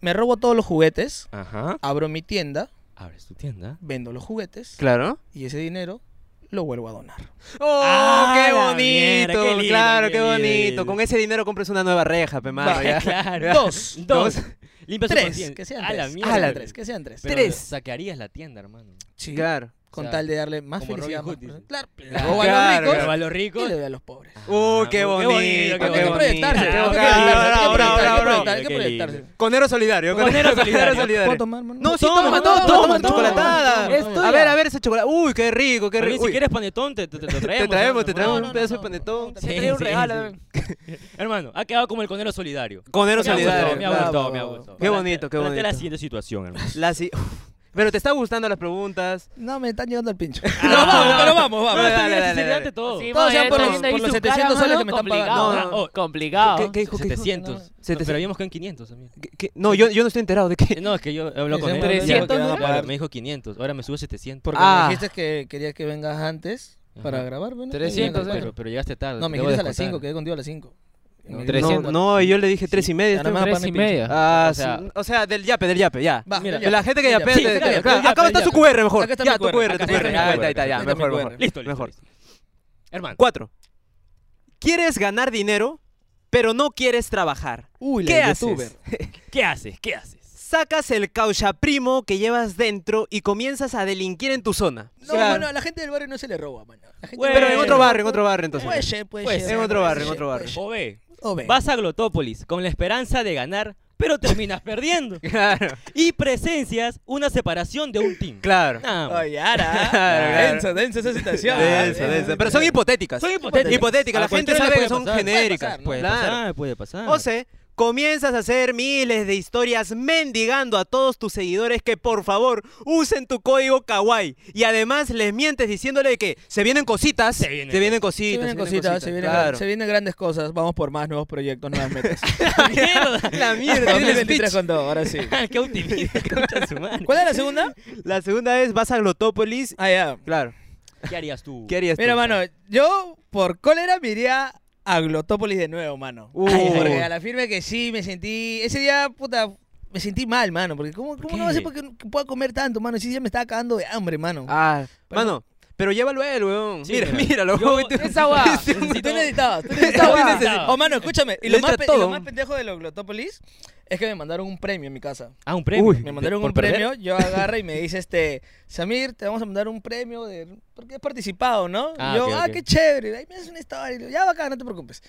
Speaker 2: Me robo todos los juguetes,
Speaker 4: Ajá.
Speaker 2: abro mi tienda,
Speaker 4: Abres tu tienda.
Speaker 2: vendo los juguetes
Speaker 1: Claro.
Speaker 2: y ese dinero lo vuelvo a donar.
Speaker 1: ¡Oh,
Speaker 4: Ah,
Speaker 1: qué
Speaker 4: la
Speaker 1: bonito!
Speaker 4: mierda, qué lindo,
Speaker 1: claro,
Speaker 4: qué
Speaker 1: qué,
Speaker 4: lindo, qué lindo.
Speaker 1: bonito. Con ese dinero compras una nueva reja, pe mano, [laughs] ya.
Speaker 4: Ah, claro.
Speaker 2: Dos,
Speaker 4: Dos. Limpia su
Speaker 2: tres,
Speaker 4: conciencia.
Speaker 2: que sean
Speaker 4: A la
Speaker 2: tres.
Speaker 4: mierda.
Speaker 2: A la tres, que sean tres.
Speaker 4: Pero
Speaker 1: Tres.
Speaker 4: Saquearías la tienda, hermano.
Speaker 2: Sí,
Speaker 1: Claro.
Speaker 2: Con
Speaker 4: O sea,
Speaker 2: tal de darle más
Speaker 4: como
Speaker 2: felicidad.
Speaker 4: Robin
Speaker 2: más-
Speaker 4: Hood, dices.
Speaker 2: claro, le
Speaker 4: Claro,
Speaker 2: robo a los
Speaker 1: claro,
Speaker 2: ricos
Speaker 4: Pero a los ricos.
Speaker 2: y le doy a los pobres.
Speaker 1: ¡Uh, qué
Speaker 4: Ah, qué bonito,
Speaker 1: bonito!
Speaker 4: qué bonito.
Speaker 1: qué
Speaker 2: Hay que
Speaker 1: bonito.
Speaker 2: proyectarse,
Speaker 1: Qué
Speaker 2: hay que
Speaker 1: bonito.
Speaker 2: proyectarse, hay que
Speaker 1: Bravo, bravo, bravo,
Speaker 2: proyectarse, hay que
Speaker 1: bravo.
Speaker 2: proyectar, hay que
Speaker 4: Qué lindo.
Speaker 2: proyectarse.
Speaker 1: Conero solidario.
Speaker 4: Conero solidario.
Speaker 2: ¿Puedo tomar, mano?
Speaker 1: No, sí,
Speaker 4: Toma,
Speaker 1: toma,
Speaker 4: toma,
Speaker 1: toma,
Speaker 4: toma,
Speaker 1: toma, tu
Speaker 4: toma.
Speaker 1: chocolatada.
Speaker 4: Es
Speaker 1: A ver, a ver ese chocolate. Uy, qué rico, qué
Speaker 4: También
Speaker 1: rico.
Speaker 4: si
Speaker 1: Uy,
Speaker 4: quieres panetón, te, te, te traemos.
Speaker 1: Te traemos,
Speaker 4: hermano.
Speaker 1: te traemos
Speaker 2: no,
Speaker 1: un
Speaker 2: no,
Speaker 1: pedazo de
Speaker 2: no.
Speaker 1: panetón. Te
Speaker 4: Sí,
Speaker 1: trae un
Speaker 4: sí,
Speaker 1: regalo.
Speaker 4: [laughs] Hermano, ha quedado como el conero solidario.
Speaker 1: Conero
Speaker 4: Me ha gustado,
Speaker 1: solidario.
Speaker 4: me ha gustado,
Speaker 1: bravo.
Speaker 4: me ha gustado.
Speaker 1: Qué bonito, qué
Speaker 4: Plantea la
Speaker 1: bonito.
Speaker 4: siguiente situación, hermano.
Speaker 1: La si- Uf, Pero te está gustando las preguntas.
Speaker 2: No, me están llevando al pincho.
Speaker 1: No, vamos, pero vamos,
Speaker 4: No,
Speaker 1: vamos.
Speaker 4: está
Speaker 1: [laughs] dale,
Speaker 4: bien,
Speaker 1: dale,
Speaker 4: sí,
Speaker 1: dale.
Speaker 4: ante todo.
Speaker 2: Todos
Speaker 6: muy
Speaker 2: sean
Speaker 6: bien,
Speaker 2: por
Speaker 6: todo
Speaker 2: los-
Speaker 6: bien.
Speaker 2: por los
Speaker 6: Y su
Speaker 2: 700 soles que me están
Speaker 6: complicado,
Speaker 2: pagando.
Speaker 6: ¿ah?
Speaker 1: No, no.
Speaker 6: Complicado.
Speaker 1: ¿Qué, qué dijo? ¿Qué dijo?
Speaker 4: 700.
Speaker 1: Setecientos.
Speaker 4: Pero habíamos quedado en 500 también.
Speaker 1: ¿Qué- qué? No, yo, yo no estoy enterado de qué.
Speaker 4: Eh, No, es que yo hablo con él.
Speaker 2: 300
Speaker 4: Claro,
Speaker 2: dólares.
Speaker 4: claro, me dijo 500. Ahora me sube 700.
Speaker 2: Porque
Speaker 1: Ah.
Speaker 2: me dijiste que querías que vengas antes para
Speaker 4: Ajá.
Speaker 2: grabar. bueno,
Speaker 3: 300
Speaker 2: ya no
Speaker 4: pero,
Speaker 2: recuerdo.
Speaker 4: pero llegaste tarde.
Speaker 2: No, me
Speaker 4: debo
Speaker 2: dijiste a las
Speaker 4: descontar.
Speaker 2: 5, quedé contigo a las 5.
Speaker 3: No,
Speaker 2: Me-
Speaker 3: 300.
Speaker 1: No, no, yo le dije tres y media.
Speaker 2: Nada
Speaker 1: estoy-
Speaker 2: más
Speaker 3: Tres
Speaker 2: pan
Speaker 3: y
Speaker 2: de pincho.
Speaker 3: media.
Speaker 1: Ah,
Speaker 4: O sea-
Speaker 1: su- o sea, del yape, del yape, ya.
Speaker 2: Va,
Speaker 4: Mira,
Speaker 2: del
Speaker 1: la gente que
Speaker 2: del
Speaker 1: yapea,
Speaker 2: yape.
Speaker 1: te-
Speaker 2: Sí,
Speaker 1: claro,
Speaker 2: del
Speaker 1: claro,
Speaker 2: yape,
Speaker 1: acá
Speaker 2: del
Speaker 1: está su
Speaker 2: yape.
Speaker 1: QR mejor.
Speaker 2: Acá está
Speaker 1: ya,
Speaker 2: mi
Speaker 1: tu
Speaker 2: QR,
Speaker 1: QR, tu
Speaker 2: acá está
Speaker 1: QR.
Speaker 2: mi
Speaker 1: Ah,
Speaker 2: QR,
Speaker 1: Ahí está, ahí
Speaker 2: acá
Speaker 1: está,
Speaker 2: está mi
Speaker 1: mejor,
Speaker 2: QR.
Speaker 1: mejor.
Speaker 4: Listo, listo,
Speaker 1: Mejor.
Speaker 4: listo. Hermano.
Speaker 1: Cuatro. ¿Quieres ganar dinero, pero no quieres trabajar?
Speaker 2: Uy,
Speaker 1: ¿Qué
Speaker 2: la
Speaker 1: haces?
Speaker 2: youtuber.
Speaker 4: ¿Qué haces? ¿Qué haces?
Speaker 1: Sacas el cauchaprimo que llevas dentro y comienzas a delinquir en tu zona.
Speaker 2: No,
Speaker 1: Claro.
Speaker 2: mano, a la gente del barrio no se le roba, mano. La gente
Speaker 4: Bueno,
Speaker 2: del
Speaker 1: Pero en otro barrio, en otro barrio entonces.
Speaker 2: Puede ser, puede
Speaker 4: Puede
Speaker 2: ser.
Speaker 1: ser. En otro
Speaker 2: puede
Speaker 1: barrio, en
Speaker 2: ser,
Speaker 1: otro
Speaker 2: puede
Speaker 1: barrio.
Speaker 2: ser. Oh,
Speaker 4: O ve,
Speaker 2: O ve.
Speaker 4: vas a Glotópolis con la esperanza de ganar,
Speaker 1: [laughs]
Speaker 4: pero terminas perdiendo.
Speaker 1: [laughs] Claro,
Speaker 4: Y presencias una separación de un team.
Speaker 1: claro.
Speaker 4: Nada más.
Speaker 1: [laughs]
Speaker 2: Ay, ara.
Speaker 1: Claro, claro.
Speaker 2: Densa, densa esa situación.
Speaker 1: Densa, densa. Pero son hipotéticas.
Speaker 4: Son hipotéticas.
Speaker 1: Hipotéticas,
Speaker 4: A
Speaker 1: la gente
Speaker 4: cualquiera
Speaker 1: sabe
Speaker 4: puede
Speaker 1: que son
Speaker 4: pasar.
Speaker 1: genéricas. pues.
Speaker 2: ¿no?
Speaker 4: Puede
Speaker 1: Claro.
Speaker 4: pasar, puede pasar.
Speaker 1: O sea, comienzas a hacer miles de historias mendigando a todos tus seguidores que por favor usen tu código kawaii. Y además les mientes diciéndole que se vienen cositas. Se
Speaker 4: vienen
Speaker 1: vienen, cositas.
Speaker 2: Se vienen cositas, se vienen,
Speaker 1: claro.
Speaker 2: se vienen grandes cosas. Vamos por más nuevos proyectos, nuevas metas.
Speaker 4: mierda.
Speaker 1: [laughs] La mierda. tiene el
Speaker 2: 2023
Speaker 1: speech.
Speaker 2: con todo, ahora sí.
Speaker 4: Qué optimista, concha su madre.
Speaker 2: ¿Cuál es la segunda?
Speaker 1: La segunda es vas a Glotópolis.
Speaker 2: Ah, ya.
Speaker 1: Claro.
Speaker 4: ¿Qué harías tú?
Speaker 1: ¿Qué harías tú?
Speaker 2: Mira, mano, yo por cólera me iría a Glotópolis de nuevo, mano.
Speaker 1: Uh.
Speaker 2: Porque a la firme que sí, me sentí... Ese día, puta, me sentí mal, mano. Porque ¿cómo, cómo no va a ser
Speaker 4: qué?
Speaker 2: porque pueda comer tanto, mano? Sí, ya me estaba cagando de hambre, mano.
Speaker 1: Ah, mano, pero llévalo a él, weón.
Speaker 4: Sí,
Speaker 1: mira,
Speaker 4: mira.
Speaker 1: míralo.
Speaker 4: Yo-
Speaker 1: weón. [laughs]
Speaker 6: Esa hueá.
Speaker 2: Si tú necesitabas, tú necesitabas.
Speaker 1: Esa
Speaker 4: hueá.
Speaker 2: Oh, mano, escúchame. Y
Speaker 1: Le
Speaker 2: lo, más,
Speaker 1: echa
Speaker 2: pe- y lo
Speaker 1: todo.
Speaker 2: más pendejo de los Glotópolis es que me mandaron un premio en mi casa.
Speaker 4: Ah, un premio.
Speaker 1: Uy,
Speaker 2: Me mandaron
Speaker 4: ¿Por
Speaker 2: un
Speaker 4: perder?
Speaker 2: premio, yo agarro y me dice este, Samir, te vamos a mandar un premio de, porque has participado, ¿no? Y
Speaker 4: Ah,
Speaker 2: yo,
Speaker 4: ok,
Speaker 2: ah,
Speaker 4: ok.
Speaker 2: qué chévere, ahí me haces una historia, y yo, ya bacán, no te preocupes.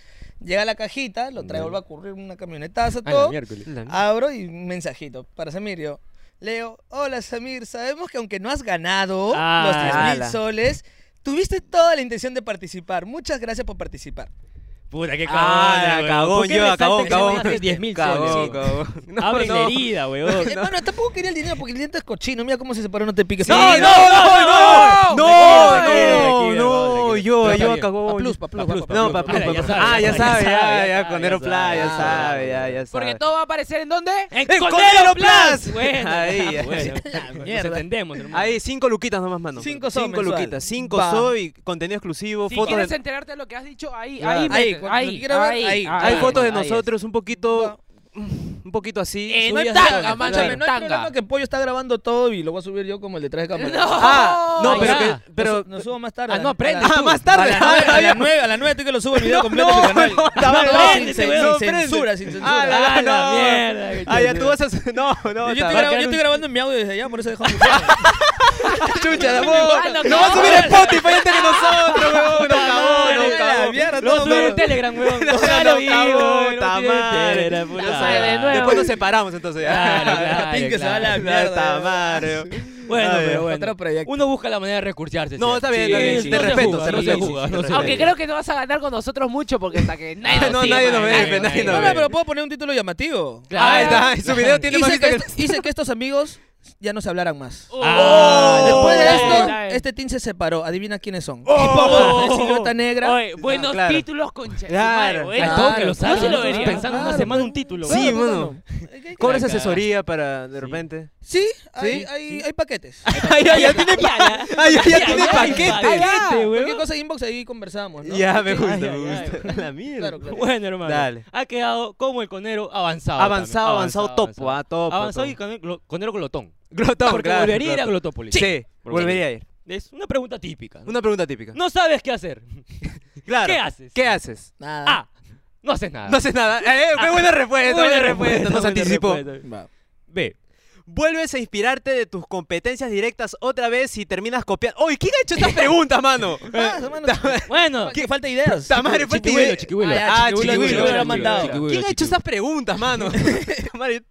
Speaker 2: Llega la cajita, lo traigo, vuelvo a ocurrir una camionetaza,
Speaker 4: Ah, la
Speaker 2: todo,
Speaker 4: miércoles.
Speaker 2: abro y un mensajito para Samir, yo, Leo, hola Samir, sabemos que aunque no has ganado los 10
Speaker 1: Ah,
Speaker 2: mil
Speaker 1: ala.
Speaker 2: soles, tuviste toda la intención de participar, muchas gracias por participar.
Speaker 4: Puta, qué cagón.
Speaker 1: Ah, cagón, lleva, cagón, cagón.
Speaker 4: 10 mil
Speaker 1: Cagón,
Speaker 4: soles.
Speaker 1: cagón. No,
Speaker 4: Abre la
Speaker 1: no.
Speaker 4: herida, weón.
Speaker 2: Eh, Bueno, tampoco quería el dinero porque el dinero es cochino, mira cómo se separó, no te piques.
Speaker 1: No, no, no, no, no, no, yo, yo a
Speaker 2: Pa'
Speaker 1: cagón.
Speaker 2: plus, pa' plus, pa'
Speaker 1: No,
Speaker 2: plus,
Speaker 1: pa'
Speaker 2: pa'
Speaker 1: plus,
Speaker 4: plus.
Speaker 1: pa' plus.
Speaker 4: Ah,
Speaker 1: Ah,
Speaker 4: ya
Speaker 1: ya sabe,
Speaker 4: sabe,
Speaker 1: ya, ya,
Speaker 4: ya
Speaker 1: con
Speaker 4: sabe,
Speaker 1: Aero
Speaker 4: ya
Speaker 1: Fly, ya
Speaker 4: sabe,
Speaker 1: sabe, ya, ya
Speaker 6: Porque
Speaker 1: sabe.
Speaker 6: todo va a aparecer en dónde?
Speaker 1: ¡En
Speaker 4: Con
Speaker 1: Conero
Speaker 4: Aero Plus!
Speaker 1: Plus!
Speaker 4: Bueno,
Speaker 1: Ahí,
Speaker 4: bueno. Nos
Speaker 2: Mierda.
Speaker 4: entendemos, hermano.
Speaker 1: Ahí, cinco luquitas nomás, mano.
Speaker 2: Cinco soles
Speaker 1: Cinco
Speaker 2: mensual.
Speaker 1: luquitas, cinco
Speaker 2: Va.
Speaker 1: soy, contenido exclusivo,
Speaker 6: Si
Speaker 1: fotos
Speaker 6: quieres
Speaker 1: de...
Speaker 6: enterarte de lo que has dicho, ahí,
Speaker 1: Claro.
Speaker 6: ahí,
Speaker 1: Ahí,
Speaker 6: ahí,
Speaker 2: cuando
Speaker 6: ahí,
Speaker 2: lo quiera ver, ahí.
Speaker 1: Hay fotos de
Speaker 6: ahí es.
Speaker 1: nosotros un poquito, un poquito así.
Speaker 6: Eh, no
Speaker 1: subidas
Speaker 6: hay
Speaker 1: de
Speaker 6: tanga,
Speaker 1: tono,
Speaker 6: mancha,
Speaker 1: claro.
Speaker 6: pero
Speaker 2: no hay
Speaker 6: Tanga.
Speaker 2: problema que Pollo está grabando todo y lo voy a subir yo como el detrás de [laughs] cámara.
Speaker 6: No.
Speaker 1: Ah, no,
Speaker 4: Ah,
Speaker 1: pero
Speaker 4: ya.
Speaker 1: que,
Speaker 2: pero
Speaker 1: pero...
Speaker 2: lo subo más tarde.
Speaker 6: Ah, no, aprende
Speaker 2: A la-
Speaker 1: Ah, más [laughs] tarde.
Speaker 2: A [laughs] las nueve- a las 9, a las 9 estoy que lo subo el video completo en mi canal.
Speaker 1: no, no,
Speaker 2: sin, sin-
Speaker 1: no,
Speaker 2: sin
Speaker 1: prende.
Speaker 2: censura, sin censura.
Speaker 1: Ah,
Speaker 4: Ah, la
Speaker 1: no.
Speaker 4: mierda.
Speaker 1: Ah, ya tú vas a... No, no,
Speaker 2: yo, estoy
Speaker 1: está-
Speaker 2: grabando, yo estoy grabando en mi audio desde allá, por eso [laughs] dejo mi Chucha, la
Speaker 6: Ah, no,
Speaker 1: No va a subir
Speaker 6: cabrón.
Speaker 1: Spotify antes que nosotros, weón. No,
Speaker 2: madre,
Speaker 1: cabrón, no,
Speaker 2: la
Speaker 1: cabrón.
Speaker 2: mierda,
Speaker 1: No,
Speaker 2: todo
Speaker 1: sube
Speaker 2: mal.
Speaker 1: en Telegram, weón. No,
Speaker 4: Claro,
Speaker 1: no,
Speaker 4: y,
Speaker 1: cabrón,
Speaker 4: weón,
Speaker 1: ta
Speaker 4: no tiene
Speaker 1: madre.
Speaker 4: Telegram, puta.
Speaker 6: No sabe de nuevo.
Speaker 1: Después nos separamos entonces ya.
Speaker 4: Claro, claro,
Speaker 2: Martín que se va a la
Speaker 4: claro.
Speaker 1: Ya está,
Speaker 2: mierda.
Speaker 1: madre.
Speaker 4: Bueno,
Speaker 1: Ay,
Speaker 4: pero bueno.
Speaker 2: Otro proyecto.
Speaker 4: Uno busca la manera de recursearse.
Speaker 1: No,
Speaker 4: ¿sí?
Speaker 1: está bien,
Speaker 4: Sí,
Speaker 1: está bien.
Speaker 4: sí,
Speaker 1: Te
Speaker 4: no se
Speaker 1: respeto,
Speaker 4: juzga,
Speaker 1: te
Speaker 4: no se
Speaker 1: respeto.
Speaker 4: juzga, no se
Speaker 6: Aunque
Speaker 4: juzga.
Speaker 6: creo que no vas a ganar con nosotros mucho porque hasta que nadie
Speaker 1: Ah, no,
Speaker 6: sigue,
Speaker 1: nadie nos
Speaker 6: man,
Speaker 1: ve,
Speaker 6: nadie
Speaker 1: pues, nadie nos
Speaker 2: No,
Speaker 1: ve.
Speaker 2: pero puedo poner un título llamativo.
Speaker 1: Ahí
Speaker 6: Claro.
Speaker 1: está, su video tiene más
Speaker 2: Hice que,
Speaker 1: vistas que...
Speaker 2: esto- hice que estos amigos ya no se hablaran más.
Speaker 4: Ah,
Speaker 1: Oh,
Speaker 2: Después de
Speaker 1: está
Speaker 2: esto,
Speaker 6: bien.
Speaker 2: este team se separó. Adivina quiénes son.
Speaker 1: Oh.
Speaker 2: [laughs] La silueta negra.
Speaker 6: Oye, buenos
Speaker 1: claro.
Speaker 6: títulos, concha.
Speaker 1: Claro,
Speaker 6: Claro,
Speaker 4: Al
Speaker 2: claro,
Speaker 4: toque lo
Speaker 6: claro,
Speaker 4: sabes. No se lo
Speaker 6: claro,
Speaker 4: vería. Pensando una
Speaker 2: claro,
Speaker 4: semana
Speaker 2: pues.
Speaker 4: un título.
Speaker 1: Sí,
Speaker 4: weón.
Speaker 1: mano.
Speaker 2: mano.
Speaker 1: Cobras
Speaker 4: Acá.
Speaker 1: asesoría para, de repente.
Speaker 2: Sí, hay,
Speaker 1: Sí.
Speaker 2: hay, hay paquetes.
Speaker 1: Ay, ay, ya tiene pa- ay, ay, ya tiene
Speaker 4: ay, ay,
Speaker 1: paquete.
Speaker 4: Gente, weón.
Speaker 2: Cualquier cosa inbox ahí conversamos, ¿no?
Speaker 1: Ya, me
Speaker 2: Sí,
Speaker 1: gusta,
Speaker 4: ay,
Speaker 1: me
Speaker 4: ay,
Speaker 1: gusta. La mierda.
Speaker 2: Claro, claro.
Speaker 4: Bueno, hermano.
Speaker 1: Dale.
Speaker 4: Ha quedado como el conero avanzado.
Speaker 1: Avanzado,
Speaker 4: también.
Speaker 1: avanzado, topo, ah, topo.
Speaker 4: Avanzado
Speaker 1: topo.
Speaker 4: y conero, glo- conero glotón.
Speaker 1: Glotón,
Speaker 4: Porque
Speaker 1: claro,
Speaker 4: volvería a ir a
Speaker 1: glotón.
Speaker 4: Glotópolis.
Speaker 1: Sí,
Speaker 4: Porque-
Speaker 1: volvería a ir.
Speaker 4: Es una pregunta típica. ¿no?
Speaker 1: Una pregunta típica.
Speaker 4: No sabes qué hacer.
Speaker 1: Claro.
Speaker 4: ¿Qué haces?
Speaker 1: ¿Qué haces?
Speaker 2: Nada.
Speaker 4: A. No haces nada.
Speaker 1: No haces nada. Eh, qué buena respuesta,
Speaker 4: Ah, Buena
Speaker 1: buena respuesta.
Speaker 4: respuesta,
Speaker 1: Nos
Speaker 4: buena
Speaker 1: anticipó.
Speaker 4: respuesta.
Speaker 2: Va.
Speaker 4: B.
Speaker 1: Vuelves a inspirarte de tus competencias directas otra vez y terminas copiando. ¡Uy, quién ha hecho estas preguntas,
Speaker 4: [laughs]
Speaker 1: mano!
Speaker 2: Ah, hermano,
Speaker 1: [laughs]
Speaker 4: Bueno,
Speaker 2: que falta de ideas.
Speaker 1: Ta madre, fue
Speaker 4: Chiquihuilo,
Speaker 1: tibet.
Speaker 4: chiquihuilo.
Speaker 1: Ah, Chiquihuilo,
Speaker 2: Chiquihuilo, Chiquihuilo lo ha
Speaker 1: Chiquihuilo.
Speaker 2: mandado.
Speaker 4: Chiquihuilo,
Speaker 1: ¿Quién ha hecho estas preguntas,
Speaker 4: [laughs]
Speaker 1: mano? [laughs] Ta madre,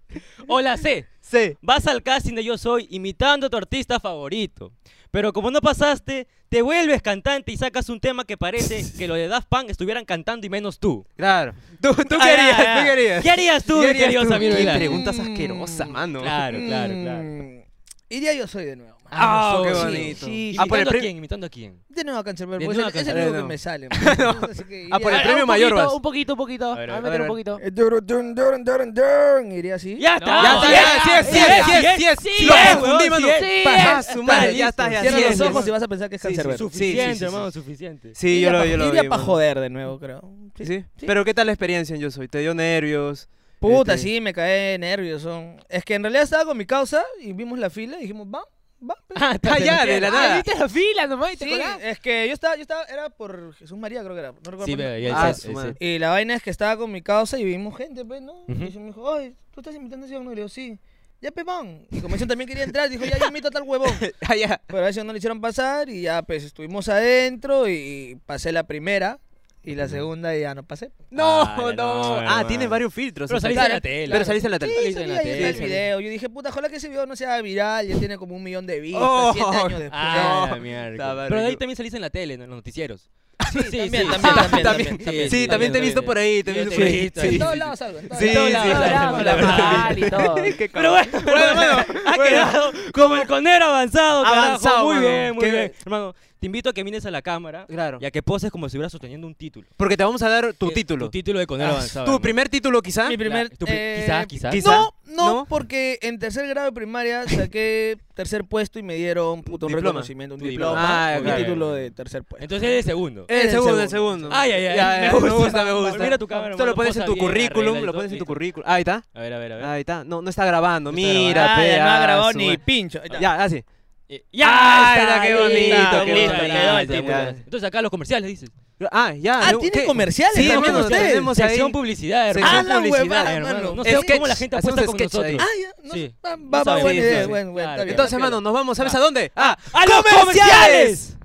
Speaker 4: o la C.
Speaker 1: Sí.
Speaker 4: Vas al casting de Yo Soy imitando a tu artista favorito. Pero como no pasaste, te vuelves cantante y sacas un tema
Speaker 1: [laughs]
Speaker 4: que parece que los de Daft Punk estuvieran cantando y menos tú.
Speaker 1: Claro. Tú, tú
Speaker 4: Ah,
Speaker 1: querías,
Speaker 4: ya, ya.
Speaker 1: tú querías.
Speaker 4: ¿Qué harías tú,
Speaker 1: ¿Qué
Speaker 4: mi
Speaker 1: harías
Speaker 4: querido
Speaker 1: tú?
Speaker 4: Samir Mm,
Speaker 1: Qué
Speaker 4: Vidal?
Speaker 1: preguntas asquerosas, mano.
Speaker 4: Claro, claro, claro.
Speaker 2: Mm, Iría yo soy de nuevo. man.
Speaker 1: Ah,
Speaker 4: no,
Speaker 1: qué
Speaker 4: sí,
Speaker 1: bonito.
Speaker 4: sí,
Speaker 1: Ah, por el
Speaker 4: ¿Imitando a
Speaker 1: prim-
Speaker 4: quién? ¿Imitando a quién?
Speaker 2: De nuevo a Cancerbero,
Speaker 4: De
Speaker 2: pues
Speaker 4: nuevo
Speaker 2: es
Speaker 4: a
Speaker 2: el- es el
Speaker 1: Cancerbero.
Speaker 2: único que me sale. man. Entonces, así que
Speaker 1: Ah, por el
Speaker 2: iría-
Speaker 6: Ah,
Speaker 1: premio
Speaker 6: un
Speaker 1: mayor
Speaker 6: poquito,
Speaker 1: vas.
Speaker 6: Un poquito, un poquito.
Speaker 4: A ver,
Speaker 6: Ah,
Speaker 4: a
Speaker 6: meter
Speaker 1: ver,
Speaker 6: un
Speaker 1: a
Speaker 6: poquito.
Speaker 2: Eh, dun, dun, dun, dun, dun, Iría así.
Speaker 4: ¡Ya está!
Speaker 1: Ah, Ya está, ya, sí es, sí es, sí es, sí es.
Speaker 4: sí
Speaker 1: Lo
Speaker 4: es,
Speaker 1: confundí,
Speaker 4: huevón,
Speaker 1: mano.
Speaker 4: sí es.
Speaker 6: Sí
Speaker 1: Paja,
Speaker 6: es.
Speaker 1: su madre, ya
Speaker 2: Está,
Speaker 1: estás, ya
Speaker 2: Cierra
Speaker 1: sí es,
Speaker 2: los ojos
Speaker 1: sí
Speaker 2: y
Speaker 1: es.
Speaker 2: vas a pensar que es
Speaker 1: Sí, sí,
Speaker 2: Cancerbero.
Speaker 1: Sí, sí, sí,
Speaker 4: Suficiente, hermano,
Speaker 1: sí.
Speaker 4: suficiente.
Speaker 1: Sí, yo
Speaker 2: Iría
Speaker 1: lo,
Speaker 2: pa-
Speaker 1: yo lo vi,
Speaker 2: Iría para
Speaker 1: mano.
Speaker 2: joder de nuevo, creo.
Speaker 1: Sí,
Speaker 2: Sí,
Speaker 1: sí.
Speaker 2: sí.
Speaker 1: Pero ¿qué tal la experiencia en Yo Soy? ¿Te dio nervios?
Speaker 2: Puta,
Speaker 1: Este-
Speaker 2: sí, me caí nervioso. Es que en realidad estaba con mi causa y vimos la fila y dijimos, va, va. pues, pe".
Speaker 4: Ah,
Speaker 1: Ah, ya, de la
Speaker 6: Ah,
Speaker 1: nada.
Speaker 6: viste la fila nomás y te
Speaker 2: Sí,
Speaker 6: colás.
Speaker 2: es que yo estaba, yo estaba, era por Jesús María, creo que era. No recuerdo.
Speaker 4: Sí,
Speaker 2: por
Speaker 4: pero
Speaker 2: qué.
Speaker 4: ya
Speaker 1: Ah,
Speaker 4: el set,
Speaker 1: su
Speaker 4: el
Speaker 1: madre.
Speaker 4: set.
Speaker 2: Y la vaina es que estaba con mi causa y vimos gente, pues, ¿no?
Speaker 4: Ujú.
Speaker 2: Y se me dijo, oye, ¿tú estás invitando a ese huevón? Y le digo, sí. Ya, pues, van. Y como ese también quería entrar, dijo, ya, yo invito a tal huevón.
Speaker 1: Ah, ya.
Speaker 2: Pero a ese no le hicieron pasar y ya, pues, estuvimos adentro y pasé la primera y la segunda y ya no pasé.
Speaker 1: No,
Speaker 4: Ah, ya
Speaker 1: no.
Speaker 4: no,
Speaker 1: Ah,
Speaker 4: hermano.
Speaker 1: tiene varios filtros.
Speaker 4: Pero
Speaker 1: o sea,
Speaker 4: saliste en
Speaker 1: claro.
Speaker 4: la tele.
Speaker 1: Pero saliste en la tele.
Speaker 2: Sí,
Speaker 4: hice en
Speaker 2: salía
Speaker 4: la
Speaker 2: ahí
Speaker 4: tele,
Speaker 2: el
Speaker 4: salí.
Speaker 2: video. Yo dije, puta, ojalá que ese video no sea viral. Ya tiene como un millón de vistas,
Speaker 1: Oh,
Speaker 2: siete años después.
Speaker 4: Ah,
Speaker 1: No.
Speaker 4: la mierda.
Speaker 1: Está
Speaker 4: Pero de ahí
Speaker 1: barrigo.
Speaker 4: también salís en la tele, ¿no? en los noticieros.
Speaker 2: Sí, también,
Speaker 4: sí, sí.
Speaker 2: también,
Speaker 4: Ah,
Speaker 2: también,
Speaker 1: también.
Speaker 2: también,
Speaker 4: Sí,
Speaker 1: Sí, también te he visto por ahí. Te he visto
Speaker 4: Sí,
Speaker 1: por ahí.
Speaker 4: sí,
Speaker 1: Sí,
Speaker 2: En
Speaker 1: sí,
Speaker 2: todos
Speaker 1: sí.
Speaker 2: lados salgo, en todos
Speaker 1: Sí,
Speaker 2: lados.
Speaker 1: sí,
Speaker 6: Todo
Speaker 1: sí,
Speaker 6: bravo,
Speaker 1: la
Speaker 6: la
Speaker 1: verdad.
Speaker 6: mal y todo.
Speaker 1: Qué cabrón.
Speaker 4: Pero bueno,
Speaker 1: Bueno, bueno,
Speaker 4: ha
Speaker 1: bueno.
Speaker 4: quedado como el conero avanzado. carajo.
Speaker 1: Avanzado,
Speaker 4: Muy
Speaker 1: mano.
Speaker 4: bien, muy
Speaker 1: Qué-
Speaker 4: bien. Hermano, te invito a que mires a la cámara
Speaker 1: Claro.
Speaker 4: y a que poses como si estuvieras sosteniendo un título.
Speaker 1: Porque te vamos a dar tu
Speaker 4: Eh,
Speaker 1: título.
Speaker 4: Tu título de conero
Speaker 1: Ah,
Speaker 4: avanzado.
Speaker 1: Tu
Speaker 4: hermano.
Speaker 1: primer título, quizá.
Speaker 2: Mi primer...
Speaker 4: tu pri-
Speaker 2: eh,
Speaker 4: quizás, quizás.
Speaker 1: quizá.
Speaker 2: No, no,
Speaker 1: ¿No?
Speaker 2: porque en tercer grado de primaria saqué tercer puesto y me dieron puto un
Speaker 1: Diploma.
Speaker 2: reconocimiento, un
Speaker 4: Tu
Speaker 2: diploma,
Speaker 1: diploma. Ah,
Speaker 2: un
Speaker 1: claro.
Speaker 2: título de tercer puesto.
Speaker 4: Entonces eres segundo.
Speaker 1: El
Speaker 2: el
Speaker 1: segundo, el
Speaker 2: segundo.
Speaker 1: segundo.
Speaker 4: Ay, ay, ay, [laughs] me
Speaker 1: me
Speaker 4: gusta.
Speaker 1: gusta, me gusta.
Speaker 4: Mira tu cámara,
Speaker 1: Esto lo
Speaker 4: hermano,
Speaker 1: pones en
Speaker 4: posa
Speaker 1: tu
Speaker 4: bien,
Speaker 1: currículum,
Speaker 4: arregla y
Speaker 1: lo
Speaker 4: todo,
Speaker 1: pones en tu
Speaker 4: listo.
Speaker 1: currículum. Ahí está,
Speaker 4: A ver, a ver, a ver.
Speaker 1: ahí está. No, no está grabando,
Speaker 4: No está grabando.
Speaker 1: mira,
Speaker 2: Ah,
Speaker 1: pe,
Speaker 2: ya no ha
Speaker 1: ah,
Speaker 2: grabado
Speaker 1: su
Speaker 2: ni
Speaker 1: madre.
Speaker 2: pincho. Ahí está.
Speaker 1: Ya, así.
Speaker 4: Eh,
Speaker 1: Ah,
Speaker 4: está
Speaker 1: mira, qué bonito, qué
Speaker 4: listo,
Speaker 1: bonito,
Speaker 4: quedó el
Speaker 1: ya,
Speaker 4: título.
Speaker 1: ya.
Speaker 4: Entonces acá los comerciales dices.
Speaker 1: Ah, ya.
Speaker 2: Ah,
Speaker 1: no,
Speaker 2: ¿tiene
Speaker 1: ¿qué?
Speaker 2: comerciales
Speaker 1: Sí,
Speaker 2: también
Speaker 1: hermano,
Speaker 2: ustedes?
Speaker 1: tenemos ahí.
Speaker 4: Sección publicidad, hermano.
Speaker 1: Sección
Speaker 2: Ah, la
Speaker 1: publicidad,
Speaker 2: huevada,
Speaker 1: hermano.
Speaker 2: mano.
Speaker 4: No
Speaker 1: Es
Speaker 4: sé
Speaker 1: sketch,
Speaker 4: cómo la gente
Speaker 1: hacemos
Speaker 4: apuesta con
Speaker 1: sketch ahí.
Speaker 4: nosotros.
Speaker 2: Ah, ya. No,
Speaker 4: Sí.
Speaker 2: va,
Speaker 4: No
Speaker 2: va, va,
Speaker 4: sabes,
Speaker 2: buena
Speaker 1: sí,
Speaker 2: idea.
Speaker 1: sí.
Speaker 2: buen- buen, está
Speaker 4: Claro.
Speaker 2: bien.
Speaker 1: Entonces, hermano, nos vamos, ¿sabes a dónde? Ah,
Speaker 4: ¡A los comerciales!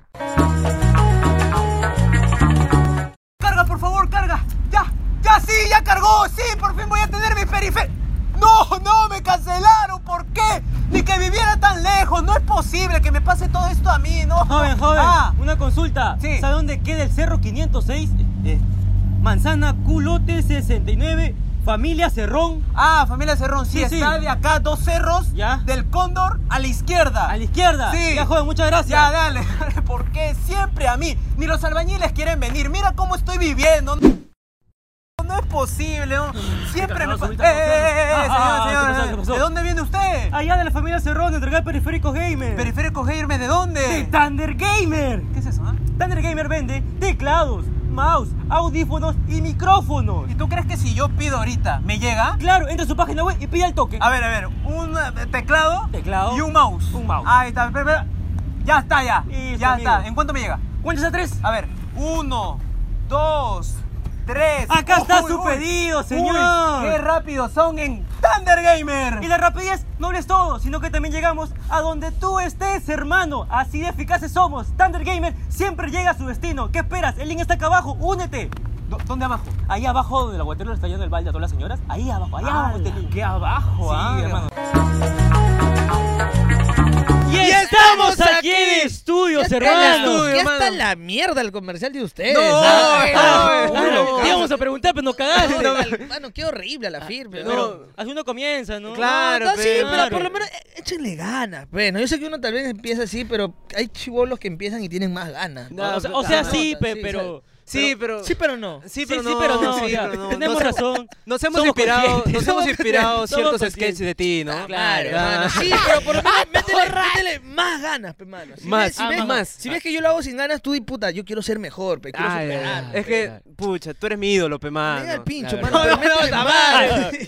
Speaker 5: Carga, por favor, carga. Ya, ya sí, ya cargó. Sí, por fin voy a tener mi periferia. No, no, me cancelaron. ¿Por qué? Ni que viviera tan lejos. No es posible que me pase todo esto a mí, ¿no?
Speaker 4: Joven, joven,
Speaker 5: Ah,
Speaker 4: una consulta.
Speaker 5: Sí.
Speaker 4: ¿Sabe dónde queda el cerro 506? Eh, manzana Culote 69, familia Cerrón.
Speaker 5: ah, familia Cerrón. Sí,
Speaker 4: Sí, sí.
Speaker 5: está de acá, dos cerros.
Speaker 4: Ya.
Speaker 5: Del cóndor a la izquierda.
Speaker 4: A la izquierda.
Speaker 5: Sí.
Speaker 4: Ya, joven, muchas gracias.
Speaker 5: Ya, dale, dale, ¿por qué siempre a mí? Ni los albañiles quieren venir. Mira cómo estoy viviendo. No es posible. ¿no? Siempre me pasa.
Speaker 4: Ahorita,
Speaker 5: ¡Eh, eh, eh,
Speaker 4: Ah, ah, ¿qué
Speaker 5: señor,
Speaker 4: pasó,
Speaker 5: señor!
Speaker 4: qué pasó?
Speaker 5: ¿De dónde viene usted?
Speaker 4: Allá de la familia Cerrón, entregar periférico gamer.
Speaker 5: Periférico Gamer, ¿de
Speaker 4: De
Speaker 5: dónde?
Speaker 4: Thunder Gamer.
Speaker 5: ¿Qué es eso? ah?
Speaker 4: Thunder Gamer vende teclados, mouse, audífonos y micrófonos.
Speaker 5: ¿Y tú crees que si yo pido ahorita me llega?
Speaker 4: Claro, entra a su página web y pilla el toque.
Speaker 5: A ver, a ver, un eh, teclado,
Speaker 4: Teclado.
Speaker 5: y un mouse.
Speaker 4: Un mouse.
Speaker 5: Ahí está, espera, espera. Ya está, ya.
Speaker 4: Listo,
Speaker 5: ya
Speaker 4: amigo.
Speaker 5: está. ¿En cuánto me llega?
Speaker 4: ¿Cuántas a tres?
Speaker 5: A ver, uno, dos, tres.
Speaker 4: Acá está su pedido,
Speaker 5: pedido. Uy, ¡Qué
Speaker 4: señor.
Speaker 5: rápidos son en Thunder Gamer!
Speaker 4: Y la rapidez no es todo, sino que también llegamos a donde tú estés, hermano. Así de eficaces somos. Thunder Gamer siempre llega a su destino. ¿Qué esperas? El link está acá abajo. Únete.
Speaker 5: ¿Dó- ¿Dónde abajo?
Speaker 4: Ahí abajo donde la guatera le está yendo el balde a todas las señoras. Ahí abajo, ahí abajo este link.
Speaker 5: ¡Qué abajo!
Speaker 4: Sí,
Speaker 5: ah,
Speaker 4: hermano. Y estamos aquí en estudios,
Speaker 2: Ya está en el
Speaker 4: hermano.
Speaker 2: estudio,
Speaker 1: Ya
Speaker 2: hermano.
Speaker 1: está
Speaker 2: la mierda el comercial de ustedes.
Speaker 1: Ay,
Speaker 4: Ah,
Speaker 1: no,
Speaker 4: claro,
Speaker 1: no,
Speaker 4: te íbamos a preguntar, pero nos [laughs] cagaste.
Speaker 1: [laughs]
Speaker 2: [laughs] Mano, Este, qué horrible la firme.
Speaker 4: Pero así uno comienza, ¿no?
Speaker 1: Claro.
Speaker 2: no, sí,
Speaker 1: pe,
Speaker 2: pero
Speaker 4: Ah, claro.
Speaker 2: por lo menos eh, échenle ganas, pe, ¿no? Yo sé que uno tal vez empieza así, pero hay chivolos que empiezan y tienen más ganas.
Speaker 1: No,
Speaker 4: o sea,
Speaker 1: pero-
Speaker 4: o sea,
Speaker 2: no,
Speaker 4: sí,
Speaker 2: no,
Speaker 4: pe-
Speaker 2: sí,
Speaker 4: pero...
Speaker 1: Sí, pero...
Speaker 2: Sí, pero no.
Speaker 1: Sí,
Speaker 4: Sí,
Speaker 1: pero no.
Speaker 4: sí, pero no,
Speaker 1: sí,
Speaker 4: ya,
Speaker 1: pero no.
Speaker 4: tenemos
Speaker 1: Nos hemos-
Speaker 4: razón.
Speaker 1: Nos hemos
Speaker 4: Somos
Speaker 1: inspirado,
Speaker 4: conscientes.
Speaker 1: nos hemos inspirado
Speaker 4: Somos
Speaker 1: ciertos
Speaker 4: conscientes.
Speaker 1: sketches de ti, ¿no?
Speaker 2: Claro,
Speaker 1: Ah.
Speaker 2: mano, sí, pero por lo menos métele, métele más ganas, pe, mano. Si
Speaker 1: Más,
Speaker 2: ves, si
Speaker 1: ah,
Speaker 2: ves,
Speaker 1: más.
Speaker 2: Si ves que yo lo hago sin ganas, tú di puta, yo quiero ser mejor, pe, quiero
Speaker 1: Ay,
Speaker 2: superar.
Speaker 1: es que, pucha, tú eres mi ídolo, pe,
Speaker 2: Me da el
Speaker 1: mano.
Speaker 2: pincho,
Speaker 4: Claro.
Speaker 2: mano, pero métele más.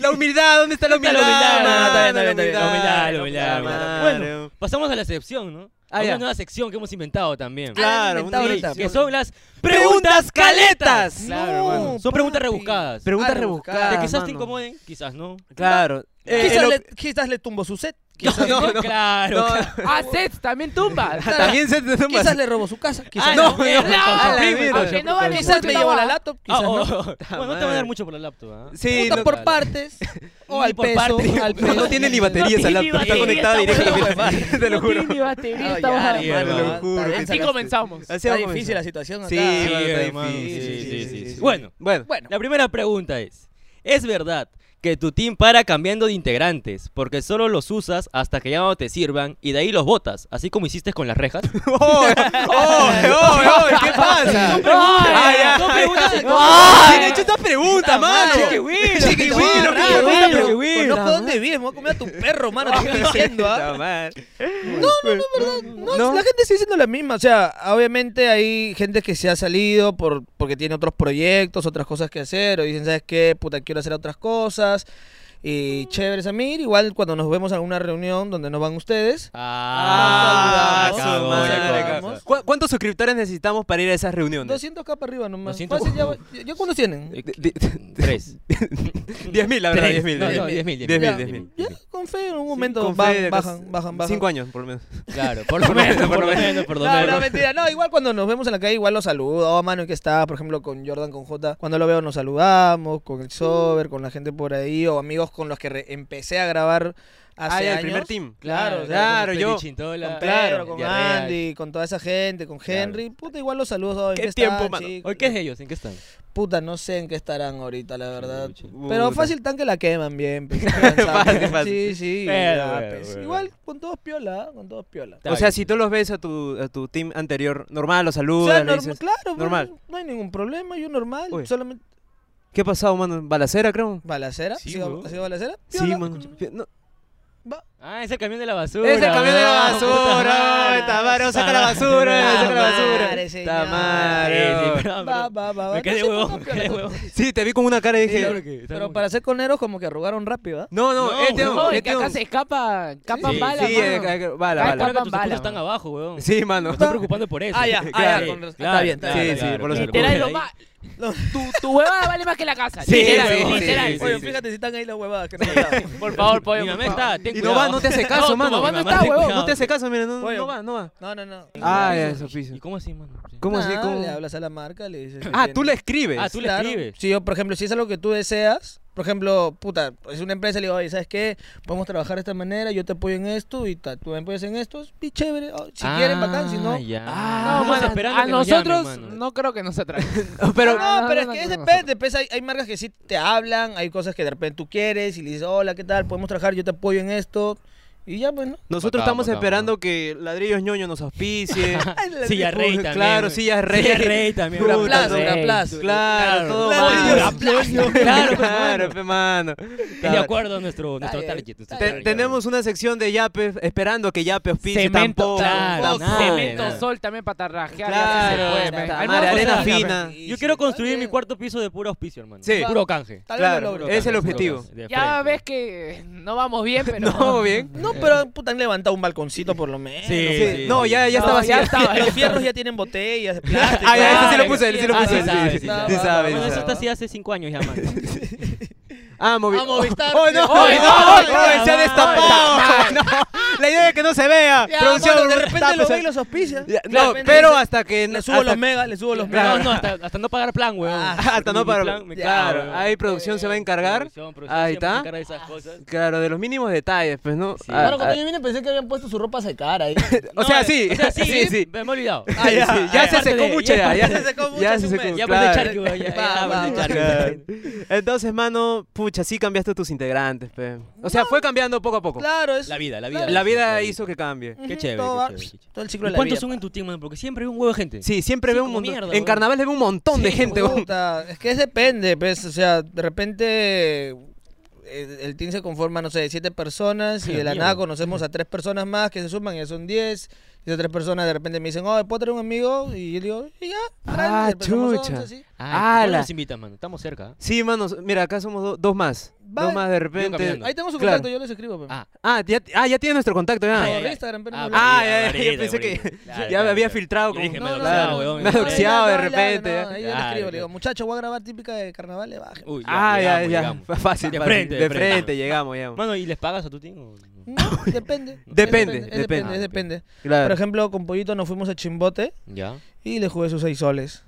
Speaker 1: [laughs]
Speaker 2: [laughs]
Speaker 1: La humildad, ¿dónde está la
Speaker 4: Está
Speaker 1: humildad?
Speaker 4: la humildad,
Speaker 1: mano?
Speaker 4: mano, está bien,
Speaker 1: La
Speaker 4: está bien, está bien, la humildad, la humildad, la humildad.
Speaker 1: madre.
Speaker 4: Bueno, pasamos a la sección, ¿no?
Speaker 1: Ah,
Speaker 4: a
Speaker 1: ya.
Speaker 4: una nueva sección que hemos inventado también.
Speaker 1: Claro,
Speaker 2: Ah, inventado
Speaker 1: un
Speaker 2: ahorita.
Speaker 1: sí,
Speaker 4: que
Speaker 1: sí.
Speaker 4: son las
Speaker 1: Preguntas
Speaker 4: preguntas
Speaker 1: caletas.
Speaker 4: caletas.
Speaker 1: Claro, hermano.
Speaker 4: Son preguntas
Speaker 2: papi.
Speaker 4: rebuscadas.
Speaker 1: Preguntas
Speaker 2: Ah, rebuscadas.
Speaker 1: rebuscadas.
Speaker 4: que quizás te
Speaker 1: mano.
Speaker 4: incomoden, quizás no.
Speaker 1: Claro. Eh,
Speaker 2: Quizás,
Speaker 1: el
Speaker 2: le,
Speaker 1: op-
Speaker 2: quizás le tumbo su set.
Speaker 1: No,
Speaker 4: [laughs]
Speaker 2: Quizás,
Speaker 1: no, no.
Speaker 4: Claro.
Speaker 1: No,
Speaker 4: claro.
Speaker 6: Ah, sets también
Speaker 4: [laughs]
Speaker 6: tumba.
Speaker 1: También se te toma.
Speaker 2: quizás le robó su casa. Quizás
Speaker 4: Ah,
Speaker 1: no,
Speaker 2: no.
Speaker 1: no,
Speaker 4: eh,
Speaker 1: no,
Speaker 4: no,
Speaker 1: a la
Speaker 4: primo,
Speaker 1: mierda.
Speaker 6: aunque no vale
Speaker 2: Quizás
Speaker 6: mucho,
Speaker 2: me
Speaker 6: no
Speaker 2: llevó
Speaker 6: va.
Speaker 2: la laptop,
Speaker 4: Ah,
Speaker 2: quizás
Speaker 4: oh,
Speaker 2: no.
Speaker 4: oh. [laughs] Bueno, no te van a
Speaker 1: madre.
Speaker 4: dar mucho por la laptop. ¿ah?
Speaker 1: Sí,
Speaker 2: Puta,
Speaker 1: no-
Speaker 2: por partes. O
Speaker 4: Ni
Speaker 2: al
Speaker 4: por
Speaker 2: peso.
Speaker 4: parte.
Speaker 2: al
Speaker 1: [laughs] no,
Speaker 2: peso.
Speaker 1: no tiene ni
Speaker 2: [laughs]
Speaker 1: batería esa
Speaker 6: ni
Speaker 1: laptop, está
Speaker 6: batería,
Speaker 1: conectada
Speaker 6: está
Speaker 1: directamente. Te lo
Speaker 6: No
Speaker 1: juro.
Speaker 6: tiene ni batería,
Speaker 2: Ah,
Speaker 6: esta
Speaker 2: ya,
Speaker 6: bajada.
Speaker 4: sí,
Speaker 2: hermano,
Speaker 1: te lo
Speaker 2: está
Speaker 1: juro,
Speaker 2: bien.
Speaker 1: que
Speaker 6: Así
Speaker 1: sacaste.
Speaker 6: comenzamos.
Speaker 1: Así
Speaker 2: Está
Speaker 1: vamos a
Speaker 2: difícil la
Speaker 1: comenzar.
Speaker 2: situación acá.
Speaker 1: Sí,
Speaker 2: ¿eh?
Speaker 1: mano, está
Speaker 4: hermano, sí,
Speaker 1: difícil.
Speaker 4: sí, sí, sí, sí.
Speaker 1: Bueno,
Speaker 4: Bueno.
Speaker 1: bueno.
Speaker 2: Bueno,
Speaker 4: La primera pregunta es, ¿es verdad que tu team para cambiando de integrantes, porque solo los usas hasta que ya no te sirvan y de ahí los botas, así como hiciste con las rejas.
Speaker 1: ¡Oh! ¡Oh! ¡Oh! ¿Qué pasa?
Speaker 4: Ay, ay,
Speaker 1: Son
Speaker 4: ay,
Speaker 1: preguntas
Speaker 4: ay.
Speaker 1: de- ¿Quién ha hecho esta pregunta, mano?
Speaker 4: Chiquihuilo,
Speaker 1: Chiquihuilo,
Speaker 4: chiquihuilo,
Speaker 1: chiquihuilo.
Speaker 4: chiquihuilo, chiquihuilo.
Speaker 2: Conozco dónde vives, me voy a comer a tu perro, mano, te estoy diciendo,
Speaker 1: [laughs]
Speaker 2: ¿ah?
Speaker 1: Puta madre.
Speaker 2: No, no, no, verdad. No, la gente sigue siendo la misma. O sea, obviamente hay gente que se ha salido por, porque tiene otros proyectos, otras cosas que hacer, o dicen, ¿sabes qué? Puta, quiero hacer otras cosas. Y chévere, Samir. Igual cuando nos vemos en alguna reunión donde no van ustedes.
Speaker 1: Ah,
Speaker 2: Ah,
Speaker 1: su
Speaker 2: cagó,
Speaker 1: madre,
Speaker 2: cagó.
Speaker 1: cagó. ¿Cu- ¿Cuántos suscriptores necesitamos para ir a esas reuniones?
Speaker 2: 200 acá para arriba nomás.
Speaker 4: 200.
Speaker 2: Fácil, ya, ya- ya cuándo tienen?
Speaker 1: [laughs]
Speaker 4: Tres.
Speaker 1: 10.000, la verdad,
Speaker 4: Tres.
Speaker 1: 10.000.
Speaker 4: No, no,
Speaker 1: 10.000,
Speaker 4: 10.000,
Speaker 1: 10.000,
Speaker 2: Ya,
Speaker 1: 10.000.
Speaker 2: ya, con fe en un momento
Speaker 1: Con
Speaker 2: ba-
Speaker 1: fe de que-
Speaker 2: bajan, bajan, bajan.
Speaker 1: Cinco años, por lo menos.
Speaker 4: Claro, por lo menos, por lo menos, por lo
Speaker 2: No, no,
Speaker 4: menos.
Speaker 2: mentira. No, igual cuando nos vemos en la calle, igual los saludo. Oh, mano, ¿en qué está? Por ejemplo, con Jordan, con J. Cuando lo veo, nos saludamos. Con el Sober, con la gente por ahí. O amigos con los que re- empecé a grabar hace
Speaker 1: Ah, ya, el
Speaker 2: años.
Speaker 1: primer team.
Speaker 2: Claro,
Speaker 1: Claro, yo-
Speaker 2: Con
Speaker 4: Chintola.
Speaker 2: Pedro, con
Speaker 4: Villarreal.
Speaker 2: Andy, con toda esa gente, con Henry. Puta, igual los saludos. Oh, ¿en
Speaker 1: ¿Qué
Speaker 2: qué
Speaker 1: tiempo,
Speaker 2: están,
Speaker 1: mano?
Speaker 2: chicos?
Speaker 4: Hoy, ¿qué es de ellos? ¿En qué están?
Speaker 2: Puta, no sé en qué estarán ahorita, la verdad.
Speaker 4: Chucha.
Speaker 2: Pero
Speaker 1: Puta.
Speaker 2: fácil tan que la queman
Speaker 1: [laughs]
Speaker 2: bien. pues, lanzamos.
Speaker 1: Fácil, fácil.
Speaker 2: Sí, sí.
Speaker 4: Pero,
Speaker 2: ya,
Speaker 4: pero,
Speaker 2: pues.
Speaker 4: pero.
Speaker 2: Igual con todos piola, ¿eh? con todos piola.
Speaker 1: O sea, si tú los ves a tu, a tu team anterior, normal, los
Speaker 2: O
Speaker 1: saludas,
Speaker 2: sea,
Speaker 1: le
Speaker 2: norma-
Speaker 1: dices...
Speaker 2: claro, pues,
Speaker 1: normal.
Speaker 2: no hay ningún problema, yo normal,
Speaker 1: Uy.
Speaker 2: solamente
Speaker 1: ¿Qué ha pasado, mano? ¿Balacera, creo?
Speaker 2: balacera,
Speaker 4: Sí,
Speaker 2: ¿sí ha-
Speaker 4: huevón.
Speaker 2: ha sido balacera?
Speaker 1: Sí,
Speaker 2: Piola.
Speaker 1: mano. [laughs] No,
Speaker 4: Ah, es el camión de la basura.
Speaker 1: Es el camión de la
Speaker 4: weón, puta
Speaker 1: basura,
Speaker 4: madre.
Speaker 1: oye, Tamaro, saca la basura, saca la basura.
Speaker 2: Tamare, señor.
Speaker 1: Tamaro.
Speaker 4: Sí, sí, perdón,
Speaker 2: Va,
Speaker 4: perdón.
Speaker 2: va, va, va.
Speaker 4: Me quedé
Speaker 2: Entonces, puta,
Speaker 4: huevón, me
Speaker 2: piola,
Speaker 4: quedé
Speaker 2: entonces.
Speaker 4: huevón.
Speaker 1: Sí, te vi con una cara y
Speaker 2: Sí,
Speaker 1: dije...
Speaker 2: Pero para ser coneros como que arrugaron rápido, ¿ah?
Speaker 1: No, no,
Speaker 4: No,
Speaker 1: este
Speaker 4: huevón,
Speaker 1: hombre,
Speaker 6: No, que
Speaker 1: este
Speaker 6: acá
Speaker 1: hombre.
Speaker 6: se escapa, escapan
Speaker 4: Sí,
Speaker 6: balas,
Speaker 1: Sí,
Speaker 6: mano.
Speaker 1: eh, eh, bala,
Speaker 6: Ay,
Speaker 4: Creo
Speaker 1: bala.
Speaker 4: que tus
Speaker 6: Bala.
Speaker 4: ojos están abajo, weón.
Speaker 1: Sí, mano.
Speaker 4: Me estoy preocupando por eso.
Speaker 2: Ah, ya, ah, ya, con razón. Está bien, está
Speaker 1: Sí,
Speaker 2: bien.
Speaker 1: sí, por los
Speaker 6: Literal, lo
Speaker 4: ahí.
Speaker 6: más- Tu, tu huevada vale más que la casa.
Speaker 1: Sí,
Speaker 6: literal,
Speaker 1: sí, sí,
Speaker 6: literal.
Speaker 1: sí,
Speaker 2: Oye,
Speaker 1: sí.
Speaker 2: fíjate si están ahí las huevadas que no me
Speaker 6: Por favor, pollo.
Speaker 4: Mi
Speaker 6: por
Speaker 4: mamá
Speaker 6: favor.
Speaker 4: está, ten
Speaker 1: Y no
Speaker 4: cuidado.
Speaker 1: va, [laughs] no te hace
Speaker 6: No,
Speaker 1: caso,
Speaker 6: tu
Speaker 1: mano.
Speaker 6: mamá no
Speaker 1: Ten
Speaker 6: está,
Speaker 1: cuidado.
Speaker 6: huevón.
Speaker 1: No te hace caso, mira, no,
Speaker 2: Oye,
Speaker 1: no va, no va.
Speaker 2: No, no, no.
Speaker 1: Ah, ya, eso piso.
Speaker 4: ¿Y cómo así, mano? Sí.
Speaker 1: ¿Cómo así?
Speaker 2: Nada,
Speaker 1: ¿Cómo?
Speaker 2: Ah, le hablas a la marca, le dices...
Speaker 1: Ah,
Speaker 2: ¿entiendes?
Speaker 1: tú le escribes.
Speaker 4: Ah, tú le escribes.
Speaker 2: Si yo, por ejemplo, si es algo que tú deseas, por ejemplo, puta, es una empresa, le digo, oye, ¿sabes qué? Podemos trabajar de esta manera, yo te apoyo en esto y ta- tú me apoyas en esto, y chévere. oh, si quieren, bacán, si no.
Speaker 4: Ah, Ya.
Speaker 6: No,
Speaker 4: Ah,
Speaker 6: mano,
Speaker 4: esperando
Speaker 6: a
Speaker 4: que nos llamen,
Speaker 6: nosotros
Speaker 4: mano.
Speaker 6: no creo que
Speaker 1: [laughs]
Speaker 6: nos atraigan.
Speaker 2: Pero,
Speaker 6: Pero-
Speaker 2: no,
Speaker 6: no,
Speaker 2: pero es
Speaker 6: no,
Speaker 2: que
Speaker 6: no,
Speaker 2: es
Speaker 6: no, no.
Speaker 2: depende. pues, hay, hay marcas que sí te hablan, hay cosas que de repente tú quieres y le dices, hola, ¿qué tal? Podemos trabajar, yo te apoyo en esto. Y ya, bueno.
Speaker 1: Nosotros
Speaker 4: Bacán,
Speaker 1: estamos
Speaker 4: bacán,
Speaker 1: esperando que Ladrillos Ñoño nos auspicie.
Speaker 4: Silla Rey
Speaker 1: Claro,
Speaker 4: también.
Speaker 1: Silla Rey.
Speaker 4: Rey también.
Speaker 1: Dura
Speaker 4: weón.
Speaker 1: plaza,
Speaker 4: Rey.
Speaker 2: dura plaza.
Speaker 1: Claro, todo
Speaker 4: pues.
Speaker 2: Ladrillos
Speaker 1: mano.
Speaker 4: Ñoño.
Speaker 1: Claro,
Speaker 4: Claro,
Speaker 1: claro, pe, mano.
Speaker 4: Es de acuerdo a nuestro, nuestro
Speaker 2: bien,
Speaker 4: target. nuestro
Speaker 1: Te-
Speaker 4: target.
Speaker 1: tenemos una sección de Yape esperando que Yape auspicie
Speaker 6: Cemento,
Speaker 1: tampoco.
Speaker 4: claro,
Speaker 1: tampoco.
Speaker 4: nada,
Speaker 6: Cemento
Speaker 4: nada.
Speaker 6: sol también para tarrajear.
Speaker 1: Claro,
Speaker 6: ya se
Speaker 1: puta
Speaker 6: puede, man.
Speaker 1: madre,
Speaker 6: Al menos
Speaker 1: arena
Speaker 6: cocina,
Speaker 1: fina.
Speaker 6: man.
Speaker 2: Y
Speaker 4: Yo
Speaker 2: sí,
Speaker 4: quiero
Speaker 2: está
Speaker 4: construir mi
Speaker 2: bien.
Speaker 4: cuarto piso de puro auspicio, hermano.
Speaker 1: Sí.
Speaker 4: Puro canje.
Speaker 2: Tal vez
Speaker 1: Claro,
Speaker 2: lo
Speaker 4: Puro
Speaker 2: logro.
Speaker 1: es el
Speaker 4: canje,
Speaker 1: objetivo.
Speaker 4: puro canje, de
Speaker 6: Ya
Speaker 4: frente.
Speaker 6: ves que no vamos bien,
Speaker 1: [laughs]
Speaker 6: pero...
Speaker 1: No, bien.
Speaker 2: No, pero puta, han levantado un balconcito por lo menos.
Speaker 4: Sí,
Speaker 2: pues.
Speaker 1: Sí, No, ya, ya
Speaker 6: No,
Speaker 1: está vacía.
Speaker 6: ya estaba,
Speaker 1: [laughs]
Speaker 6: ya
Speaker 2: Los fierros ya tienen botellas de plástico.
Speaker 1: Ah, ya, ese sí
Speaker 6: Claro,
Speaker 1: lo puse, él sí lo
Speaker 6: sí,
Speaker 1: puse.
Speaker 6: sí sabe,
Speaker 1: sí,
Speaker 6: sí
Speaker 1: sí
Speaker 2: sabe.
Speaker 1: sabe,
Speaker 4: Bueno,
Speaker 1: sí
Speaker 4: eso
Speaker 1: sabe.
Speaker 4: está así hace cinco años
Speaker 1: [laughs]
Speaker 4: ya, mano.
Speaker 1: Ah, movi...
Speaker 2: Ah, Movistar.
Speaker 1: ¡Oh, no!
Speaker 2: ¡Oh,
Speaker 1: ¡Oh, no!
Speaker 2: no!
Speaker 1: ¡Oh, ¡Se ha destapado! [laughs] ¡No! La idea es que no se vea.
Speaker 2: Ya,
Speaker 1: Producción,
Speaker 2: mano, de
Speaker 1: tapa
Speaker 2: repente lo
Speaker 1: esa-
Speaker 2: ve y los auspicia.
Speaker 1: Ya,
Speaker 2: De
Speaker 1: No,
Speaker 2: repente
Speaker 1: pero
Speaker 2: dice,
Speaker 1: hasta que...
Speaker 2: Le subo
Speaker 1: hasta-
Speaker 2: los megas, le subo los
Speaker 4: No,
Speaker 2: megas.
Speaker 1: [laughs]
Speaker 4: no, hasta, hasta no pagar plan, weón.
Speaker 1: Ah, [laughs] hasta no
Speaker 4: Mi
Speaker 1: para...
Speaker 4: plan, me cago,
Speaker 1: Claro,
Speaker 4: weón.
Speaker 1: ahí producción se va a encargar.
Speaker 4: Producción, producción
Speaker 1: Ahí
Speaker 4: siempre se
Speaker 1: está.
Speaker 4: encarga de esas cosas.
Speaker 1: Claro, de los mínimos detalles, pues, ¿no?
Speaker 4: Sí.
Speaker 1: Ah,
Speaker 4: Claro,
Speaker 1: ah,
Speaker 2: yo vine pensé que habían puesto su ropa secar ahí.
Speaker 1: O
Speaker 4: No,
Speaker 1: sea,
Speaker 4: eh,
Speaker 1: sí. [laughs]
Speaker 4: O sea, sí,
Speaker 1: Sí, sí.
Speaker 4: Me he olvidado.
Speaker 1: Ah, ya, sí, ya
Speaker 4: Ah,
Speaker 1: se
Speaker 4: parte
Speaker 1: secó
Speaker 4: de-
Speaker 1: mucho [laughs] ya,
Speaker 2: [laughs]
Speaker 1: ya
Speaker 2: se secó mucho
Speaker 1: ya
Speaker 2: hace
Speaker 1: se
Speaker 2: un
Speaker 1: secó,
Speaker 2: mes.
Speaker 4: Ya
Speaker 1: claro.
Speaker 4: parte charqui, weón. Ya,
Speaker 2: Va,
Speaker 4: ya,
Speaker 2: va,
Speaker 4: parte
Speaker 2: va.
Speaker 4: charqui.
Speaker 1: Claro. Entonces, mano, pucha, sí cambiaste tus integrantes, pe. O sea, fue cambiando poco a poco.
Speaker 2: Claro, es
Speaker 4: La vida, la vida.
Speaker 1: La vida hizo que cambie.
Speaker 4: Qué chévere,
Speaker 2: todo,
Speaker 4: qué
Speaker 2: va-
Speaker 4: chévere, qué chévere.
Speaker 2: todo el ciclo de
Speaker 4: ¿Y
Speaker 2: la
Speaker 4: cuántos
Speaker 2: vida.
Speaker 4: son en tu team, man? Porque siempre hay un huevo de gente.
Speaker 1: Sí, siempre
Speaker 4: Sí,
Speaker 1: veo un
Speaker 4: como
Speaker 1: montón.
Speaker 4: mierda,
Speaker 1: en
Speaker 4: weón.
Speaker 1: carnaval le veo un montón de
Speaker 4: Sí,
Speaker 1: gente, weón.
Speaker 2: Puta, es que es depende, pues, o sea, de repente eh, el team se conforma, no sé, de siete personas y
Speaker 4: Sí,
Speaker 2: de la
Speaker 4: mierda.
Speaker 2: nada conocemos a tres personas más que se suman y ya son diez. Y esas tres personas de repente me dicen, oh, ¿puedo traer un amigo? Y yo digo, y ya,
Speaker 1: Ah,
Speaker 2: traen, pues, somos
Speaker 1: chucha.
Speaker 2: once, sí.
Speaker 1: Ah,
Speaker 4: Ah,
Speaker 1: la-
Speaker 4: nos invitan, mano? Estamos cerca. ¿ah?
Speaker 1: Sí, manos, mira, acá somos do- dos más.
Speaker 2: Va-
Speaker 1: Dos más de repente.
Speaker 4: caminando.
Speaker 2: Ahí tengo su
Speaker 1: Claro.
Speaker 2: contacto, yo les escribo. pues.
Speaker 4: Ah,
Speaker 1: Ah, ya, ah, ya tiene nuestro contacto, ya.
Speaker 2: Por
Speaker 4: ya, ya.
Speaker 2: Instagram, pero
Speaker 4: Ah,
Speaker 2: no lo-
Speaker 1: Ah, ya,
Speaker 4: Ahorita,
Speaker 1: ya,
Speaker 4: ahorita,
Speaker 1: yo pensé que
Speaker 4: ahorita. Claro,
Speaker 1: ya
Speaker 4: claro,
Speaker 1: me había
Speaker 4: claro.
Speaker 1: filtrado.
Speaker 4: Yo
Speaker 1: como-
Speaker 4: dije,
Speaker 2: No,
Speaker 4: me
Speaker 2: no,
Speaker 4: doxeaba,
Speaker 2: no,
Speaker 4: weón,
Speaker 1: me
Speaker 4: me doxeaba.
Speaker 1: doxeaba de
Speaker 2: no, no, no,
Speaker 1: repente,
Speaker 2: no, ahí yo le
Speaker 4: Claro,
Speaker 2: escribo, le digo,
Speaker 4: claro.
Speaker 2: muchacho, voy a grabar típica de carnaval,
Speaker 1: [laughs]
Speaker 2: le baje.
Speaker 4: Uy, ya,
Speaker 1: Ah, ya,
Speaker 4: llegamos,
Speaker 1: ya.
Speaker 4: llegamos.
Speaker 1: Fue [laughs] Fácil,
Speaker 4: De
Speaker 1: fácil.
Speaker 4: frente,
Speaker 1: De
Speaker 4: de
Speaker 1: frente,
Speaker 4: frente.
Speaker 1: llegamos, llegamos.
Speaker 4: Mano, ¿y les pagas a tu team? o no?
Speaker 2: No, depende.
Speaker 1: [laughs] Depende,
Speaker 2: Es
Speaker 1: depende.
Speaker 2: es depende.
Speaker 1: Claro.
Speaker 2: Por ejemplo, con Pollito nos fuimos a Chimbote
Speaker 4: Ya.
Speaker 2: y le jugué sus seis soles.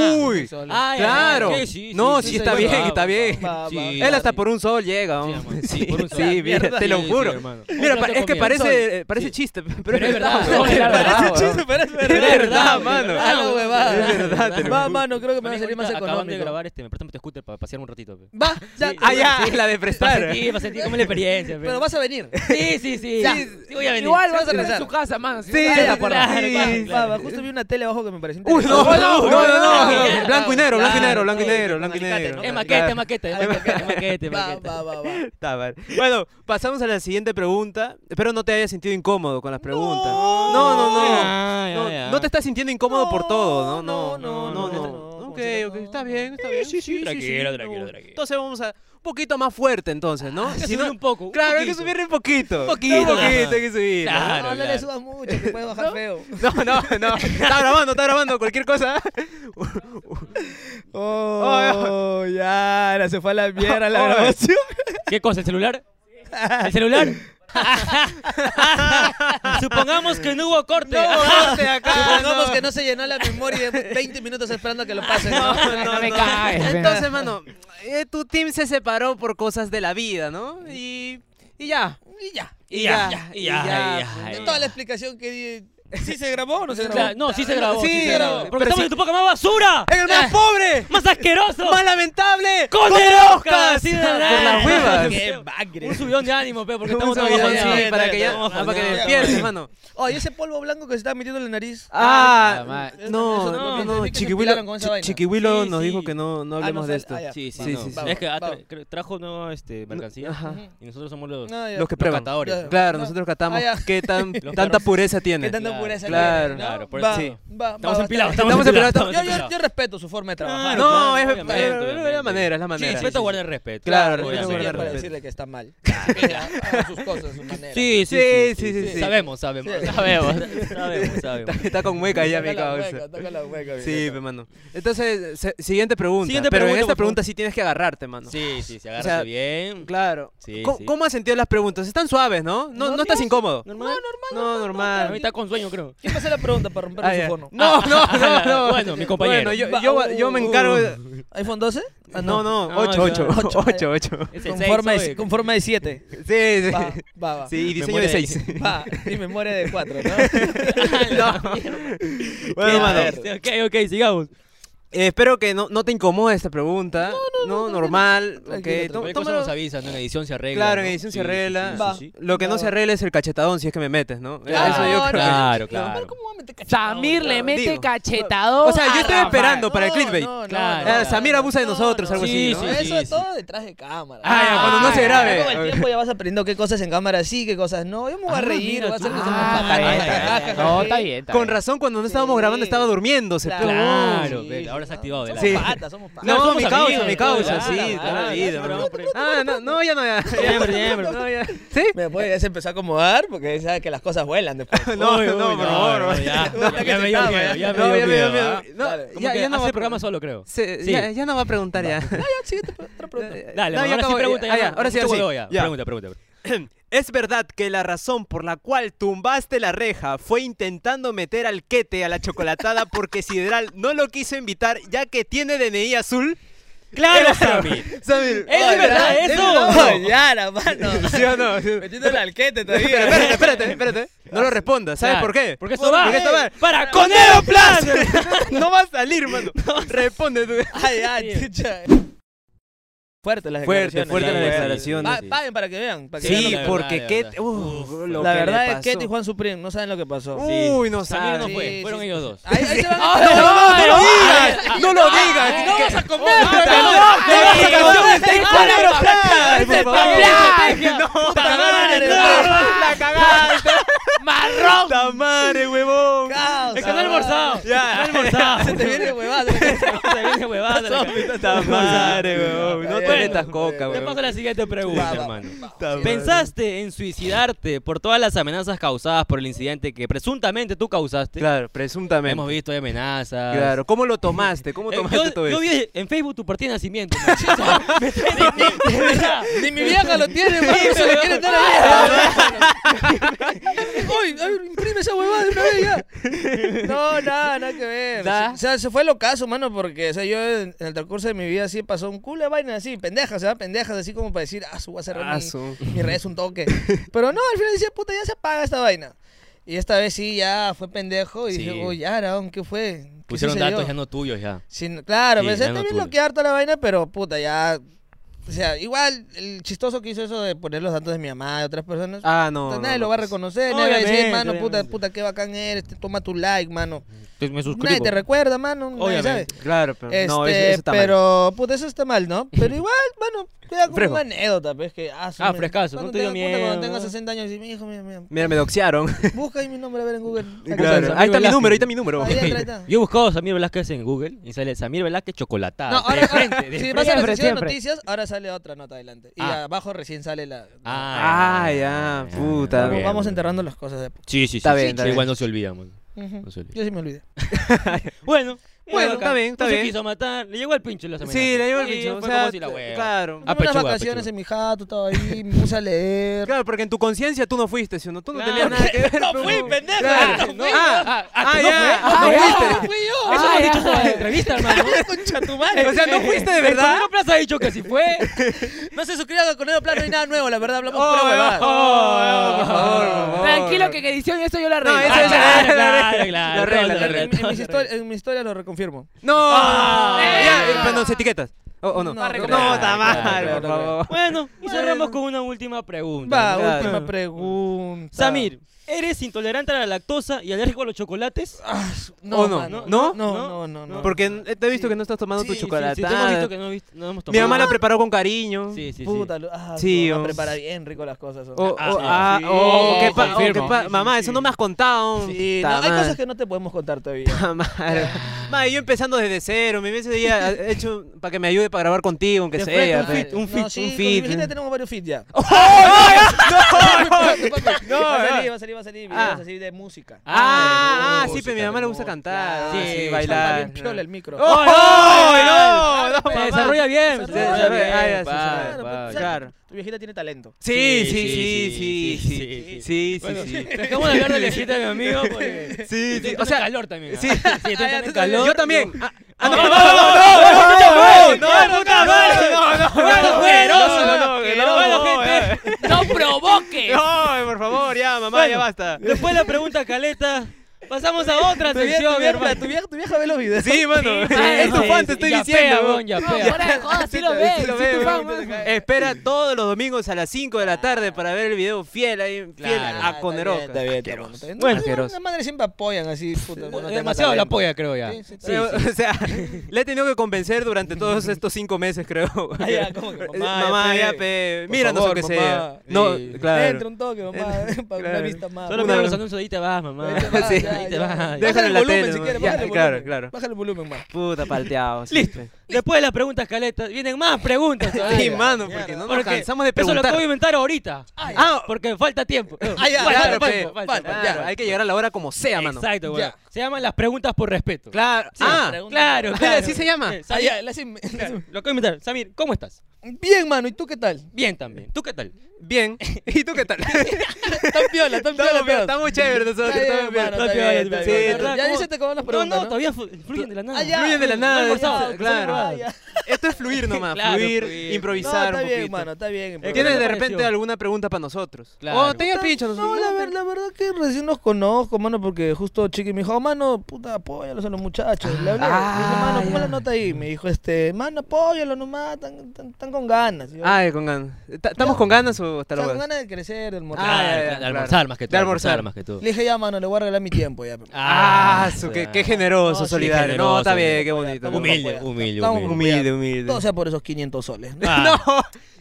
Speaker 1: Uy,
Speaker 2: sol.
Speaker 4: Ah, ya,
Speaker 1: claro.
Speaker 4: ya, ok, sí, sí,
Speaker 1: no,
Speaker 4: sí,
Speaker 1: sí,
Speaker 4: sí,
Speaker 1: está
Speaker 4: sí,
Speaker 1: bien,
Speaker 4: va,
Speaker 1: está
Speaker 4: va,
Speaker 1: bien.
Speaker 4: va, va,
Speaker 2: Sí,
Speaker 4: va,
Speaker 1: Él hasta
Speaker 4: sí.
Speaker 1: por un sol llega.
Speaker 4: Sí,
Speaker 1: hombre.
Speaker 4: amor,
Speaker 1: Sí,
Speaker 4: sí, por un sol.
Speaker 1: sí, mira, te lo
Speaker 4: Sí, sí,
Speaker 1: juro.
Speaker 4: hermano.
Speaker 1: Mira,
Speaker 4: Un
Speaker 1: pa-
Speaker 4: plato
Speaker 1: es que
Speaker 4: con
Speaker 1: parece, eh, parece chiste, [laughs] pero,
Speaker 4: Pero es verdad,
Speaker 1: mano.
Speaker 4: no, es verdad,
Speaker 1: parece
Speaker 6: bro.
Speaker 1: chiste, pero es verdad.
Speaker 4: Es
Speaker 1: verdad,
Speaker 4: verdad,
Speaker 1: mano.
Speaker 4: es
Speaker 2: Ah, no, huevada.
Speaker 1: Es
Speaker 2: [laughs]
Speaker 1: verdad, te lo
Speaker 2: Va,
Speaker 1: juro.
Speaker 2: mano, creo que me va a
Speaker 4: Manejo,
Speaker 2: salir más
Speaker 4: ahorita Acaban de
Speaker 2: económico.
Speaker 4: grabar este, me prestan tu scooter para pasear un ratito. pe.
Speaker 2: Va, ya.
Speaker 1: Ah, ya, la de
Speaker 4: Para
Speaker 1: prestar.
Speaker 4: sentir, para sentir como la experiencia. pe.
Speaker 2: Pero vas a venir.
Speaker 4: Sí, sí, sí.
Speaker 2: Ya.
Speaker 4: Sí, voy a venir.
Speaker 6: Igual vas
Speaker 2: Sí,
Speaker 6: a regresar a
Speaker 2: sí.
Speaker 6: su casa, mano. si
Speaker 1: Sí,
Speaker 6: no-
Speaker 1: sí,
Speaker 6: Claro,
Speaker 1: por-
Speaker 6: claro,
Speaker 1: sí,
Speaker 6: claro.
Speaker 1: sí,
Speaker 2: Va, va, justo vi una tele abajo que me pareció
Speaker 1: Uy, no,
Speaker 2: interesante.
Speaker 1: no, no, no, no.
Speaker 4: no.
Speaker 1: Blanco y negro, blanco y
Speaker 4: Claro,
Speaker 1: negro, blanco y
Speaker 4: sí,
Speaker 1: negro,
Speaker 2: con
Speaker 1: blanco y
Speaker 2: alicate,
Speaker 1: negro.
Speaker 2: ¿no?
Speaker 4: Es
Speaker 1: Claro.
Speaker 4: maquete, es maquete, es maquete, es maquete, es
Speaker 2: Va,
Speaker 4: maquete.
Speaker 2: va, va, va.
Speaker 1: Está mal. Bueno, pasamos a la siguiente pregunta. Espero no te hayas sentido incómodo con las preguntas.
Speaker 2: No.
Speaker 1: No, no, no.
Speaker 4: Ah, ya,
Speaker 1: No,
Speaker 4: ya.
Speaker 1: no te estás sintiendo incómodo por
Speaker 2: No,
Speaker 1: todo, ¿no? No,
Speaker 2: no,
Speaker 1: no,
Speaker 2: no,
Speaker 1: no.
Speaker 2: no, no,
Speaker 1: Ok,
Speaker 2: considero
Speaker 1: ok,
Speaker 2: no,
Speaker 1: está
Speaker 2: no.
Speaker 1: bien, está bien. Sí, sí,
Speaker 4: tranquilo,
Speaker 1: sí,
Speaker 4: tranquilo,
Speaker 1: no.
Speaker 4: tranquilo.
Speaker 1: Entonces vamos a un poquito más fuerte entonces, ¿no?
Speaker 4: Hay que
Speaker 1: Si
Speaker 4: subir
Speaker 1: no-
Speaker 4: un poco. un
Speaker 1: claro, hay que
Speaker 4: poquito.
Speaker 1: subirle un poquito. Un
Speaker 4: poquito,
Speaker 1: Un poquito
Speaker 4: ajá.
Speaker 1: hay que subirle.
Speaker 4: Claro.
Speaker 2: No, no le subas mucho, que puede
Speaker 4: [laughs]
Speaker 2: bajar feo.
Speaker 1: No, no, no. Está grabando, está grabando, cualquier
Speaker 4: [laughs]
Speaker 1: cosa.
Speaker 2: Oh, ya, ahora se fue a la
Speaker 1: [laughs]
Speaker 2: mierda
Speaker 1: Oh,
Speaker 2: la grabación.
Speaker 4: ¿Qué cosa? ¿El celular?
Speaker 1: [laughs]
Speaker 4: ¿El celular? Supongamos que no hubo corte.
Speaker 1: corte acá,
Speaker 2: Supongamos
Speaker 1: no.
Speaker 2: que no se llenó la memoria de 20 minutos
Speaker 1: [laughs]
Speaker 2: esperando a que lo pasen, ¿no?
Speaker 6: No, no me caes.
Speaker 1: Entonces, mano, eh, tu team se separó por cosas de la vida, ¿no? Y, y ya.
Speaker 2: Y ya.
Speaker 1: Y
Speaker 4: Y
Speaker 1: ya,
Speaker 4: ya,
Speaker 1: y
Speaker 4: y
Speaker 1: ya,
Speaker 4: ya, y
Speaker 1: pues,
Speaker 4: ya.
Speaker 2: Toda la explicación que di. ¿Sí se grabó [laughs] o no se grabó?
Speaker 4: Claro, no, sí se grabó.
Speaker 1: Sí,
Speaker 4: Sí, se
Speaker 1: pero-
Speaker 4: grabó. Porque
Speaker 1: pero
Speaker 4: estamos
Speaker 1: sí-
Speaker 4: en tu poca más basura. Eh,
Speaker 1: ¡En el más pobre!
Speaker 4: Más asqueroso.
Speaker 1: ¡Más lamentable!
Speaker 4: ¡Con
Speaker 1: ¡Con
Speaker 4: el
Speaker 1: el
Speaker 4: Oscar!
Speaker 1: Oscar!
Speaker 4: Sí, de
Speaker 1: Por
Speaker 4: verdad.
Speaker 1: las
Speaker 2: [laughs]
Speaker 1: huevas.
Speaker 2: Qué bagre.
Speaker 4: Un subidón de ánimo, pe, porque
Speaker 1: Un
Speaker 4: estamos todos
Speaker 1: subidón,
Speaker 2: bajoneados.
Speaker 1: sí,
Speaker 2: Está
Speaker 1: para
Speaker 2: bien,
Speaker 1: que
Speaker 2: está
Speaker 1: ya,
Speaker 2: bien,
Speaker 1: ah, para que
Speaker 2: bajoneados.
Speaker 1: despiertes, mano.
Speaker 2: Oh, y ese polvo blanco que se estaba metiendo en la nariz.
Speaker 1: Ah,
Speaker 6: Ah, ma-
Speaker 1: no,
Speaker 2: eso no,
Speaker 1: no,
Speaker 2: entendí
Speaker 1: no,
Speaker 2: que se
Speaker 1: Chiquihuilo,
Speaker 2: empilaron con esa
Speaker 1: Chi-
Speaker 2: vaina.
Speaker 1: Chiquihuilo
Speaker 4: Sí,
Speaker 1: nos
Speaker 4: sí.
Speaker 1: dijo que no, no
Speaker 2: Ah,
Speaker 1: hablemos
Speaker 2: no
Speaker 1: de
Speaker 2: sal-
Speaker 1: esto.
Speaker 2: ah, ya.
Speaker 4: Sí, sí,
Speaker 1: Sí,
Speaker 4: no.
Speaker 1: sí, sí.
Speaker 4: Es que ah, tra-
Speaker 2: Vamos.
Speaker 4: cre- trajo no este mercancía
Speaker 1: Ajá.
Speaker 4: y nosotros somos los
Speaker 2: No, Ah, ya.
Speaker 1: Los que
Speaker 4: los
Speaker 1: prueban.
Speaker 4: catadores.
Speaker 2: Ya.
Speaker 1: Claro,
Speaker 2: No.
Speaker 1: nosotros catamos
Speaker 2: Ah, ya. [laughs]
Speaker 1: qué tan,
Speaker 4: Los
Speaker 1: tanta
Speaker 4: perros.
Speaker 1: pureza
Speaker 2: ¿Qué
Speaker 1: tiene. Ah,
Speaker 2: tanta
Speaker 4: Claro,
Speaker 2: pureza
Speaker 1: claro,
Speaker 2: tiene, ¿no?
Speaker 4: claro, por
Speaker 2: Va,
Speaker 4: eso-
Speaker 2: sí. va, va,
Speaker 4: Estamos
Speaker 2: va,
Speaker 4: empilados,
Speaker 2: está bien.
Speaker 1: estamos empilados,
Speaker 4: estamos
Speaker 2: Yo- yo-
Speaker 4: empilados.
Speaker 2: Yo respeto su forma de trabajar.
Speaker 4: Claro,
Speaker 1: No, es,
Speaker 4: obviamente,
Speaker 1: pero- pero es la
Speaker 4: obviamente.
Speaker 1: manera, es la manera.
Speaker 4: Sí, respeto guarda el respeto.
Speaker 1: Claro,
Speaker 2: Yo
Speaker 1: respeto
Speaker 2: soy
Speaker 1: guarda
Speaker 2: quien
Speaker 1: el
Speaker 2: para
Speaker 1: respeto.
Speaker 2: decirle que está mal. Ella haga sus cosas, su manera.
Speaker 4: Sí, sí,
Speaker 1: Sí, sí,
Speaker 4: sí,
Speaker 1: sí, sí.
Speaker 4: Sabemos, sabemos,
Speaker 2: Sí.
Speaker 1: [laughs]
Speaker 4: sabemos, sabemos, sabemos.
Speaker 1: Está con mueca ya,
Speaker 2: Toca
Speaker 1: mi
Speaker 2: la
Speaker 1: causa.
Speaker 2: hueca, toca la hueca, mi
Speaker 1: Sí,
Speaker 2: neta.
Speaker 1: pe, mano. Entonces, se- siguiente pregunta.
Speaker 4: Siguiente
Speaker 1: pero en esta
Speaker 4: pregunta, por favor.
Speaker 1: pregunta sí tienes que agarrarte, mano.
Speaker 4: Sí, sí, sí,
Speaker 1: O sea,
Speaker 4: agárrate bien.
Speaker 1: Claro.
Speaker 4: Sí,
Speaker 1: ¿Cómo,
Speaker 4: sí.
Speaker 1: cómo has sentido las preguntas? Están suaves, ¿no? No, no, estás incómodo.
Speaker 4: ¿Normal?
Speaker 1: No,
Speaker 4: A mí
Speaker 1: normal.
Speaker 4: está con sueño, creo.
Speaker 2: ¿Quién va a hacer la pregunta para romper
Speaker 1: Ah,
Speaker 2: el
Speaker 1: ya.
Speaker 2: fono?
Speaker 4: [laughs]
Speaker 1: No, no, no, no.
Speaker 4: Bueno, mi compañero.
Speaker 1: Bueno, yo,
Speaker 2: Va,
Speaker 1: yo, yo me encargo. de-
Speaker 2: ¿iPhone 12? Ah,
Speaker 1: No, no,
Speaker 4: No,
Speaker 1: 8, 8,
Speaker 2: yo-
Speaker 1: 8, 8, 8.
Speaker 4: Es el
Speaker 2: Con
Speaker 4: sexo,
Speaker 2: forma,
Speaker 4: eh.
Speaker 2: de, con forma
Speaker 1: [laughs]
Speaker 2: de 7.
Speaker 1: Sí,
Speaker 2: Va,
Speaker 1: sí.
Speaker 2: va, va.
Speaker 1: Sí, y diseño de
Speaker 4: muere.
Speaker 1: 6. [laughs]
Speaker 2: Va, [laughs] y memoria de 4, ¿no?
Speaker 1: Bueno,
Speaker 4: Ya,
Speaker 1: mano.
Speaker 4: Ok, ok, sigamos.
Speaker 1: eh, espero que no, no te incomode esta pregunta. No, normal.
Speaker 2: tranquilo,
Speaker 1: ok,
Speaker 2: tranquilo.
Speaker 1: tó-
Speaker 4: Cualquier cosa
Speaker 1: tómalo-
Speaker 4: nos avisan, ¿no? en edición se arregla.
Speaker 1: Claro, en
Speaker 4: ¿no?
Speaker 1: edición
Speaker 4: Sí,
Speaker 1: se arregla.
Speaker 4: sí, sí,
Speaker 2: Va.
Speaker 4: sí, sí.
Speaker 1: Lo que no se arregla es el cachetadón si es que me metes, ¿no?
Speaker 4: Claro,
Speaker 1: Ah, Eso yo creo que-
Speaker 4: claro,
Speaker 2: Pero,
Speaker 4: claro.
Speaker 2: ¿Cómo va a meter cachetado?
Speaker 6: Samir le
Speaker 1: Digo.
Speaker 6: mete cachetadón.
Speaker 1: O sea, yo
Speaker 6: a
Speaker 1: estoy
Speaker 6: Rafael.
Speaker 1: esperando para el clickbait.
Speaker 4: Claro.
Speaker 1: Ah, Samir abusa de nosotros, algo
Speaker 4: Sí,
Speaker 1: así. ¿no?
Speaker 4: sí,
Speaker 2: Eso
Speaker 4: sí,
Speaker 2: es
Speaker 4: sí.
Speaker 2: todo detrás de cámara.
Speaker 1: Ah, ya, cuando no se grabe.
Speaker 2: ya Con el tiempo ya vas aprendiendo qué cosas en cámara sí, qué cosas no. Yo me voy a
Speaker 4: Ah,
Speaker 2: reír,
Speaker 4: mira
Speaker 2: voy a hacer
Speaker 4: tú.
Speaker 2: que se me
Speaker 6: Ah,
Speaker 2: jajaja,
Speaker 4: ya, ya, ya.
Speaker 2: jajaja,
Speaker 6: No, está
Speaker 2: jajaja.
Speaker 6: bien. está
Speaker 1: Con
Speaker 6: [laughs] bien.
Speaker 1: razón, cuando no estábamos
Speaker 2: Sí.
Speaker 1: grabando estaba durmiéndose.
Speaker 2: Claro.
Speaker 4: Claro,
Speaker 2: Sí,
Speaker 4: pero ahora se ha activado. de la-
Speaker 1: Sí.
Speaker 2: Somos patas, somos patas.
Speaker 1: No,
Speaker 4: somos
Speaker 1: mi causa,
Speaker 4: amigos,
Speaker 1: mi causa,
Speaker 4: claro,
Speaker 1: sí,
Speaker 4: claro,
Speaker 1: toda la
Speaker 4: claro,
Speaker 1: vida,
Speaker 4: siempre
Speaker 1: bro.
Speaker 4: vamos por ahí.
Speaker 1: Ah, no, no, ya no, ya.
Speaker 4: Siempre, siempre.
Speaker 1: [laughs] No, ya. ¿Sí?
Speaker 2: Me voy a empezar como dar porque sabe que las cosas vuelan después.
Speaker 1: [laughs] No,
Speaker 4: Uy,
Speaker 1: no,
Speaker 4: uy,
Speaker 1: por favor, bro. [laughs]
Speaker 4: Ya,
Speaker 2: No,
Speaker 4: ya,
Speaker 2: que
Speaker 4: ya
Speaker 2: se
Speaker 4: me dio
Speaker 2: acaba,
Speaker 4: miedo,
Speaker 2: ya.
Speaker 4: ya
Speaker 1: No,
Speaker 4: me dio miedo. ¿ah?
Speaker 1: No,
Speaker 2: Dale.
Speaker 4: Como
Speaker 1: ya,
Speaker 4: que
Speaker 1: ya no
Speaker 4: hace
Speaker 1: va
Speaker 4: el programa solo, creo.
Speaker 1: se-
Speaker 4: Sí.
Speaker 1: ya- ya no va a preguntar ya.
Speaker 2: Otra
Speaker 1: [laughs]
Speaker 2: pregunta.
Speaker 4: Dale,
Speaker 1: No,
Speaker 4: mano,
Speaker 1: ya
Speaker 4: ahora sí
Speaker 1: acabo,
Speaker 4: pregunta.
Speaker 1: ya. Ah, ya,
Speaker 4: ya,
Speaker 1: ahora sí, ahora
Speaker 4: mucho
Speaker 1: sí.
Speaker 4: huevo ya.
Speaker 1: Ya.
Speaker 4: Pregunta, pregunta. pregunta.
Speaker 1: [clears throat] ¿Es verdad que la razón por la cual tumbaste la reja fue intentando meter al quete a la chocolatada porque Sideral no lo quiso invitar ya que tiene DNI azul?
Speaker 4: Claro, Sammy.
Speaker 1: Samir,
Speaker 4: ¿Es
Speaker 1: oye,
Speaker 4: verdad
Speaker 1: ¿es
Speaker 4: eso?
Speaker 1: verdad?
Speaker 2: No, ya, la mano.
Speaker 1: ¿Sí o no? Sí.
Speaker 2: Metiendo el
Speaker 1: Pero
Speaker 2: alquete todavía.
Speaker 1: [laughs] espérate, espérate, espérate. No lo respondas. ¿Sabes
Speaker 4: Claro,
Speaker 1: por qué?
Speaker 4: Porque esto va.
Speaker 1: Porque esto va.
Speaker 4: Para Conero
Speaker 1: [laughs]
Speaker 4: Plus.
Speaker 1: no va a salir, mano. Responde tú.
Speaker 2: Ay, ay, chucha. Fuerte las
Speaker 1: Fuerte,
Speaker 2: declaraciones.
Speaker 1: fuerte
Speaker 4: sí,
Speaker 1: las
Speaker 4: sí.
Speaker 1: declaraciones.
Speaker 2: Pa- Paguen para que vean. Para que
Speaker 1: Sí,
Speaker 2: vean lo que-
Speaker 4: la
Speaker 1: porque
Speaker 4: verdad,
Speaker 1: Kete.
Speaker 4: la
Speaker 1: Uf, lo que
Speaker 2: la
Speaker 1: le
Speaker 2: verdad es
Speaker 1: pasó.
Speaker 2: que Ketty y Juan Supreme no saben lo que pasó.
Speaker 1: Uy, no
Speaker 4: Samir no
Speaker 1: sabe.
Speaker 4: fue,
Speaker 2: sí,
Speaker 4: fueron
Speaker 2: sí.
Speaker 4: ellos dos.
Speaker 2: Ahí, ahí se van
Speaker 1: ¡Ah,
Speaker 2: a
Speaker 1: no, no,
Speaker 2: enterar.
Speaker 1: no lo
Speaker 4: Ah,
Speaker 1: digas! ¡No lo digas!
Speaker 2: no
Speaker 1: Que-
Speaker 2: vas a
Speaker 1: que-
Speaker 2: comer,
Speaker 1: ¡No,
Speaker 2: pero
Speaker 1: no,
Speaker 2: no,
Speaker 1: no vas a
Speaker 4: no,
Speaker 1: comer!
Speaker 4: no,
Speaker 1: ¡Está en
Speaker 4: no,
Speaker 1: Conero
Speaker 4: no,
Speaker 1: Plan,
Speaker 2: no,
Speaker 1: por favor!
Speaker 2: no,
Speaker 1: ¡No,
Speaker 2: puta
Speaker 1: madre!
Speaker 2: madre,
Speaker 1: no, ¡La [laughs] cagaste! ¡Marrón! ¡Tamare, huevón!
Speaker 2: Caos,
Speaker 4: Es que no he
Speaker 2: cabrón.
Speaker 4: almorzado. No he
Speaker 1: ¡Ya!
Speaker 4: [laughs] almorzado.
Speaker 2: Se
Speaker 1: [laughs]
Speaker 2: te viene huevada.
Speaker 4: Se viene huevada.
Speaker 1: ¡Tamare, huevón! No te
Speaker 4: Bueno,
Speaker 1: metas coca,
Speaker 4: Te
Speaker 1: huevón.
Speaker 4: paso la siguiente
Speaker 2: Va, va,
Speaker 4: pregunta, hermano.
Speaker 1: Ta madre.
Speaker 4: ¿Pensaste en suicidarte por todas las amenazas causadas por el incidente que presuntamente tú causaste?
Speaker 1: Claro, presuntamente.
Speaker 4: Hemos visto hay amenazas.
Speaker 1: Claro, ¿cómo lo tomaste? ¿Cómo
Speaker 4: Eh,
Speaker 1: tomaste
Speaker 4: yo,
Speaker 1: todo
Speaker 4: yo
Speaker 1: eso?
Speaker 4: vi en Facebook tu partida de
Speaker 1: [laughs]
Speaker 4: nacimiento. man. O sea, me- de- de verdad.
Speaker 2: [laughs] Ni mi vieja lo tiene, hermano. Se lo quiere dar a [laughs] la vieja. Uy, ay, imprime esa huevada de una vez ya. No, No, nada, nada que ver.
Speaker 6: ¿Da?
Speaker 2: O sea, se fue el ocaso, mano, porque o sea, yo en, en el transcurso de mi vida sí pasó un culo de vainas así, pendejas, ¿verdad? Pendejas, así como para decir, ah, su, voy a cerrar mi,
Speaker 1: su.
Speaker 2: mi red es un toque. Pero no, al final decía, puta, ya se apaga esta vaina. Y esta vez sí, ya fue pendejo y
Speaker 4: Sí.
Speaker 2: dije, oye, Aaron, ¿qué fue? ¿Qué
Speaker 4: Pusieron
Speaker 2: sucedió?"
Speaker 4: datos ya no tuyos ya.
Speaker 2: Sí, claro,
Speaker 4: Sí,
Speaker 2: pensé
Speaker 4: ya no
Speaker 2: también
Speaker 4: tuve.
Speaker 2: bloquear toda la vaina, pero puta, ya. O sea, igual, el chistoso que hizo eso de poner los datos de mi mamá, de otras personas.
Speaker 1: Ah, no.
Speaker 2: puta,
Speaker 1: no,
Speaker 2: nadie
Speaker 1: no,
Speaker 2: lo va a
Speaker 1: pues.
Speaker 2: reconocer, nadie va a decir,
Speaker 4: Obviamente,
Speaker 2: mano, puta,
Speaker 4: obviamente.
Speaker 2: puta, qué bacán eres, te- toma tu like, mano.
Speaker 4: Entonces me
Speaker 2: Nadie
Speaker 4: suscribo.
Speaker 2: te recuerda, mano, nadie
Speaker 4: Obviamente.
Speaker 2: sabe.
Speaker 1: Claro, pero no, eso,
Speaker 2: Este,
Speaker 1: eso está mal.
Speaker 2: pero, puta, eso está mal, ¿no? Pero igual, mano, queda como
Speaker 1: Fresco.
Speaker 2: una anécdota, pues, que... Ah, su
Speaker 4: Ah,
Speaker 2: me-
Speaker 4: frescazo, no
Speaker 2: cuando
Speaker 4: te dio
Speaker 2: tenga- puta,
Speaker 4: miedo,
Speaker 2: Cuando tenga
Speaker 4: ¿no?
Speaker 2: 60 años, y mi hijo, mira, mira,
Speaker 1: Mira, me doxearon.
Speaker 2: busca ahí mi nombre, a ver, en Google.
Speaker 1: Claro. [laughs] Ahí está mi
Speaker 4: Velázquez.
Speaker 1: número, ahí está mi número.
Speaker 2: Ahí entra, ahí está.
Speaker 4: Yo he buscado Samir Velázquez en Google y sale Samir Velázquez
Speaker 1: Ah,
Speaker 4: chocolatada.
Speaker 2: No, ahora,
Speaker 4: De
Speaker 2: ahora-
Speaker 4: frente, de
Speaker 2: si
Speaker 4: frente.
Speaker 2: vas a la
Speaker 6: Siempre,
Speaker 2: sección de
Speaker 6: siempre.
Speaker 2: noticias, ahora sale otra nota adelante. Y
Speaker 4: Ah.
Speaker 2: abajo recién sale la...
Speaker 1: Ah, ya, puta.
Speaker 2: Vamos-
Speaker 1: bien,
Speaker 2: vamos enterrando las cosas de...
Speaker 4: Sí, sí, sí.
Speaker 1: Está bien,
Speaker 4: sí,
Speaker 1: está
Speaker 4: sí,
Speaker 1: bien.
Speaker 4: Igual no se olvida, man.
Speaker 2: Ujú.
Speaker 4: No se olvida.
Speaker 2: Yo sí me olvidé.
Speaker 4: Bueno,
Speaker 1: Bueno,
Speaker 4: acá.
Speaker 1: está bien, está
Speaker 4: no
Speaker 1: bien.
Speaker 4: Se quiso matar, le llegó al pincho las amenazas.
Speaker 1: Sí, le llevo el
Speaker 4: Sí,
Speaker 1: pincho. O
Speaker 4: fue
Speaker 1: sea,
Speaker 4: como si la hueva.
Speaker 1: claro.
Speaker 2: Tomé unas
Speaker 4: Apechuga,
Speaker 2: vacaciones
Speaker 4: apechuga.
Speaker 2: en mi jato, estaba ahí, me puse a leer.
Speaker 1: Claro, porque en tu conciencia tú no fuiste, ¿sí o no? Tú no
Speaker 4: Claro.
Speaker 1: tenías nada que ver.
Speaker 2: No
Speaker 1: pero-
Speaker 2: fui, pendejo.
Speaker 1: Claro.
Speaker 4: No,
Speaker 1: Ah,
Speaker 4: ah, ah,
Speaker 1: ah,
Speaker 4: que no
Speaker 1: ya.
Speaker 4: fue.
Speaker 1: No fuiste.
Speaker 2: ¡Fui yo!
Speaker 4: Eso lo
Speaker 6: Ah,
Speaker 4: has dicho
Speaker 6: ya.
Speaker 4: en la entrevista, hermano.
Speaker 2: ¡Concha tu madre!
Speaker 1: O sea, no fuiste de
Speaker 4: El
Speaker 1: verdad.
Speaker 4: Correo Plaza ha dicho que sí fue.
Speaker 2: No se suscriban a Cornelio Plano y nada nuevo, la verdad, hablamos
Speaker 1: Ah. Oh,
Speaker 2: pura huevada.
Speaker 1: oh, oh, por favor, por favor.
Speaker 6: Tranquilo que en edición eso yo lo arreglo.
Speaker 1: No, eso-
Speaker 4: Ah,
Speaker 1: eso-
Speaker 4: claro,
Speaker 1: la
Speaker 4: claro,
Speaker 1: regla,
Speaker 4: claro.
Speaker 1: la regla,
Speaker 4: todo,
Speaker 1: la
Speaker 4: todo,
Speaker 1: regla.
Speaker 2: En, en
Speaker 4: todo,
Speaker 2: mis
Speaker 4: todo.
Speaker 2: histori- en mis historias lo reconfirmo.
Speaker 1: No.
Speaker 4: Ah.
Speaker 1: Ya,
Speaker 6: Eh.
Speaker 1: eh, pues nos etiquetas. ¿O, o no?
Speaker 2: No,
Speaker 1: No,
Speaker 2: claro,
Speaker 1: está mal,
Speaker 2: claro,
Speaker 1: por
Speaker 2: claro.
Speaker 1: favor.
Speaker 4: Bueno, y cerramos
Speaker 2: Bueno.
Speaker 4: con una última pregunta.
Speaker 2: Va,
Speaker 1: Claro.
Speaker 2: última pregunta.
Speaker 4: Samir, ¿eres intolerante a la lactosa y alérgico a los chocolates?
Speaker 2: Ah, su-
Speaker 1: ¿O no?
Speaker 2: mano.
Speaker 1: ¿No?
Speaker 2: No, no, no. no.
Speaker 1: Porque eh, te he visto que no estás tomando tu
Speaker 4: Sí, sí, te hemos
Speaker 1: chocolatada.
Speaker 4: visto que no, vist- no hemos
Speaker 1: Mi
Speaker 4: tomado.
Speaker 1: mamá la preparó con cariño.
Speaker 4: Sí, sí, sí.
Speaker 2: Puta, lo- ah,
Speaker 1: Sí,
Speaker 2: su
Speaker 1: oh.
Speaker 2: mamá prepara bien rico las cosas. oh.
Speaker 1: Oh, oh,
Speaker 4: Ah, sí.
Speaker 1: ah,
Speaker 2: Sí.
Speaker 1: oh, qué pa- oh,
Speaker 4: Confirmo.
Speaker 1: qué pa-
Speaker 4: Sí, sí,
Speaker 1: Mamá,
Speaker 4: sí.
Speaker 1: eso no me has contado.
Speaker 2: Sí, no,
Speaker 1: Ta
Speaker 2: hay
Speaker 1: madre.
Speaker 2: [laughs] cosas que no te podemos contar todavía.
Speaker 1: Ta madre. [laughs] Ma, yo empezando desde cero, me hubiese ya hecho para que me ayude para grabar contigo, aunque
Speaker 4: De
Speaker 1: sea.
Speaker 4: frente, un
Speaker 1: pe.
Speaker 4: fit, un fit,
Speaker 2: no, sí,
Speaker 1: un
Speaker 2: con
Speaker 1: fit.
Speaker 2: Virginia tenemos varios
Speaker 1: [laughs]
Speaker 2: fit ya. [laughs]
Speaker 1: no,
Speaker 2: va a
Speaker 1: no.
Speaker 2: salir, va a salir, va a salir videos
Speaker 1: Ah.
Speaker 2: así de música.
Speaker 1: Ah, ah,
Speaker 2: Oh,
Speaker 1: sí, pero a mi
Speaker 2: música,
Speaker 1: mamá le gusta
Speaker 2: hermoso.
Speaker 1: cantar,
Speaker 2: Claro,
Speaker 1: sí,
Speaker 2: sí,
Speaker 1: bailar. [laughs]
Speaker 2: Está bien piola el micro.
Speaker 1: ¡Oh, no! no,
Speaker 4: Se
Speaker 1: mamá.
Speaker 4: desarrolla bien.
Speaker 2: Se
Speaker 4: se
Speaker 2: desarrolla
Speaker 4: desarrolla
Speaker 1: bien,
Speaker 4: bien,
Speaker 1: ah, ya, se
Speaker 4: pa,
Speaker 1: desarrolla.
Speaker 4: pa,
Speaker 1: Claro.
Speaker 2: Claro,
Speaker 4: ya.
Speaker 1: Claro.
Speaker 2: Tu viejita tiene talento.
Speaker 1: Sí,
Speaker 4: Sí,
Speaker 1: sí,
Speaker 4: sí,
Speaker 1: sí, sí,
Speaker 4: sí,
Speaker 1: sí,
Speaker 4: sí,
Speaker 1: sí,
Speaker 4: Bueno,
Speaker 1: sí, sí.
Speaker 4: Acabamos de hablar de la visita de mi amigo. porque-
Speaker 1: Sí, sí,
Speaker 4: Estoy
Speaker 1: o sea,
Speaker 4: en calor también. ¿ah?
Speaker 1: [laughs] sí.
Speaker 4: estoy en
Speaker 2: Ah, ya, tú
Speaker 4: calor.
Speaker 1: Yo también. Ah, ah, no, no, no,
Speaker 4: no,
Speaker 1: no, no, no,
Speaker 4: puta
Speaker 1: no, no,
Speaker 4: madre.
Speaker 1: no,
Speaker 4: Asqueroso,
Speaker 1: no, no, no,
Speaker 4: asqueroso,
Speaker 1: no, no, eh. [laughs]
Speaker 4: gente.
Speaker 6: No provoques.
Speaker 1: No, por favor, ya, mamá, ya
Speaker 4: Bueno.
Speaker 1: basta.
Speaker 4: Después de la pregunta caleta, pasamos a otra
Speaker 2: Tu vieja,
Speaker 4: sección,
Speaker 2: tu [laughs]
Speaker 4: mi
Speaker 2: vieja-
Speaker 4: hermano.
Speaker 2: tu vieja- tu vieja ve los videos.
Speaker 1: Sí, mano.
Speaker 6: Sí,
Speaker 1: Es tu
Speaker 6: sí,
Speaker 1: fan,
Speaker 4: sí,
Speaker 1: te estoy
Speaker 4: ya
Speaker 1: diciendo.
Speaker 4: pega,
Speaker 1: weón.
Speaker 4: bon, ya
Speaker 6: No,
Speaker 4: pega.
Speaker 6: fuera de joda, sí lo
Speaker 1: Sí,
Speaker 6: ves.
Speaker 1: sí lo
Speaker 6: sí
Speaker 1: veo,
Speaker 6: tu fan,
Speaker 1: weón.
Speaker 6: weón.
Speaker 1: Espera todos los domingos a las 5 de la tarde para ver el video fiel ahí, fiel
Speaker 4: Claro.
Speaker 1: a Conero.
Speaker 2: Está bien, está bien, está bien.
Speaker 4: Bueno,
Speaker 2: Bueno, las madres siempre apoyan así. puta, cuando tengas
Speaker 4: Demasiado la
Speaker 2: talento.
Speaker 4: polla, creo ya.
Speaker 2: Sí, sí,
Speaker 1: Sí, O sea, [laughs] le he tenido que convencer durante todos estos cinco meses, [laughs] creo.
Speaker 2: Ah, ya, ¿cómo que mamá,
Speaker 1: Mamá,
Speaker 2: ya,
Speaker 1: ya,
Speaker 2: pe.
Speaker 1: pe.
Speaker 2: Por
Speaker 1: Míranos
Speaker 2: favor,
Speaker 1: aunque
Speaker 2: mamá.
Speaker 1: sea. No,
Speaker 4: Sí.
Speaker 1: claro.
Speaker 2: Entra un toque, mamá, [laughs] para una
Speaker 1: Claro.
Speaker 2: vista más.
Speaker 4: Solo
Speaker 1: Una
Speaker 4: mira
Speaker 1: vez.
Speaker 4: los anuncios, ahí te
Speaker 2: [laughs]
Speaker 4: vas, mamá.
Speaker 1: [laughs]
Speaker 2: Ahí te vas,
Speaker 1: Sí.
Speaker 2: ya,
Speaker 4: Ahí te
Speaker 2: ya.
Speaker 4: vas.
Speaker 2: Bájale
Speaker 1: Déjale
Speaker 2: el
Speaker 1: la
Speaker 2: volumen,
Speaker 1: tele,
Speaker 2: si
Speaker 1: ¿no?
Speaker 2: quieres,
Speaker 1: Ya,
Speaker 2: bájale el
Speaker 1: claro,
Speaker 2: volumen.
Speaker 1: claro.
Speaker 2: Bájale el volumen, más.
Speaker 1: Puta, [laughs] palteados.
Speaker 4: Listo. Después de las preguntas caletas, vienen más
Speaker 1: [laughs]
Speaker 4: preguntas. todavía.
Speaker 1: Sí, mano, porque no nos
Speaker 4: Porque
Speaker 1: cansamos de
Speaker 4: Eso lo
Speaker 1: preguntar.
Speaker 4: acabo de inventar ahorita.
Speaker 1: Ah,
Speaker 4: Porque
Speaker 1: [laughs]
Speaker 4: falta tiempo.
Speaker 2: Ah, ya,
Speaker 4: Falta
Speaker 1: claro,
Speaker 2: claro,
Speaker 1: pe.
Speaker 4: tiempo, falta
Speaker 2: falta,
Speaker 4: tiempo.
Speaker 2: ya.
Speaker 1: Claro, hay que llegar a la hora como sea, mano.
Speaker 4: Exacto, güey.
Speaker 2: Ya.
Speaker 4: Se llaman las preguntas por respeto.
Speaker 1: Claro. Ah,
Speaker 4: Claro, claro.
Speaker 1: mira, así se llama.
Speaker 4: Eh,
Speaker 2: Ah,
Speaker 4: Samir,
Speaker 2: ya, la hacen- la
Speaker 4: claro,
Speaker 2: hacen-
Speaker 4: Lo acabo de inventar. Samir, ¿cómo estás?
Speaker 2: Bien, mano, ¿y tú qué tal?
Speaker 4: Bien también. ¿Tú qué tal?
Speaker 1: Bien. ¿Y tú qué [laughs] tal?
Speaker 2: Tan piola, tan piola,
Speaker 1: Estamos bien,
Speaker 2: peor.
Speaker 1: estamos chéveres nosotros.
Speaker 2: Está bien,
Speaker 1: estamos bien.
Speaker 2: mano,
Speaker 4: Está
Speaker 2: está bien,
Speaker 4: bien,
Speaker 2: está
Speaker 4: sí,
Speaker 2: bien.
Speaker 4: ¿verdad?
Speaker 2: Ya
Speaker 4: ¿Cómo?
Speaker 2: se te acaban las
Speaker 4: No,
Speaker 2: preguntas,
Speaker 4: no,
Speaker 2: ¿no?
Speaker 4: todavía flu- fluyen de la nada.
Speaker 2: Ah, ya.
Speaker 1: Fluyen de la nada,
Speaker 2: No,
Speaker 1: eso,
Speaker 2: Ah, ya, que
Speaker 1: claro.
Speaker 2: se me vaya.
Speaker 1: Esto es fluir nomás,
Speaker 4: Claro,
Speaker 1: fluir,
Speaker 4: fluir.
Speaker 1: improvisar
Speaker 2: No,
Speaker 1: un
Speaker 2: está bien,
Speaker 1: poquito.
Speaker 2: mano, está bien.
Speaker 4: ¿Qué
Speaker 1: ¿Tienes
Speaker 4: te
Speaker 1: de
Speaker 4: pareció?
Speaker 1: repente alguna pregunta para nosotros?
Speaker 4: Claro.
Speaker 1: O te pincho,
Speaker 2: No, la, ver- la verdad que recién nos conozco, mano, porque justo Chiqui me dijo, "Oh, mano, puta, apóyalos a los muchachos. Le hablé,
Speaker 1: Ah,
Speaker 2: le dije, mano, ¿cómo
Speaker 1: ya.
Speaker 2: la nota ahí? Me dijo, este, mano, apóyalos nomás, están tan, tan con ganas. Y yo,
Speaker 1: Ay, con ganas. ¿Est- ¿Estamos con ganas o hasta
Speaker 2: "O sea, con
Speaker 1: luego?
Speaker 2: ganas de crecer, del mortal.
Speaker 1: pues. Ah,
Speaker 4: Ah,
Speaker 1: ya,
Speaker 4: de-
Speaker 1: ya,
Speaker 4: de
Speaker 1: claro.
Speaker 4: almorzar más que todo.
Speaker 1: De almorzar.
Speaker 4: más que todo.
Speaker 2: Le dije, ya, mano, le voy a regalar mi tiempo, ya. pe".
Speaker 1: Ah, su, qué,
Speaker 4: ya.
Speaker 1: qué generoso,
Speaker 2: No, sí,
Speaker 1: solidario. no,
Speaker 4: generoso,
Speaker 1: está bien,
Speaker 4: humilde.
Speaker 1: qué bonito. qué
Speaker 2: Humilde,
Speaker 4: Humilde, humilde,
Speaker 2: Estamos
Speaker 4: humilde.
Speaker 2: con
Speaker 1: Humilde, humilde.
Speaker 2: Todo
Speaker 1: [laughs]
Speaker 2: sea por esos 500 soles.
Speaker 4: Ah,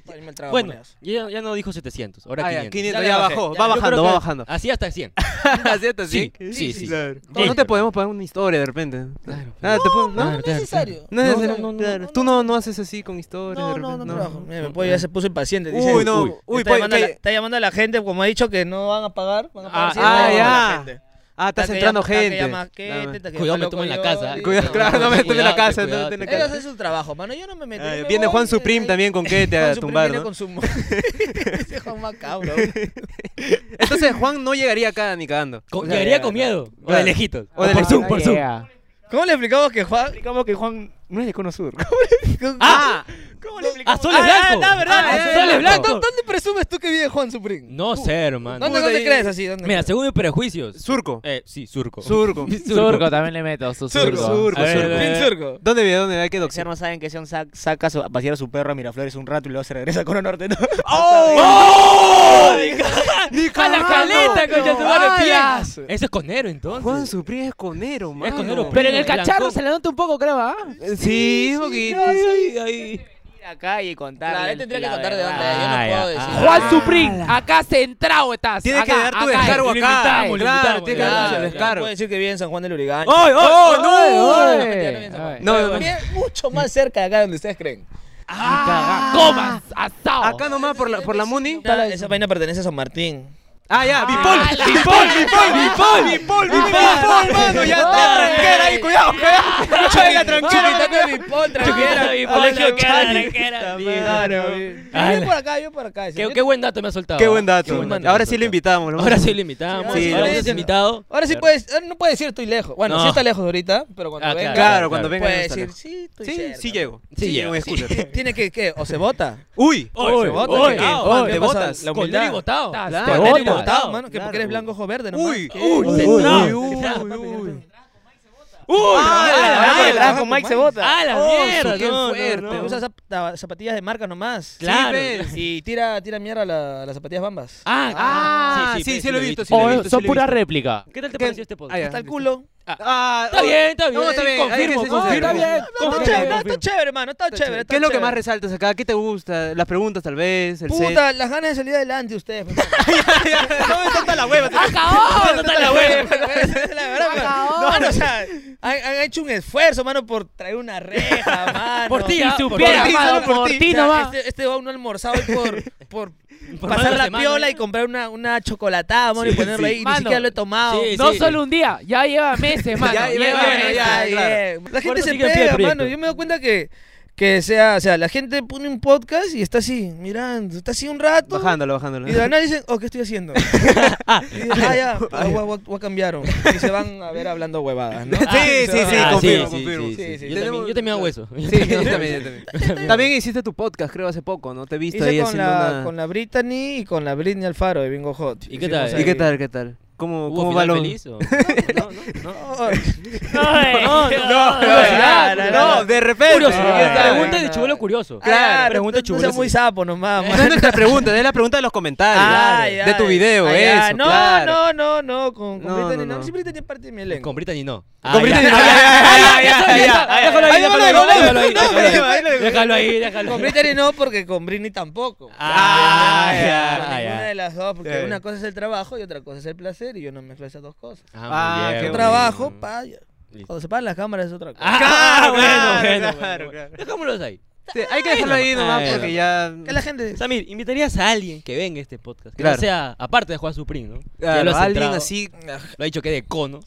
Speaker 2: Para irme al trabajo,
Speaker 4: Bueno,
Speaker 2: monedas.
Speaker 4: ya, ya no dijo 700, ahora
Speaker 1: Ah, ya,
Speaker 4: 500.
Speaker 1: 500,
Speaker 4: le
Speaker 1: ya
Speaker 4: bajé,
Speaker 1: bajó,
Speaker 4: ya.
Speaker 1: va
Speaker 4: Yo creo
Speaker 1: bajando,
Speaker 4: que
Speaker 1: va
Speaker 2: [laughs]
Speaker 1: bajando. [laughs]
Speaker 4: Así hasta 100.
Speaker 1: ¿Así está así?
Speaker 4: Sí, sí, sí.
Speaker 1: Claro.
Speaker 4: Sí,
Speaker 1: No, no te
Speaker 4: pero-
Speaker 1: podemos pagar una historia de repente. Ah, te puedo-
Speaker 2: No, no
Speaker 1: no,
Speaker 2: es necesario.
Speaker 1: no es necesario.
Speaker 2: no, no,
Speaker 1: claro.
Speaker 2: no,
Speaker 1: Tú no, no haces así con historias de
Speaker 2: No,
Speaker 1: repente.
Speaker 2: no, no trabajo. Mira, mi pollo ya se puso impaciente.
Speaker 1: Uy,
Speaker 2: Dice,
Speaker 1: no, uy,
Speaker 2: está,
Speaker 1: pollo,
Speaker 2: llamando a la,
Speaker 1: que-
Speaker 2: está llamando a la gente, como ha dicho que no van a pagar. Van a pagar
Speaker 1: Ah,
Speaker 2: siempre,
Speaker 1: ah,
Speaker 2: llamando a la
Speaker 1: ya.
Speaker 2: gente.
Speaker 1: Ah, estás
Speaker 2: Está que
Speaker 1: entrando
Speaker 2: llama- está que
Speaker 1: gente.
Speaker 2: llama
Speaker 1: Dame.
Speaker 2: gente, está que
Speaker 4: Cuidado,
Speaker 2: está
Speaker 4: me tomo en la
Speaker 2: loco
Speaker 4: casa.
Speaker 2: yo, y-
Speaker 1: Cuidado, claro, no me meto en la casa, no me meto en la
Speaker 2: Ellos
Speaker 1: casa.
Speaker 2: hacen su trabajo, mano. Yo no me meto.
Speaker 1: Ah,
Speaker 2: yo me
Speaker 1: viene
Speaker 2: voy,
Speaker 1: Juan
Speaker 2: yo-
Speaker 1: Supreme
Speaker 2: ahí-
Speaker 1: también con qué te
Speaker 2: Juan
Speaker 1: a
Speaker 2: Supreme
Speaker 1: tumbar,
Speaker 2: viene
Speaker 1: ¿no?
Speaker 2: con
Speaker 1: [laughs]
Speaker 2: su mo- Ese Juan macabro.
Speaker 1: Entonces Juan no llegaría acá ni cagando. O
Speaker 4: Con-
Speaker 1: sea,
Speaker 4: llegaría con miedo. O de
Speaker 1: Claro.
Speaker 4: lejitos.
Speaker 1: O de
Speaker 4: por
Speaker 1: lejitos. Ah.
Speaker 4: Zoom, por Zoom.
Speaker 2: ¿Cómo le explicamos que Juan?
Speaker 7: Explicamos que Juan no es de Cono Sur.
Speaker 1: Ah,
Speaker 7: ¿Cómo le
Speaker 4: Ah,
Speaker 7: explicamos?
Speaker 4: Sol es blanco.
Speaker 2: Ah, la verdad.
Speaker 1: eh.
Speaker 2: la-
Speaker 4: Ah, Sol es blanco.
Speaker 2: ¿Dó- ¿Dónde presumes tú que vive Juan Supreme?
Speaker 4: No sé, hermano.
Speaker 2: ¿Dónde,
Speaker 1: Puta,
Speaker 2: dónde
Speaker 1: y-
Speaker 2: crees así? ¿Dónde
Speaker 4: Mira,
Speaker 2: crees?
Speaker 4: según mis prejuicios.
Speaker 1: surco.
Speaker 4: Eh, sí, surco.
Speaker 1: Surco.
Speaker 4: [laughs] Surco.
Speaker 3: Surco también le meto. Su
Speaker 2: Surco.
Speaker 3: surco.
Speaker 1: Surco,
Speaker 4: A ver, a
Speaker 1: surco.
Speaker 4: ver.
Speaker 2: Fin surco.
Speaker 1: ¿Dónde vive? ¿Dónde? Hay que
Speaker 7: Si
Speaker 1: doxear.
Speaker 7: no saben que Sion sac- saca su- a pasear a su perro a Miraflores un rato y luego se regresa a Cono Norte.
Speaker 2: [laughs]
Speaker 7: ¿no? Oh.
Speaker 6: ¡A la caleta, concha de tu madre!
Speaker 1: ¡Hala!
Speaker 6: ¡Pias!
Speaker 4: Ese es conero, entonces.
Speaker 1: Juan Supreme es conero, mano.
Speaker 4: conero,
Speaker 6: Pero en el
Speaker 4: Blanco.
Speaker 6: cacharro se le nota un poco, creo, ¿ah?
Speaker 1: Sí, un poquito.
Speaker 7: Ir acá y contarle.
Speaker 2: Claro, él tendría que
Speaker 7: la
Speaker 2: contar de
Speaker 7: verdad.
Speaker 2: dónde es, yo
Speaker 4: Ah,
Speaker 2: no puedo
Speaker 4: ya.
Speaker 2: decir.
Speaker 6: Juan Suprín, acá centrado estás.
Speaker 1: Tienes que
Speaker 6: acá,
Speaker 1: dar tu
Speaker 6: acá.
Speaker 1: descargo
Speaker 4: Lo
Speaker 1: acá.
Speaker 4: invitamos, lo
Speaker 1: Claro,
Speaker 4: invitamos,
Speaker 1: tienes que
Speaker 4: ya,
Speaker 1: dar
Speaker 4: ya.
Speaker 1: su
Speaker 2: Claro.
Speaker 1: descargo.
Speaker 2: Puede decir que vive en San Juan del Lurigaño.
Speaker 1: ¡Ay, oh,
Speaker 2: No,
Speaker 1: no!
Speaker 3: ay!
Speaker 2: mentira, no vive en San Juan.
Speaker 1: No, no, no.
Speaker 2: Vive mucho más cerca de acá de donde ustedes creen.
Speaker 6: Ah, comas, asado.
Speaker 1: Acá nomás por la, por la Muni.
Speaker 2: Esa, esa vaina pertenece a San Martín.
Speaker 1: Ah, ya, Bipol.
Speaker 6: Ah, la-
Speaker 1: Bipol, Bipol, Bipol, Bipol, Bipol, mano. Ya está tranquera ahí, cuidado, cuidado. Chueca, tranquera.
Speaker 2: Chupitaco de mi pol, tranquera.
Speaker 4: Colegio que era tranquera.
Speaker 2: Yo por acá, yo por acá.
Speaker 4: Qué, qué buen dato me ha soltado.
Speaker 1: Qué
Speaker 4: ¿ah?
Speaker 1: buen dato.
Speaker 4: me
Speaker 1: Ahora
Speaker 4: has
Speaker 1: sí lo
Speaker 4: soltado.
Speaker 1: invitamos. lo
Speaker 4: Ahora
Speaker 1: vamos a-
Speaker 4: sí lo invitamos.
Speaker 1: Sí,
Speaker 4: ahora
Speaker 1: lo
Speaker 4: sí es
Speaker 2: invitamos.
Speaker 4: invitado.
Speaker 2: Ahora sí puedes, ahora no puedes decir estoy lejos. Bueno,
Speaker 4: No.
Speaker 2: sí está lejos ahorita, pero cuando
Speaker 4: Ah,
Speaker 2: venga,
Speaker 4: claro,
Speaker 1: Claro, cuando venga.
Speaker 2: puede
Speaker 1: ya está
Speaker 2: decir
Speaker 1: lejos.
Speaker 2: sí, estoy
Speaker 1: Sí,
Speaker 2: cerca.
Speaker 1: sí llego.
Speaker 4: Sí
Speaker 1: Sí llego en
Speaker 4: llego, sí.
Speaker 1: scooter.
Speaker 2: [laughs] Tiene que, ¿qué? ¿O se vota?
Speaker 1: Uy.
Speaker 4: Oy,
Speaker 2: se vota,
Speaker 4: oy,
Speaker 2: ¿qué?
Speaker 4: oy,
Speaker 2: Juan,
Speaker 4: oy,
Speaker 2: ¿qué
Speaker 1: te
Speaker 2: pasa?
Speaker 1: botas.
Speaker 2: La
Speaker 4: Con
Speaker 2: humildad.
Speaker 4: Neri votado.
Speaker 1: Claro.
Speaker 4: Con
Speaker 2: Te
Speaker 1: Te
Speaker 4: Neri
Speaker 1: botas.
Speaker 4: votado.
Speaker 2: votado, mano, que porque
Speaker 1: Claro.
Speaker 2: eres blanco ojo verde nomás.
Speaker 1: Uy,
Speaker 2: ¿Qué?
Speaker 1: uy, uy, uy,
Speaker 4: Centrado,
Speaker 1: uy, uy.
Speaker 4: ¡Uy!
Speaker 1: Ah,
Speaker 7: Ah,
Speaker 1: ah,
Speaker 7: que
Speaker 1: la-
Speaker 7: trabaja con Mike se vota.
Speaker 4: ¡A la
Speaker 1: Oh,
Speaker 4: mierda!
Speaker 1: su- qué
Speaker 4: no, no,
Speaker 1: fuerte.
Speaker 4: no.
Speaker 2: Te usas zap- zapatillas de marca nomás.
Speaker 4: Claro.
Speaker 1: Sí,
Speaker 2: Y tira, tira mierda a, la- a las zapatillas bambas.
Speaker 4: Ah,
Speaker 1: Ah, sí, sí,
Speaker 4: pe,
Speaker 1: lo he visto, sí lo he
Speaker 3: O
Speaker 1: visto.
Speaker 3: son
Speaker 1: sí lo he
Speaker 3: pura
Speaker 1: visto.
Speaker 3: réplica.
Speaker 4: ¿Qué tal te
Speaker 1: ¿Qué?
Speaker 4: pareció este
Speaker 1: Ah,
Speaker 4: podcast?
Speaker 1: ya.
Speaker 2: Hasta el culo.
Speaker 1: Ah,
Speaker 4: Está
Speaker 1: oh,
Speaker 4: bien, está bien.
Speaker 1: No, está bien. Hay que
Speaker 4: Confirmo,
Speaker 1: ser
Speaker 4: confirmo.
Speaker 1: sincero.
Speaker 4: Está bien.
Speaker 2: No,
Speaker 4: confirmo,
Speaker 2: está chévere, no,
Speaker 4: confirmo.
Speaker 2: está chévere, hermano. Está chévere. está
Speaker 1: ¿Qué es lo que
Speaker 2: chévere.
Speaker 1: más resaltas acá? ¿Qué te gusta? Las preguntas, tal vez. El set.
Speaker 2: Puta, las ganas de salir adelante de ustedes. pues, mano.
Speaker 1: no me tanta la hueva.
Speaker 6: ¡Acabó!
Speaker 2: la verdad, [laughs] la verdad, mano. Mano, o sea, han, han hecho un esfuerzo, mano, por traer una reja, mano.
Speaker 4: Por ti, ah, por
Speaker 1: Por
Speaker 3: Bien,
Speaker 1: ti,
Speaker 3: amado,
Speaker 1: solo por
Speaker 3: por
Speaker 1: ti.
Speaker 3: ti
Speaker 2: O sea,
Speaker 3: nomás.
Speaker 2: este, este va uno almorzado y por, por
Speaker 4: Por
Speaker 2: pasar
Speaker 4: mala
Speaker 2: la
Speaker 4: semana,
Speaker 2: piola
Speaker 4: ¿no?
Speaker 2: y comprar una, una chocolatada, mano, y ponerlo ahí. Ni
Speaker 3: Mano.
Speaker 2: siquiera lo he tomado.
Speaker 4: Sí,
Speaker 3: No
Speaker 4: sí.
Speaker 3: solo un día, ya lleva meses, mano.
Speaker 1: Ya,
Speaker 3: lleva
Speaker 1: bueno,
Speaker 3: meses.
Speaker 1: ya.
Speaker 2: Ay,
Speaker 1: claro.
Speaker 2: eh, La gente
Speaker 4: Bueno,
Speaker 2: se
Speaker 4: sigue en pie el
Speaker 2: pega,
Speaker 4: proyecto.
Speaker 2: mano. Yo me doy cuenta que, que sea, o sea, la gente pone un podcast y está así, mirando, está así un rato.
Speaker 1: Bajándolo, bajándolo.
Speaker 2: Y de la nada dicen, oh, ¿qué estoy haciendo? y dicen, ah, ya, ah, gua- gua- gua- cambiaron. Y se van a ver hablando huevadas, ¿no?
Speaker 1: [laughs] [laughs] Sí, sí, sí,
Speaker 4: Ah,
Speaker 1: confirmo,
Speaker 4: sí, sí,
Speaker 1: confirmo.
Speaker 4: sí, sí,
Speaker 2: Sí,
Speaker 4: sí.
Speaker 2: sí.
Speaker 4: Yo también- Yo también hago eso.
Speaker 1: Sí, yo también, yo también. También hiciste tu podcast, creo, hace poco, ¿no? Te he visto ahí
Speaker 2: Hice con
Speaker 1: haciendo
Speaker 2: la,
Speaker 1: una...
Speaker 2: con la Brittany y con la Britney Alfaro de Bingo Hot.
Speaker 4: ¿Y qué tal?
Speaker 2: Hicimos
Speaker 1: ¿Y qué
Speaker 2: ahí-
Speaker 1: tal, qué tal? ¿Cómo,
Speaker 4: ¿Hubo
Speaker 1: cómo va
Speaker 4: final
Speaker 1: lo...?
Speaker 4: feliz o- No, no, no.
Speaker 2: Oh,
Speaker 4: [laughs] No,
Speaker 1: [laughs] No, no, no, no, de repente.
Speaker 4: Curioso.
Speaker 2: Ah,
Speaker 4: Pregunta de
Speaker 2: no.
Speaker 4: chivolo curioso.
Speaker 2: ah,
Speaker 4: pregunta
Speaker 2: no seas
Speaker 4: chulo.
Speaker 2: muy
Speaker 1: [laughs]
Speaker 2: sapo nomás,
Speaker 1: No es
Speaker 2: mano.
Speaker 1: nuestra pregunta, es la pregunta de los comentarios.
Speaker 2: Ah, ya,
Speaker 1: de tu video,
Speaker 2: ah, ya.
Speaker 1: eso,
Speaker 2: No,
Speaker 1: claro.
Speaker 2: no, no, no, con, con
Speaker 1: No,
Speaker 2: Brittany
Speaker 1: no,
Speaker 2: no.
Speaker 1: no.
Speaker 2: Sí, Brittany es parte de mi elenco.
Speaker 4: Con Brittany no.
Speaker 1: Con Brittany, no,
Speaker 4: Déjalo ahí, déjalo ahí, déjalo ahí, déjalo ahí.
Speaker 1: ahí, déjalo ahí.
Speaker 4: Déjalo ahí, déjalo
Speaker 2: Con
Speaker 4: ahí.
Speaker 2: Brittany no, porque con Britney tampoco.
Speaker 4: Ah,
Speaker 2: Con
Speaker 4: ya,
Speaker 2: ninguna
Speaker 4: ah, ya.
Speaker 2: de las dos, porque
Speaker 1: Ya.
Speaker 2: una cosa es el trabajo y otra cosa es el placer, y yo no mezclo esas dos cosas.
Speaker 1: Ah,
Speaker 4: muy
Speaker 1: qué
Speaker 4: bien,
Speaker 2: Yo
Speaker 1: bueno.
Speaker 2: trabajo,
Speaker 4: muy bien.
Speaker 2: pa, ya. cuando se paran las cámaras es otra cosa.
Speaker 4: Ah, bueno, bueno,
Speaker 1: claro,
Speaker 4: bueno,
Speaker 1: claro.
Speaker 4: bueno. Dejámoslos ahí.
Speaker 1: Sí, hay que dejarlo ahí nomás
Speaker 4: Ay,
Speaker 1: porque
Speaker 4: no.
Speaker 1: ya.
Speaker 2: Que la gente...
Speaker 4: Samir, invitarías a alguien que venga a este podcast. Que
Speaker 1: Claro.
Speaker 4: no sea, aparte de Juan Suprín, ¿no? Que ya
Speaker 1: Claro,
Speaker 4: lo has
Speaker 1: alguien
Speaker 4: entrado.
Speaker 1: así.
Speaker 4: Lo ha dicho que de cono.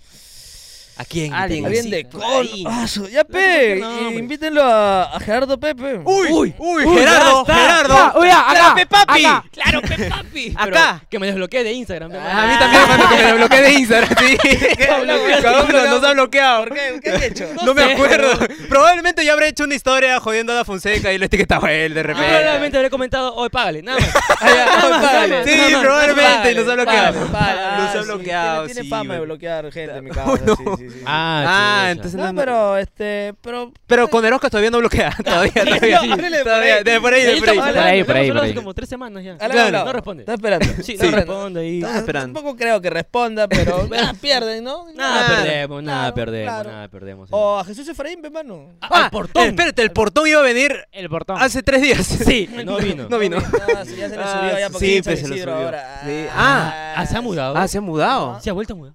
Speaker 4: ¿A quién?
Speaker 1: Alguien
Speaker 4: invitarías?
Speaker 2: Alguien de
Speaker 4: Sí,
Speaker 2: con...
Speaker 4: ahí.
Speaker 2: Ah, su- ya, pe,
Speaker 4: No,
Speaker 2: y
Speaker 4: hombre.
Speaker 2: invítenlo a, a Gerardo Pepe.
Speaker 1: Uy, uy,
Speaker 4: uy,
Speaker 1: Gerardo,
Speaker 4: ya está.
Speaker 1: Gerardo.
Speaker 3: Ah, oye, acá,
Speaker 1: Pepe, papi.
Speaker 3: acá.
Speaker 4: Claro que papi. Pero
Speaker 1: Acá. Ah.
Speaker 4: Que me desbloquee de Instagram. ¿no?
Speaker 1: A mí también, hermano, que me lo bloqueé de Instagram, sí. Cabrón, nos, nos ha bloqueado.
Speaker 2: ¿Por qué? ¿Qué has hecho?
Speaker 1: No me acuerdo. [laughs] Probablemente yo habré hecho una historia jodiendo a la Fonseca y lo etiquetaba él de
Speaker 4: Yo
Speaker 1: repente.
Speaker 4: Ah, probablemente habré comentado, hoy págale, nada [laughs] más.
Speaker 2: Ah, ya, págale.
Speaker 1: Sí, probablemente, y nos ha bloqueado. [laughs]
Speaker 2: Págale, págale.
Speaker 1: Nos
Speaker 2: Ah,
Speaker 1: ha
Speaker 2: sí,
Speaker 1: bloqueado,
Speaker 2: Tiene, tiene
Speaker 1: sí,
Speaker 2: fama de
Speaker 1: güey.
Speaker 2: bloquear
Speaker 1: [laughs]
Speaker 2: gente, mi
Speaker 1: Oh,
Speaker 2: causa.
Speaker 1: no.
Speaker 2: Sí, sí, sí.
Speaker 1: Ah,
Speaker 4: chucha.
Speaker 1: entonces
Speaker 2: No, pero, este, pero...
Speaker 1: Pero con Erosca todavía no bloquea. Todavía, todavía.
Speaker 2: sí, ábrele por
Speaker 1: Todavía,
Speaker 2: ahí.
Speaker 1: De por ahí,
Speaker 4: Ahí
Speaker 1: de por ahí.
Speaker 4: estamos
Speaker 3: por ahí,
Speaker 4: hablando,
Speaker 3: por ahí,
Speaker 4: estamos
Speaker 3: por ahí,
Speaker 4: hablando
Speaker 3: por
Speaker 4: hace
Speaker 3: ahí.
Speaker 4: como tres semanas ya.
Speaker 2: Al
Speaker 1: Claro.
Speaker 2: lado,
Speaker 4: No responde.
Speaker 2: Está esperando. Está
Speaker 4: Sí, no
Speaker 2: esperando.
Speaker 4: responde ahí.
Speaker 1: Estamos esperando.
Speaker 2: Tampoco creo que responda,
Speaker 4: [laughs]
Speaker 2: pero nada pierden, ¿no?
Speaker 4: Nada
Speaker 1: Claro,
Speaker 4: perdemos, nada
Speaker 2: claro,
Speaker 4: perdemos,
Speaker 2: claro.
Speaker 4: nada perdemos.
Speaker 2: O a Jesús Efraín, pe, mano.
Speaker 4: Ah,
Speaker 1: Ah,
Speaker 4: el portón.
Speaker 1: Espérate, el portón iba a venir
Speaker 3: El portón.
Speaker 1: hace tres días. [laughs]
Speaker 4: Sí, [laughs] no vino.
Speaker 1: No vino.
Speaker 2: Ah, sí,
Speaker 4: [laughs]
Speaker 2: ya se le subió
Speaker 1: Ah,
Speaker 2: ya porque
Speaker 1: sí,
Speaker 2: es
Speaker 1: pues, se
Speaker 2: San
Speaker 1: le
Speaker 2: Isidro
Speaker 1: subió.
Speaker 2: ahora.
Speaker 1: Sí. Ah,
Speaker 4: Ah, se ha mudado.
Speaker 1: Ah, se ha mudado.
Speaker 4: Se ha vuelto a mudar.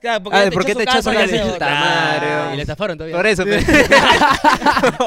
Speaker 2: Claro,
Speaker 1: Ah, ¿por qué te echó su
Speaker 2: casa,
Speaker 1: casa?
Speaker 2: weón?
Speaker 1: Puta madre,
Speaker 4: Y le estafaron todavía.
Speaker 1: Por eso, [laughs] pues.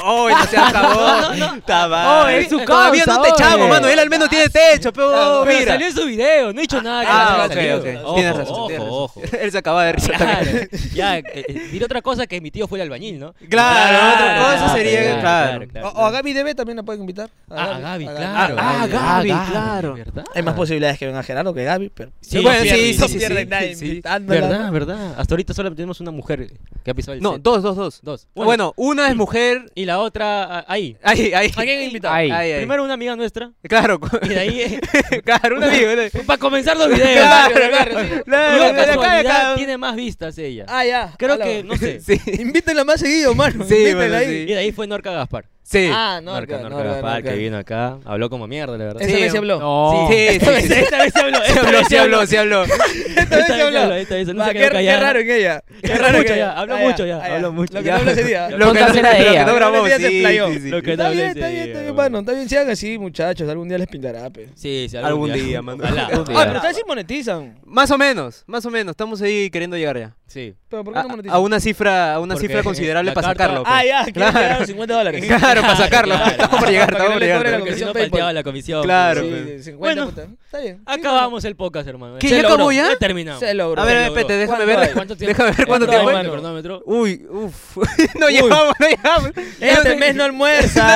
Speaker 1: ¡Oh, no se acabó! Puta madre.
Speaker 6: Oh, es su
Speaker 1: Todavía
Speaker 6: causa,
Speaker 1: no te echamos,
Speaker 6: oye.
Speaker 1: mano. Él al menos tiene techo, pero
Speaker 4: Pero
Speaker 1: mira.
Speaker 4: salió en su video, no he dicho nada. que no
Speaker 1: Ah, ok,
Speaker 4: haya salido.
Speaker 1: ok.
Speaker 4: Ojo,
Speaker 1: tienes razón,
Speaker 4: ojo,
Speaker 1: tienes razón. [laughs]
Speaker 4: ojo.
Speaker 1: Él se acaba de reír.
Speaker 4: Claro.
Speaker 1: [laughs]
Speaker 4: Ya, eh, eh, diré otra cosa que mi tío fue el albañil, ¿no? Ah,
Speaker 1: Claro, otra
Speaker 4: Claro,
Speaker 1: cosa sería- claro.
Speaker 2: O, o a Gaby DB también la pueden invitar.
Speaker 4: Ah, a Gaby, claro. Ah.
Speaker 1: Ah, Gaby, claro.
Speaker 4: ¿Verdad?
Speaker 2: Hay más posibilidades que venga Gerardo que Gaby, pero.
Speaker 4: Sí,
Speaker 1: Bueno,
Speaker 4: sí,
Speaker 1: sí, sí,
Speaker 4: sí, sí,
Speaker 1: sí,
Speaker 4: sí,
Speaker 1: sí.
Speaker 2: nadie
Speaker 4: sí.
Speaker 2: invitándola.
Speaker 4: ¿Verdad? ¿Verdad? Hasta ahorita solo tenemos una mujer que ha pisado el
Speaker 1: No,
Speaker 4: set.
Speaker 1: dos, dos, dos.
Speaker 4: Dos.
Speaker 1: Bueno, una es mujer.
Speaker 4: Y la otra, ah, ahí.
Speaker 1: Ahí, ahí.
Speaker 4: ¿A quién invitar?
Speaker 1: Ahí, ahí.
Speaker 4: Primero una amiga nuestra.
Speaker 1: Claro.
Speaker 4: Y de ahí, eh,
Speaker 1: [laughs] claro, un amigo. ¿no?
Speaker 4: [laughs] para comenzar los videos.
Speaker 1: Claro,
Speaker 4: Claro,
Speaker 1: claro.
Speaker 4: Y
Speaker 1: Claro,
Speaker 4: de
Speaker 1: de acá, de
Speaker 4: casualidad
Speaker 1: acá.
Speaker 4: tiene más vistas ella.
Speaker 2: Ah, ya.
Speaker 4: Creo
Speaker 2: Aló. [laughs]
Speaker 4: que, no sé.
Speaker 1: [laughs] Sí,
Speaker 2: Invítenla más seguido, mano.
Speaker 1: Sí,
Speaker 2: Invítenla
Speaker 1: bueno,
Speaker 2: ahí.
Speaker 4: Y
Speaker 1: sí.
Speaker 4: de ahí fue Norca Gaspar.
Speaker 1: sí.
Speaker 2: Ah, no,
Speaker 4: Norca,
Speaker 2: Norca,
Speaker 4: Norca
Speaker 2: Norca,
Speaker 4: Gaspar,
Speaker 2: Norca.
Speaker 4: que vino acá. Habló como mierda, la verdad.
Speaker 2: Esa
Speaker 1: Sí,
Speaker 2: vez se habló. [laughs]
Speaker 3: No.
Speaker 1: Sí, sí, sí, sí.
Speaker 4: [laughs] Esta vez se habló.
Speaker 1: Se habló, se habló, se habló.
Speaker 2: Esta vez
Speaker 4: Esta
Speaker 2: se
Speaker 4: vez se habló,
Speaker 2: habló.
Speaker 4: esta vez se- no
Speaker 2: Va,
Speaker 4: se
Speaker 2: qué,
Speaker 4: quedó callada.
Speaker 2: qué raro en ella. Qué
Speaker 4: Habló
Speaker 2: raro en
Speaker 4: mucho
Speaker 2: ella.
Speaker 4: ya, habló
Speaker 2: Ah,
Speaker 4: mucho ya, habló mucho
Speaker 2: Lo que
Speaker 1: ya.
Speaker 2: no habló ese
Speaker 4: [laughs]
Speaker 1: [laughs]
Speaker 2: día.
Speaker 1: Lo que no,
Speaker 3: Entonces era
Speaker 1: lo que
Speaker 3: ella.
Speaker 1: no grabó,
Speaker 2: Ese día se
Speaker 1: sí,
Speaker 2: explayó.
Speaker 1: sí, sí.
Speaker 4: Lo que
Speaker 2: Está
Speaker 4: no habló
Speaker 2: bien,
Speaker 4: ese
Speaker 2: está bien,
Speaker 4: día,
Speaker 2: está bien,
Speaker 4: bueno.
Speaker 2: mano. Está bien, sean así, muchachos. Algún día les pintará, pe.
Speaker 4: Sí, sí,
Speaker 1: Algún día, mano.
Speaker 4: Ojalá.
Speaker 1: Algún
Speaker 2: Ah, pero
Speaker 1: día.
Speaker 2: ustedes sí monetizan.
Speaker 1: Más o menos, más o menos. Estamos ahí queriendo llegar ya.
Speaker 4: Sí.
Speaker 2: Pero ¿por qué
Speaker 1: A,
Speaker 2: no monetizan?
Speaker 1: a
Speaker 4: ah,
Speaker 1: una cifra, a una
Speaker 4: Porque
Speaker 1: cifra considerable
Speaker 4: la
Speaker 1: para
Speaker 4: carta-
Speaker 1: sacarlo.
Speaker 2: Ah,
Speaker 1: pues.
Speaker 2: ya, quiero
Speaker 1: Claro.
Speaker 2: claro. 50 dólares.
Speaker 1: Claro, para sacarlo.
Speaker 4: claro.
Speaker 1: Estamos por llegar,
Speaker 2: Para
Speaker 1: estamos por
Speaker 2: que no le
Speaker 1: llegar.
Speaker 2: cobren
Speaker 4: Porque si no
Speaker 2: Comisión PayPal.
Speaker 4: palteaba la comisión.
Speaker 1: Claro,
Speaker 2: Sí,
Speaker 1: pues.
Speaker 2: 50,
Speaker 4: Bueno.
Speaker 2: puta. Está bien. sí,
Speaker 4: Acabamos el podcast, hermano.
Speaker 1: ¿Qué,
Speaker 4: Se
Speaker 1: ya
Speaker 4: logró,
Speaker 1: acabó ya?
Speaker 4: terminamos.
Speaker 2: Se logró.
Speaker 1: A ver,
Speaker 4: logró.
Speaker 1: espérate, déjame
Speaker 2: ¿Cuánto
Speaker 1: ver.
Speaker 2: hay?
Speaker 4: ¿Cuánto tiempo?
Speaker 1: Déjame ver cuánto
Speaker 2: ¿Cuánto hay,
Speaker 1: tiempo.
Speaker 2: mano?
Speaker 1: hay.
Speaker 4: el cronómetro?
Speaker 1: Uy, uff. [laughs] No llegamos, no llegamos.
Speaker 2: [laughs] Este mes no
Speaker 4: [laughs]
Speaker 2: almuerza.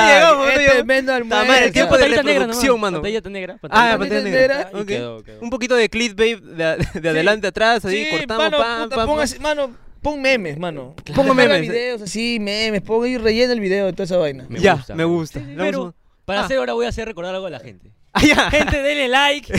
Speaker 1: [laughs] No llegamos, no
Speaker 2: este
Speaker 1: llegamos.
Speaker 2: mes no almuerza.
Speaker 1: Está mal, el tiempo de
Speaker 4: Pantallita negra
Speaker 1: reproducción,
Speaker 4: nomás,
Speaker 1: mano.
Speaker 4: Pantallita negra.
Speaker 1: Ah,
Speaker 4: pantallita
Speaker 1: la
Speaker 4: negra.
Speaker 1: pantalla negra.
Speaker 2: pantalla negra.
Speaker 4: Y
Speaker 1: ok.
Speaker 4: quedó, quedó.
Speaker 1: Un poquito de clickbait de, de adelante atrás, ahí
Speaker 2: Sí,
Speaker 1: cortamos,
Speaker 2: mano,
Speaker 1: pam,
Speaker 2: puta,
Speaker 1: pam,
Speaker 2: pon
Speaker 1: pam.
Speaker 2: así- mano, pon memes, mano.
Speaker 1: Claro. Pongo
Speaker 2: Descarga
Speaker 1: memes.
Speaker 2: videos así, memes. Pon y rellena el video de toda esa vaina.
Speaker 4: Me
Speaker 1: ya,
Speaker 4: gusta,
Speaker 1: me
Speaker 4: me
Speaker 1: gusta.
Speaker 4: Pero para
Speaker 1: Ah.
Speaker 4: hacer ahora voy a hacer recordar algo a la gente.
Speaker 1: [laughs] Ah, ya.
Speaker 4: Gente, denle
Speaker 1: [laughs]
Speaker 4: like,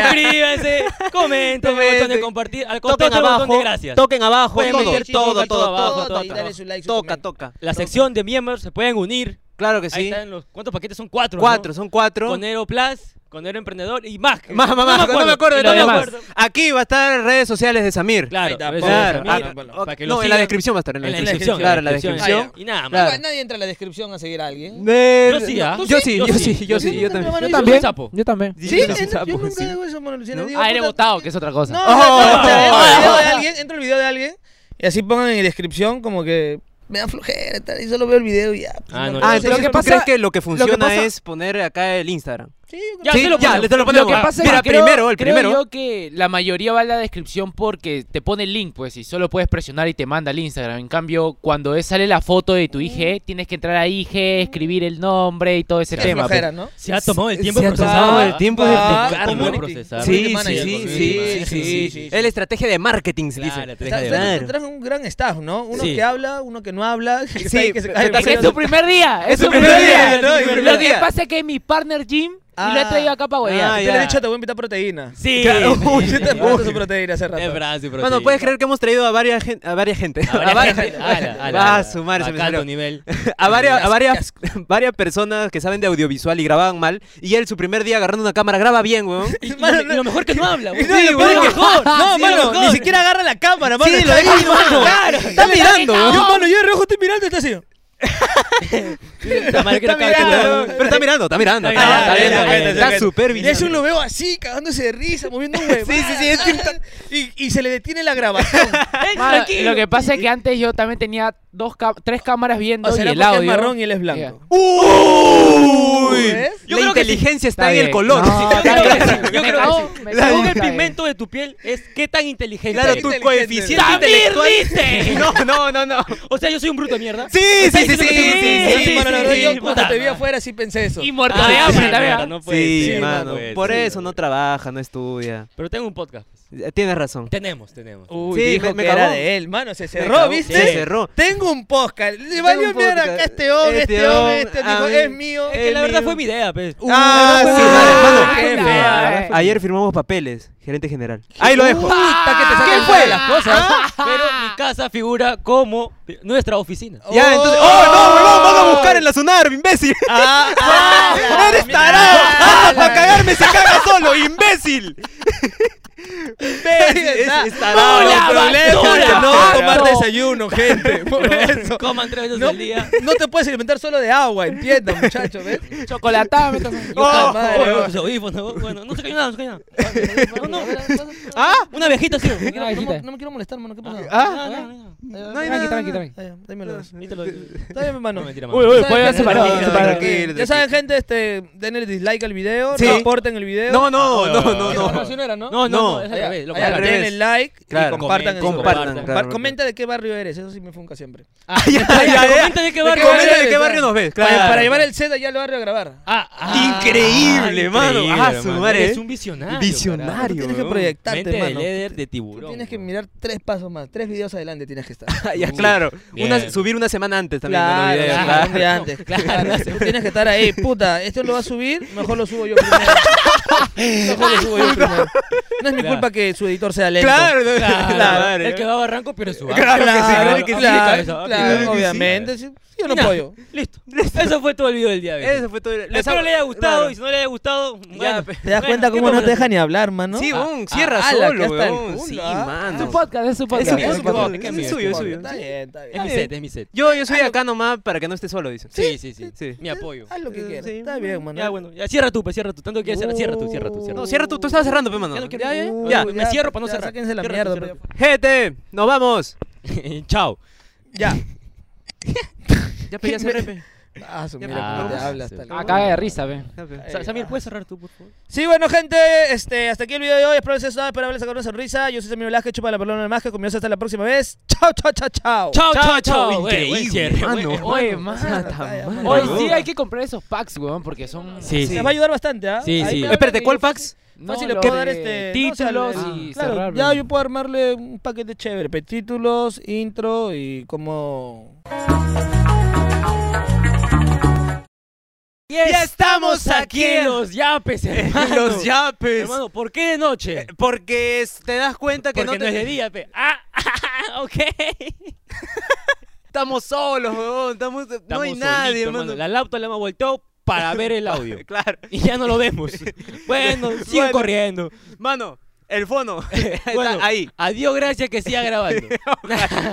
Speaker 4: suscríbanse, comenten, el botón de
Speaker 1: Comenten.
Speaker 4: compartir, al
Speaker 1: Toquen
Speaker 4: costado el botón de
Speaker 1: abajo,
Speaker 4: gracias.
Speaker 1: toquen abajo,
Speaker 4: Pueden
Speaker 1: todo,
Speaker 4: meter
Speaker 1: todo, todo,
Speaker 4: todo, todo
Speaker 1: todo,
Speaker 4: abajo,
Speaker 1: todo,
Speaker 4: y
Speaker 1: todo.
Speaker 2: dale su like, su
Speaker 1: Toca,
Speaker 2: comentario.
Speaker 1: toca.
Speaker 4: La sección de miembros se pueden unir.
Speaker 1: Claro que
Speaker 4: Ahí
Speaker 1: sí.
Speaker 4: están los ¿Cuántos paquetes son? Cuatro. ¿no?
Speaker 1: Cuatro, son cuatro.
Speaker 4: Conero Plus, Conero Emprendedor y más.
Speaker 1: Más, más, más, no me acuerdo
Speaker 4: Y
Speaker 1: de
Speaker 4: lo
Speaker 1: todo
Speaker 4: demás.
Speaker 1: más. Aquí va a estar redes sociales de Samir.
Speaker 4: Claro,
Speaker 2: Ahí está,
Speaker 1: Claro,
Speaker 2: Samir,
Speaker 1: ah,
Speaker 2: bueno,
Speaker 1: ok,
Speaker 4: para que lo
Speaker 1: no, en la
Speaker 4: sigan.
Speaker 1: descripción va a estar, en la, descripción. Claro, en la descripción.
Speaker 4: Y nada más.
Speaker 1: Claro.
Speaker 2: Nadie entra a la descripción a seguir a alguien.
Speaker 1: Eh,
Speaker 4: Yo sí, ¿ah?
Speaker 1: Yo sí, yo sí, yo sí, yo
Speaker 2: Yo
Speaker 1: también.
Speaker 2: también.
Speaker 3: Yo también.
Speaker 4: soy sapo.
Speaker 3: Yo también.
Speaker 2: Sí,
Speaker 1: Sí,
Speaker 2: entra-
Speaker 1: sí,
Speaker 2: yo
Speaker 1: sí,
Speaker 2: nunca
Speaker 1: sí.
Speaker 2: hago eso, mano. Luciano,
Speaker 1: ¿No?
Speaker 2: digo,
Speaker 3: Ah, eres
Speaker 2: puta-
Speaker 3: votado, que es otra cosa.
Speaker 2: No,
Speaker 1: Oh,
Speaker 2: no, no,
Speaker 1: oh,
Speaker 2: entra el video de
Speaker 1: oh.
Speaker 2: alguien, entra el video de alguien y así pongan en descripción como que me da flojera tal, y solo veo el video y ya. pues,
Speaker 4: Ah, no,
Speaker 1: Ah,
Speaker 2: sé,
Speaker 1: entonces
Speaker 2: yo
Speaker 1: tú
Speaker 2: creo-
Speaker 1: crees que lo que funciona
Speaker 3: pasa-
Speaker 1: es poner acá el Instagram.
Speaker 2: Sí, yo creo-
Speaker 4: Ya,
Speaker 1: sí,
Speaker 4: se lo
Speaker 1: ya,
Speaker 4: ponemos.
Speaker 1: le te lo
Speaker 3: Lo
Speaker 1: ponemos. Ah,
Speaker 3: que pasa es
Speaker 1: Mira,
Speaker 3: que creo-
Speaker 1: primero, el
Speaker 3: creo
Speaker 1: primero.
Speaker 3: yo que la mayoría va a la descripción porque te pone el link, pues, y solo puedes presionar y te manda al Instagram. En cambio, cuando es- sale la foto de tu
Speaker 1: Mm.
Speaker 3: IG, tienes que entrar a IG, escribir el nombre y todo ese
Speaker 2: qué
Speaker 3: tema.
Speaker 2: flojera,
Speaker 3: pues.
Speaker 2: ¿no?
Speaker 4: Se ha tomado el tiempo
Speaker 1: Se ha tomado el
Speaker 4: procesado.
Speaker 1: tiempo de
Speaker 2: Ah,
Speaker 4: de
Speaker 1: explicarlo.
Speaker 4: cómo
Speaker 2: community.
Speaker 4: procesar.
Speaker 1: Sí, sí,
Speaker 2: manager,
Speaker 1: sí,
Speaker 2: community
Speaker 1: sí,
Speaker 2: manager,
Speaker 1: sí,
Speaker 2: sí,
Speaker 1: sí.
Speaker 2: sí,
Speaker 1: Es la estrategia de marketing, se dice.
Speaker 2: Está-
Speaker 4: de
Speaker 2: ustedes
Speaker 1: Claro.
Speaker 2: tendrán un gran staff, ¿no? Uno
Speaker 4: Sí.
Speaker 2: que habla, uno que no habla. [laughs] que está
Speaker 1: Sí,
Speaker 2: ahí, que se cae
Speaker 1: pero-
Speaker 3: Es que es su primer día. Es
Speaker 1: su
Speaker 3: su
Speaker 1: primer
Speaker 3: primer
Speaker 1: día, ¿no? Es su
Speaker 3: día.
Speaker 1: primer
Speaker 3: Lo que
Speaker 1: día.
Speaker 3: pasa es que es mi partner Jim y lo he
Speaker 2: Ah.
Speaker 3: traído acá para huevear.
Speaker 1: Ah,
Speaker 2: Yo le
Speaker 1: ya.
Speaker 2: he dicho, te voy a invitar proteína.
Speaker 4: Sí.
Speaker 1: Claro.
Speaker 4: sí,
Speaker 2: Uy,
Speaker 4: sí,
Speaker 2: yo te
Speaker 4: sí.
Speaker 2: apunto su proteína hace rato.
Speaker 4: Es brazo y
Speaker 1: Mano,
Speaker 4: proteína.
Speaker 1: ¿puedes creer que hemos traído a varias gente? A varias gente.
Speaker 4: A varias gente. Ala, ala,
Speaker 1: Va a
Speaker 4: ala.
Speaker 1: sumar, se me
Speaker 4: Acá
Speaker 1: salió.
Speaker 4: tu nivel.
Speaker 1: a varias, a
Speaker 2: Qué
Speaker 1: varias, varias personas que saben de audiovisual y grababan mal. Y él, su primer día agarrando una cámara, graba bien, weón.
Speaker 4: Y, y lo- y lo mejor que no habla.
Speaker 2: Y
Speaker 4: güey.
Speaker 2: no, y lo peor es que-
Speaker 3: [laughs]
Speaker 2: No,
Speaker 4: Sí,
Speaker 2: mano,
Speaker 4: lo mejor.
Speaker 2: ni siquiera agarra la cámara, mano.
Speaker 1: Sí, lo deja ahí, mano. Está mirando, weón.
Speaker 2: Yo, mano, yo de reojo estoy mirando y está así.
Speaker 4: La
Speaker 2: Está
Speaker 4: madre que no cabe, que no
Speaker 2: mirando.
Speaker 4: cabe.
Speaker 1: Pero está mirando, está mirando. Está
Speaker 4: Está mirando, está
Speaker 1: bien,
Speaker 4: bien,
Speaker 1: está
Speaker 4: está
Speaker 1: bien.
Speaker 4: bien.
Speaker 1: Está súper
Speaker 2: Y eso
Speaker 1: bien.
Speaker 2: lo veo así, cagándose de risa, moviendo un huevo.
Speaker 1: Sí, sí, sí, es
Speaker 2: y, y se le detiene la grabación.
Speaker 3: Mano, lo que pasa es que antes yo también tenía dos ca- tres cámaras viendo
Speaker 2: o sea,
Speaker 3: y
Speaker 2: porque
Speaker 3: el audio.
Speaker 2: es marrón y él es blanco.
Speaker 1: ¡Uy!
Speaker 2: ¿Ves?
Speaker 1: La inteligencia está, en
Speaker 3: bien.
Speaker 1: el color.
Speaker 3: No,
Speaker 2: [laughs]
Speaker 1: Sí,
Speaker 3: está
Speaker 4: Yo creo que
Speaker 3: bien.
Speaker 4: sí, yo
Speaker 3: Me
Speaker 4: creo que
Speaker 3: cagó,
Speaker 4: sí.
Speaker 3: me
Speaker 4: Según
Speaker 3: cagó,
Speaker 4: el
Speaker 3: está bien.
Speaker 4: pigmento de tu piel es qué tan inteligente
Speaker 1: Claro,
Speaker 4: eres.
Speaker 1: tu
Speaker 2: inteligente.
Speaker 1: coeficiente
Speaker 4: ¡Samir
Speaker 1: intelectual. No, no, no, no.
Speaker 4: O sea, yo soy un bruto de mierda.
Speaker 1: Sí, sí, sí, sí, sí, sí,
Speaker 4: sí,
Speaker 2: mano,
Speaker 4: sí,
Speaker 2: no,
Speaker 4: sí,
Speaker 2: yo
Speaker 4: puta
Speaker 2: cuando te vi
Speaker 4: madre.
Speaker 2: afuera sí pensé eso.
Speaker 3: Y muerto de hambre Ah, también. ¿ah?
Speaker 4: no puede
Speaker 1: Sí,
Speaker 4: ser,
Speaker 1: mano.
Speaker 4: no puede
Speaker 1: Por
Speaker 4: ser,
Speaker 1: eso no
Speaker 4: güey.
Speaker 1: trabaja, no estudia.
Speaker 4: Pero tengo un podcast.
Speaker 1: Tienes razón.
Speaker 4: Tenemos, tenemos.
Speaker 2: Uy,
Speaker 1: Sí,
Speaker 2: dijo
Speaker 1: me- me
Speaker 2: que
Speaker 1: cagó.
Speaker 2: era de él, mano. Se cerró,
Speaker 1: cagó,
Speaker 2: ¿viste?
Speaker 1: se cerró.
Speaker 2: Tengo un podcast. Le
Speaker 1: Tengo un
Speaker 2: valió mierda
Speaker 1: podcast.
Speaker 2: acá este hombre,
Speaker 1: Este
Speaker 2: este hombre,
Speaker 1: hombre,
Speaker 2: este
Speaker 1: a
Speaker 2: dijo,
Speaker 1: mí-
Speaker 2: es mío.
Speaker 4: Es que la
Speaker 1: el
Speaker 4: verdad
Speaker 1: mío.
Speaker 4: fue mi idea, pues.
Speaker 2: Uh,
Speaker 1: Ah, sí,
Speaker 2: Ah,
Speaker 1: vale,
Speaker 2: qué
Speaker 1: mano.
Speaker 2: fea.
Speaker 1: Ah, Ayer firmamos papeles, gerente general. Ahí lo dejo.
Speaker 2: Puta, que te sacan
Speaker 1: ¿Qué fue?
Speaker 2: todas las cosas.
Speaker 4: Pero mi casa figura como nuestra oficina.
Speaker 1: Ya, entonces. ¡Oh, no, huevón! Van a buscar en la sonar, imbécil.
Speaker 2: Ah, ah,
Speaker 1: ¡No [laughs] eres
Speaker 2: mira,
Speaker 1: tarado!
Speaker 2: ah,
Speaker 1: ¡Anda para cagarme! ¡Se caga solo, imbécil!
Speaker 2: imbécil,
Speaker 1: Es-
Speaker 2: está.
Speaker 1: es tarado,
Speaker 2: No, la
Speaker 1: problema,
Speaker 2: basura,
Speaker 1: No,
Speaker 2: pato.
Speaker 1: tomar
Speaker 2: desayuno, gente. Por eso.
Speaker 4: Coman tres veces
Speaker 2: No,
Speaker 4: al día.
Speaker 2: no te puedes alimentar solo de agua, entiendo, muchachos, ¿ves?
Speaker 6: Chocolatada, me tomo.
Speaker 4: Yo cal-
Speaker 2: madre,
Speaker 4: bueno,
Speaker 2: no.
Speaker 4: los audífonos, bueno, no se cayó nada, no se cayó nada. No, no,
Speaker 1: ¿Ah?
Speaker 4: una viejita así.
Speaker 2: No, quiero- no
Speaker 6: viejita.
Speaker 2: me- no me quiero molestar, mano, ¿qué pasa?
Speaker 1: ¿Ah?
Speaker 4: No, no, no.
Speaker 2: Eh,
Speaker 1: No hay
Speaker 2: eh,
Speaker 1: nada.
Speaker 6: Tranqui, tranqui,
Speaker 2: eh, Dámelo.
Speaker 4: Ahí te lo-
Speaker 2: Está bien, mi hermano.
Speaker 4: No, mentira,
Speaker 3: Uy,
Speaker 4: mano.
Speaker 3: uy, puede
Speaker 2: Ya saben,
Speaker 3: haber separado.
Speaker 2: gente,
Speaker 1: separado.
Speaker 2: tranquilo,
Speaker 1: Tranquilo,
Speaker 2: Ya saben, gente, este, denle dislike al video,
Speaker 1: Sí.
Speaker 2: comparten el video.
Speaker 1: No, no, no,
Speaker 2: Ah,
Speaker 1: no, no.
Speaker 2: así no era, ¿no?
Speaker 4: No, no,
Speaker 1: No.
Speaker 4: no, es al revés. lo
Speaker 2: Ahí,
Speaker 1: al
Speaker 4: contrario.
Speaker 1: revés.
Speaker 2: denle like
Speaker 1: Claro.
Speaker 2: y compartan el
Speaker 4: Compartan,
Speaker 2: video.
Speaker 1: claro.
Speaker 2: Comenta de qué barrio eres, eso sí me funca siempre.
Speaker 1: Ah, ya, ya, ya.
Speaker 4: Comenta de qué barrio
Speaker 1: Comenta
Speaker 4: eres,
Speaker 1: de qué
Speaker 2: claro.
Speaker 1: barrio nos ves.
Speaker 2: Para,
Speaker 1: claro.
Speaker 2: para llevar el Z allá al barrio a grabar.
Speaker 4: Ah, ah,
Speaker 1: Increíble, mano. Ah, su
Speaker 4: hermano.
Speaker 1: madre,
Speaker 4: Eres
Speaker 1: eh.
Speaker 4: un visionario. carajo.
Speaker 1: Visionario.
Speaker 2: Tienes que
Speaker 1: weón.
Speaker 2: proyectarte,
Speaker 4: Mente de
Speaker 2: hermano.
Speaker 4: líder de
Speaker 2: Tú
Speaker 4: tiburón.
Speaker 2: Tienes que
Speaker 4: weón.
Speaker 2: mirar tres pasos más, tres videos adelante
Speaker 1: [laughs]
Speaker 2: tienes que estar.
Speaker 1: Ah, [laughs] ya, claro.
Speaker 4: Bien.
Speaker 1: Una- subir una semana antes también. ¿no?
Speaker 2: Claro,
Speaker 1: Los videos,
Speaker 2: sí,
Speaker 4: claro.
Speaker 2: un día antes.
Speaker 4: Claro.
Speaker 2: Claro, tú tienes que estar ahí, puta. Esto lo va a subir, mejor
Speaker 1: [laughs]
Speaker 2: lo subo yo primero. Mejor lo subo yo primero. No es mi
Speaker 4: Claro.
Speaker 2: culpa que su editor sea lento.
Speaker 1: Claro, no,
Speaker 4: Claro,
Speaker 1: la madre.
Speaker 4: El que va a Barranco pierde su barco.
Speaker 1: Claro que sí,
Speaker 2: Claro,
Speaker 1: claro que sí.
Speaker 2: claro,
Speaker 4: Aplica eso,
Speaker 2: claro,
Speaker 1: aplica eso.
Speaker 2: obviamente. sí. Yo no
Speaker 4: Mira,
Speaker 2: puedo.
Speaker 4: Listo. Eso fue todo el video del día. de hoy.
Speaker 1: Eso fue todo. Les
Speaker 4: Espero
Speaker 1: hago-
Speaker 4: le haya gustado
Speaker 1: Claro.
Speaker 4: y si no le haya gustado, bueno,
Speaker 1: pe-
Speaker 2: ¿Te das
Speaker 4: bueno,
Speaker 2: cuenta
Speaker 4: ¿qué
Speaker 2: cómo no
Speaker 4: podemos
Speaker 2: te deja ni hablar, mano?
Speaker 1: Sí, weón,
Speaker 4: ah,
Speaker 1: cierra
Speaker 2: ala, que
Speaker 1: solo,
Speaker 2: hasta el
Speaker 1: weón.
Speaker 2: culo,
Speaker 1: Sí,
Speaker 2: ah.
Speaker 1: mano.
Speaker 6: Es su podcast, es su podcast.
Speaker 1: mío,
Speaker 6: Es
Speaker 1: es
Speaker 6: su
Speaker 1: mío.
Speaker 6: podcast.
Speaker 1: es suyo, es suyo.
Speaker 2: Está bien, está bien.
Speaker 4: Es mi set, es mi set.
Speaker 1: Yo, yo soy acá nomás para que no esté solo, dicen.
Speaker 4: Sí, sí, sí.
Speaker 1: Sí.
Speaker 4: Mi apoyo.
Speaker 2: Haz lo que
Speaker 1: Eh,
Speaker 2: quieras.
Speaker 1: sí.
Speaker 2: Está bien, mano.
Speaker 4: Ya, bueno, ya cierra tú, pues cierra tú. Tanto que cierra, cierra tú, cierra tú, cierra
Speaker 1: No,
Speaker 4: tú.
Speaker 1: cierra tú, tú estabas cerrando, pe, mano.
Speaker 4: Ya no quiero-
Speaker 1: Ya, ya,
Speaker 2: Uh,
Speaker 1: ya.
Speaker 4: me cierro para no
Speaker 2: ya,
Speaker 4: cerrar.
Speaker 2: Sáquense la
Speaker 4: Cierra,
Speaker 2: mierda.
Speaker 4: cierra.
Speaker 2: pero-
Speaker 1: Gente, nos vamos.
Speaker 4: [laughs] Chao.
Speaker 2: Ya.
Speaker 1: Ya, [laughs]
Speaker 4: pues,
Speaker 1: pe, ya cerré, pe.
Speaker 2: Ah, su
Speaker 1: Ya,
Speaker 2: mira
Speaker 4: pero-
Speaker 2: cómo te
Speaker 4: Ah,
Speaker 2: hablas.
Speaker 4: sí,
Speaker 2: tal.
Speaker 4: sí.
Speaker 3: Ah, caga de risa, ve.
Speaker 1: Ya, pe.
Speaker 2: Eh,
Speaker 4: Sa- Samir,
Speaker 2: ah.
Speaker 4: ¿puedes cerrar tú, por favor?
Speaker 2: Sí, bueno, gente, este, hasta aquí el video de hoy. Espero les haya gustado, espero haberles sacado una sonrisa. Yo soy Samir Velázquez, chupa la pelona del más que conmigo hasta la próxima vez. Chao, chao, chao, chao.
Speaker 4: Chao, chao, chao.
Speaker 1: Increíble,
Speaker 4: Güey, buen cierre,
Speaker 1: mano.
Speaker 4: güey.
Speaker 3: Eh, Oye,
Speaker 2: ya, [laughs]
Speaker 3: mata.
Speaker 2: ya,
Speaker 3: Hoy
Speaker 1: ya.
Speaker 3: sí hay que comprar esos packs, weón, porque son.
Speaker 4: Sí,
Speaker 2: Se
Speaker 4: sí.
Speaker 2: va a ayudar bastante, ¿ah?
Speaker 4: Sí,
Speaker 2: Ahí
Speaker 4: sí.
Speaker 2: cada
Speaker 1: Espérate,
Speaker 2: vez
Speaker 1: ¿cuál
Speaker 2: yo-
Speaker 1: fax?
Speaker 3: No,
Speaker 2: Fácil,
Speaker 3: lo
Speaker 2: le puedo
Speaker 3: de
Speaker 2: dar este. no, o sea,
Speaker 3: Títulos
Speaker 2: el-
Speaker 3: y
Speaker 2: claro,
Speaker 3: cerrar,
Speaker 2: Ya
Speaker 3: bro.
Speaker 2: yo puedo armarle un paquete chévere. pe, Títulos, intro y como.
Speaker 4: Y
Speaker 1: estamos aquí [laughs] en
Speaker 4: [laughs] los yapes, hermano.
Speaker 1: Los yapes. Eh,
Speaker 4: Hermano, ¿por qué de noche?
Speaker 1: Porque es- te das cuenta que
Speaker 4: Porque no,
Speaker 1: no
Speaker 4: es de
Speaker 1: te...
Speaker 4: día, pe. Ah, [laughs] ok.
Speaker 1: estamos solos, weón. Estamos... no hay
Speaker 4: Estamos
Speaker 1: nadie,
Speaker 4: solitos,
Speaker 1: hermano.
Speaker 4: La laptop la hemos volteado para
Speaker 1: [laughs]
Speaker 4: ver el audio.
Speaker 1: Claro.
Speaker 4: Y ya no lo vemos. Bueno, sigue
Speaker 1: Bueno.
Speaker 4: corriendo.
Speaker 1: Mano, el
Speaker 4: [laughs]
Speaker 1: fono. Está
Speaker 4: Bueno,
Speaker 1: ahí.
Speaker 4: [laughs] Adiós, gracias que
Speaker 1: [laughs]
Speaker 4: siga grabando.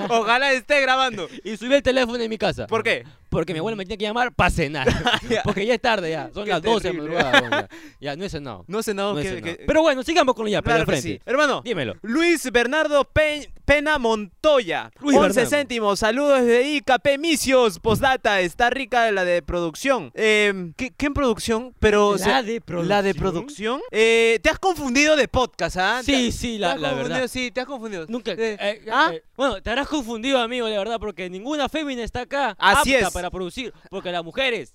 Speaker 1: Ojalá esté grabando.
Speaker 4: y subí el teléfono en mi casa.
Speaker 1: ¿Por qué? Ah,
Speaker 4: Porque mi abuela me tiene que llamar para
Speaker 1: [laughs]
Speaker 4: cenar.
Speaker 1: Ya.
Speaker 4: Porque ya es tarde, ya. Son
Speaker 1: Qué
Speaker 4: las 12 de la
Speaker 1: terrible.
Speaker 4: madrugada. weón, Ya, Ya, no he cenado.
Speaker 1: No sé nada
Speaker 4: No he
Speaker 1: que,
Speaker 4: cenado.
Speaker 1: que-
Speaker 4: Pero bueno, sigamos con los yapes
Speaker 1: claro
Speaker 4: de
Speaker 1: que
Speaker 4: frente.
Speaker 1: sí. [laughs] Hermano,
Speaker 4: Dímelo.
Speaker 1: Luis Bernardo Pe- Pena Montoya.
Speaker 4: Luis
Speaker 1: 11
Speaker 4: Bernardo.
Speaker 1: céntimos. Saludos de IKP Misios. Postdata. Está rica la de producción. Eh, ¿qué, qué en producción? Pero. o sea,
Speaker 4: de
Speaker 1: ¿La de producción? Eh, te has confundido de podcast, ¿ah?
Speaker 4: Sí,
Speaker 1: Te-
Speaker 4: sí,
Speaker 1: te
Speaker 4: la,
Speaker 1: has
Speaker 4: la
Speaker 1: confundido,
Speaker 4: verdad.
Speaker 1: Sí, te has confundido.
Speaker 4: Nunca.
Speaker 1: Eh,
Speaker 4: eh,
Speaker 1: ¿ah?
Speaker 4: eh, bueno, te habrás confundido, amigo, la verdad, porque ninguna fémina está acá
Speaker 1: Así
Speaker 4: apta
Speaker 1: es.
Speaker 4: para producir. Porque las mujeres.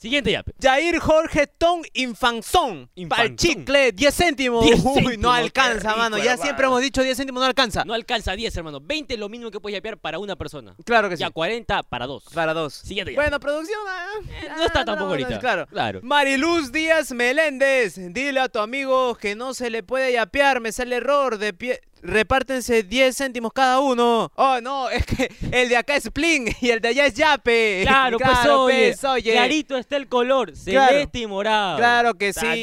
Speaker 4: Siguiente yape.
Speaker 1: Jair Jorge Ton Infanzón.
Speaker 4: Infanzón.
Speaker 1: Para chicle, 10 céntimos.
Speaker 4: 10
Speaker 1: Uy, no
Speaker 4: céntimos,
Speaker 1: alcanza,
Speaker 4: qué rico,
Speaker 1: mano. Ya
Speaker 4: hermano.
Speaker 1: siempre hemos dicho 10 céntimos, no alcanza.
Speaker 4: No alcanza 10, hermano. 20 es lo mínimo que puedes yapear para una persona.
Speaker 1: Claro que sí.
Speaker 4: Ya 40 para dos.
Speaker 1: Para dos.
Speaker 4: Siguiente yape.
Speaker 1: Bueno, producción. ah,
Speaker 4: Eh,
Speaker 1: ah,
Speaker 4: no está tampoco
Speaker 1: no,
Speaker 4: ahorita.
Speaker 1: Claro. [laughs]
Speaker 4: Claro.
Speaker 1: Mariluz Díaz Meléndez, dile a tu amigo que no se le puede yapear, me sale error, de pie... repártense 10 céntimos cada uno. Oh, no, es que el de acá es Plin y el de allá es Yape.
Speaker 4: Claro, pues, oye,
Speaker 1: pues, oye.
Speaker 4: Clarito está el color,
Speaker 1: Claro.
Speaker 4: celeste y morado.
Speaker 1: Claro que
Speaker 4: Está
Speaker 1: sí.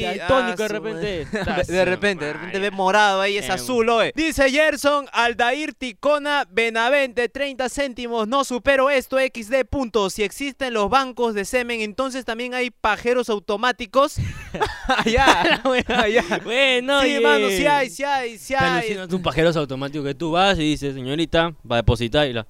Speaker 1: ah,
Speaker 4: daltónico de
Speaker 1: su
Speaker 4: repente.
Speaker 1: madre.
Speaker 4: Está
Speaker 1: De
Speaker 4: su
Speaker 1: repente, de repente
Speaker 4: madre.
Speaker 1: ve morado ahí, es
Speaker 4: Em.
Speaker 1: azul, oe. Dice Gerson, Aldair Ticona Benavente, 30 céntimos, no supero esto, XD punto. Si existen los bancos de semen, entonces también hay pajeros
Speaker 4: [laughs]
Speaker 1: automáticos. [laughs] allá, allá.
Speaker 4: Bueno,
Speaker 1: sí,
Speaker 4: oye.
Speaker 1: mano, sí hay, sí hay, sí
Speaker 4: Está
Speaker 1: hay.
Speaker 4: alucinante un pajeros automático que tú vas y dices, señorita, va a depositar y la.